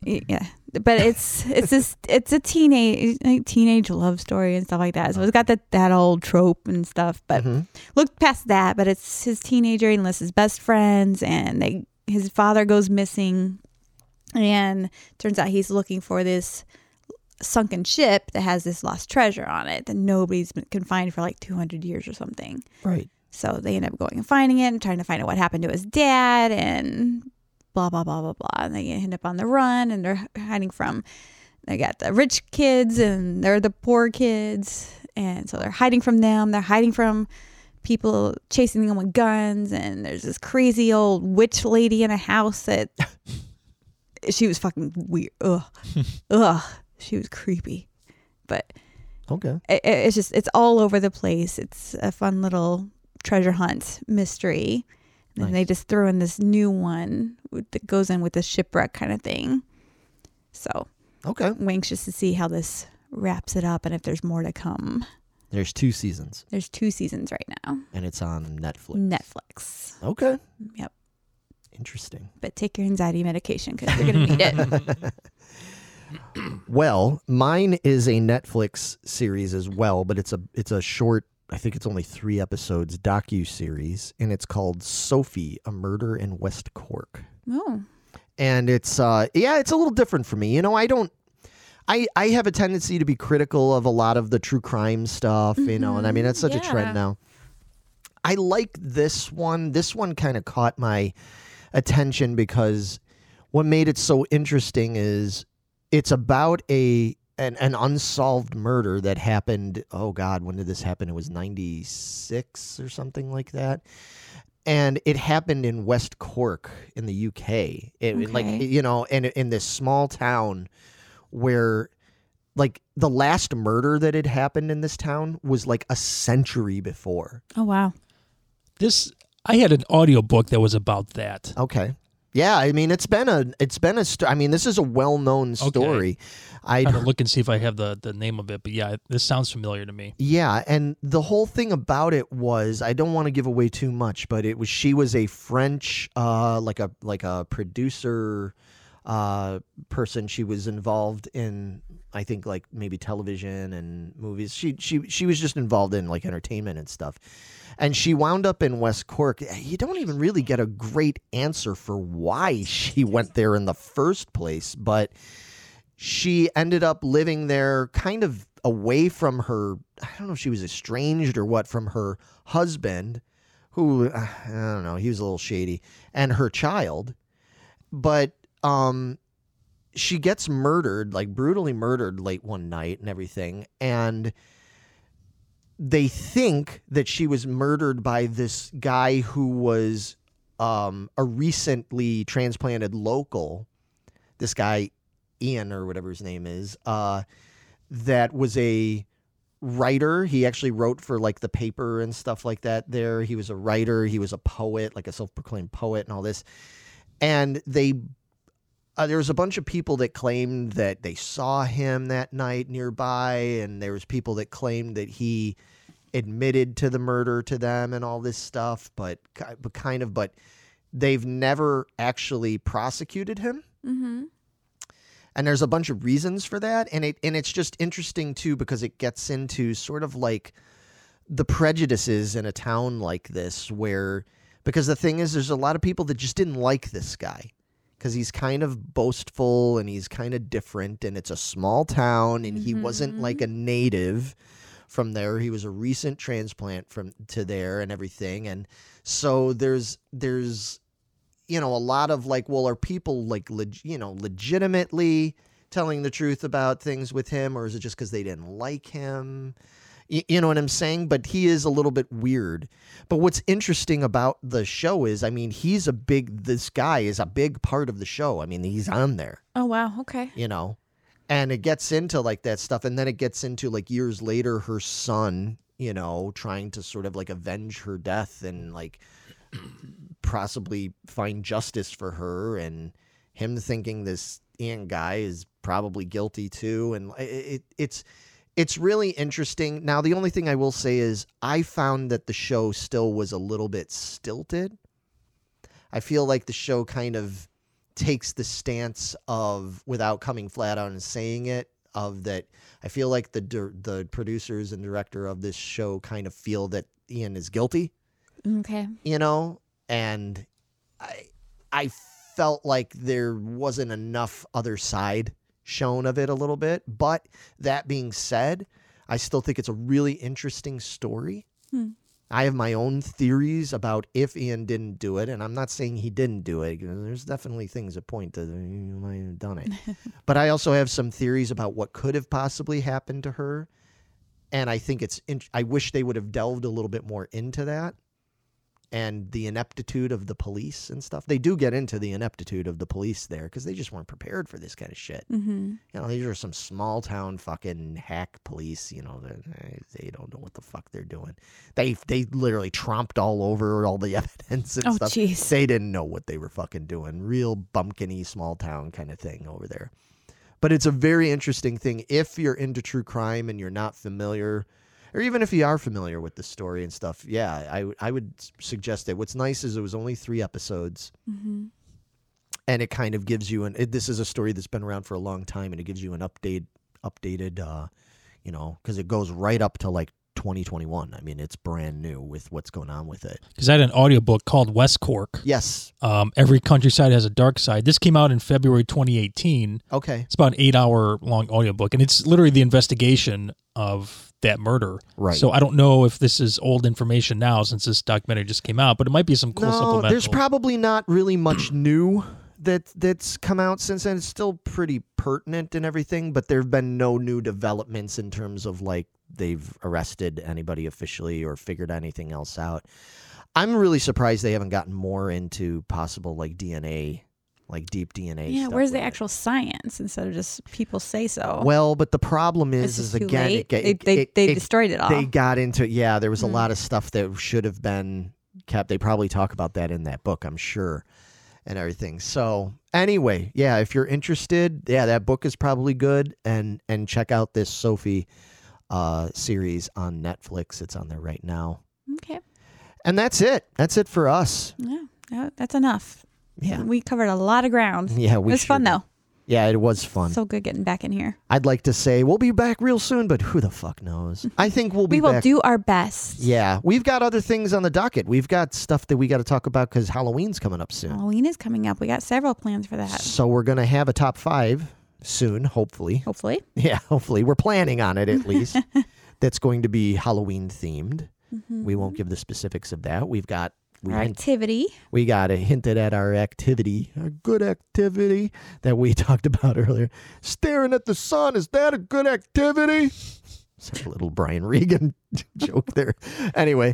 S5: yeah. But it's it's this it's a teenage teenage love story and stuff like that. So it's got that that old trope and stuff. But
S3: Mhm.
S5: look past that. But it's his teenager and lists his best friends, and they his father goes missing, and turns out he's looking for this sunken ship that has this lost treasure on it that nobody's been confined for like 200 years or something.
S3: Right.
S5: So they end up going and finding it and trying to find out what happened to his dad and blah, blah, blah, blah, blah. And they end up on the run and they're hiding from, they got the rich kids and they're the poor kids. And so they're hiding from them. They're hiding from people chasing them with guns. And there's this crazy old witch lady in a house that she was fucking weird. Ugh. Ugh. She was creepy. But
S3: Okay.
S5: it, it- it's just it's all over the place. It's a fun little treasure hunt mystery. And then they just throw in this new one with- that goes in with the shipwreck kind of thing. So
S3: Okay.
S5: I'm anxious to see how this wraps it up and if there's more to come.
S3: There's two seasons
S5: There's two seasons right now.
S3: and it's on Netflix.
S5: Netflix.
S3: Okay.
S5: Yep.
S3: Interesting.
S5: But take your anxiety medication because you're gonna
S3: [laughs]
S5: need it.
S3: Well, mine is a Netflix series as well, but it's a it's a short. I think it's only three episodes docu series, and it's called Sophie: A Murder in West Cork.
S5: Oh,
S3: And it's uh, yeah, it's a little different for me. You know, I don't. I, I have a tendency to be critical of a lot of the true crime stuff, you know, and I mean that's such a
S5: yeah.
S3: trend now. I like this one. This one kind of caught my attention because what made it so interesting is it's about a an, an unsolved murder that happened oh god when did this happen it was 96 or something like that and it happened in west cork in the uk It- it, like
S5: Okay.
S3: you know and in this small town where like the last murder that had happened in this town was like a century before
S5: oh wow.
S4: This I had an audiobook that was about that.
S3: okay Yeah, I mean it's been a it's been a st- I mean this is a well-known story. I
S4: Trying to look and see if I have the, the name of it, but yeah, this sounds familiar to me.
S3: Yeah, and the whole thing about it was I don't want to give away too much, but it was she was a French uh like a like a producer uh person she was involved in I think like maybe television and movies. She she she was just involved in like entertainment and stuff. And she wound up in West Cork. You don't even really get a great answer for why she went there in the first place, but she ended up living there kind of away from her i don't know if she was estranged or what from her husband who uh, i don't know he was a little shady and her child but um she gets murdered like brutally murdered late one night and everything and they think that she was murdered by this guy who was um, a recently transplanted local this guy Ian or whatever his name is, uh, that was a writer. He actually wrote for like the paper and stuff like that. There, he was a writer. He was a poet, like a self-proclaimed poet, and all this. And they, uh, there was a bunch of people that claimed that they saw him that night nearby, and there was people that claimed that he admitted to the murder to them and all this stuff. But, ki- but kind of, but they've never actually prosecuted him
S5: Mm-hmm.
S3: and there's a bunch of reasons for that and it and it's just interesting too because it gets into sort of like the prejudices in a town like this where because the thing is there's a lot of people that just didn't like this guy because he's kind of boastful and he's kind of different and it's a small town and he wasn't like a native from there he was a recent transplant from to there and everything and so there's there's you know a lot of like well are people like leg- you know legitimately telling the truth about things with him or is it just because they didn't like him Y- you know what i'm saying but he is a little bit weird but what's interesting about the show is i mean he's a big this guy is a big part of the show i mean he's on there
S5: Oh wow. Okay.
S3: you know and it gets into like that stuff and then it gets into like years later her son you know trying to sort of like avenge her death and like possibly find justice for her and him thinking this ian guy is probably guilty too and it, it it's it's really interesting now the only thing i will say is i found that the show still was a little bit stilted i feel like the show kind of takes the stance of without coming flat out and saying it of that I feel like the dir- the producers and director of this show kind of feel that Ian is guilty,
S5: Okay.
S3: you know, and I I felt like there wasn't enough other side shown of it a little bit, but that being said, I still think it's a really interesting story.
S5: Hmm.
S3: I have my own theories about if Ian didn't do it, and I'm not saying he didn't do it. you know, There's definitely things that point to you might have done it, but I also have some theories about what could have possibly happened to her, and I think it's. In- I wish they would have delved a little bit more into that, and the ineptitude of the police and stuff. They do get into the ineptitude of the police there because they just weren't prepared for this kind of shit
S5: Mm-hmm.
S3: you know, these are some small town fucking hack police. You know, that- eh, they don't know what the fuck they're doing. They they literally tromped all over all the [laughs] evidence and
S5: Oh,
S3: stuff.
S5: jeez.
S3: They didn't know what they were fucking doing. Real bumpkiny small town kind of thing over there. But it's a very interesting thing if you're into true crime and you're not familiar, or even if you are familiar with the story and stuff. Yeah, I would- I would s- suggest it. What's nice is it was only three episodes
S5: Mm-hmm.
S3: and it kind of gives you an it, this is a story that's been around for a long time and it gives you an update updated uh you know because it goes right up to like 2021 i mean it's brand new with what's going on with it
S4: Because I had an audiobook called West Cork.
S3: yes
S4: Um, Every countryside has a dark side. This came out in February 2018.
S3: okay
S4: It's about an eight hour long audiobook, and it's literally the investigation of that murder.
S3: Right.
S4: So I don't know if this is old information now since this documentary just came out, but it might be some cool
S3: no
S4: supplemental.
S3: there's probably not really
S4: [clears throat]
S3: much new that that's come out since then it's still pretty pertinent and everything but there have been no new developments in terms of like they've arrested anybody officially or figured anything else out i'm really surprised they haven't gotten more into possible like dna like deep dna
S5: Yeah.
S3: stuff
S5: Where's the
S3: with it.
S5: actual science instead of just people say so?
S3: well but the problem is
S5: it's
S3: is
S5: just too
S3: again
S5: late.
S3: it, ga-
S5: they
S3: it,
S5: they,
S3: it-
S5: they
S3: it-
S5: destroyed it all.
S3: they got into yeah there was a
S5: Mm.
S3: lot of stuff that should have been kept they probably talk about that in that book i'm sure and everything. So anyway, yeah, if you're interested, yeah, that book is probably good, and and check out this Sophie uh, series on Netflix. It's on there right now,
S5: Okay.
S3: and that's it. That's it for us.
S5: Yeah. Yeah, That's enough.
S3: Yeah.
S5: We covered a lot of ground.
S3: Yeah, we
S5: it was
S3: sure
S5: fun
S3: did.
S5: though.
S3: Yeah, it was fun.
S5: So good getting back in here.
S3: I'd like to say we'll be back real soon, but who the fuck
S5: [laughs]
S3: knows? I think we'll be
S5: we will
S3: back.
S5: do our best.
S3: yeah, we've got other things on the docket. We've got stuff that we got to talk about because Halloween's coming up soon.
S5: Halloween is coming up. We got several plans for that.
S3: So we're gonna have a top five soon, hopefully.
S5: Hopefully.
S3: [laughs] Yeah, hopefully. We're planning on it at least. That's going to be Halloween themed. We won't give the specifics of that. We've got we,
S5: Our
S3: hint-
S5: activity.
S3: we got a hinted at our activity, our good activity that we [laughs] talked about earlier. Staring at the sun, is that a good activity? It's a little Brian [laughs] Regan joke there. Anyway,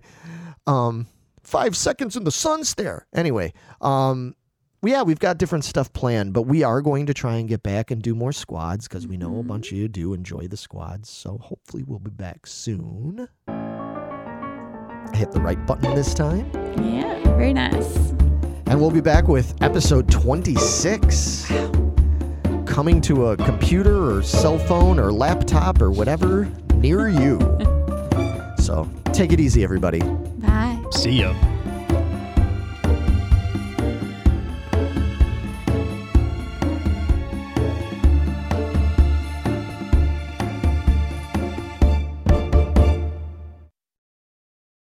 S3: um, five seconds in the sun stare. Anyway, um, yeah, we've got different stuff planned, but we are going to try and get back and do more squads because we know a bunch of you do enjoy the squads. So hopefully we'll be back soon. I hit the right button this time.
S5: Yeah. Very nice.
S3: And we'll be back with episode 26. Coming to a computer or cell phone or laptop or whatever near you. so take it easy, everybody.
S5: Bye.
S4: See ya.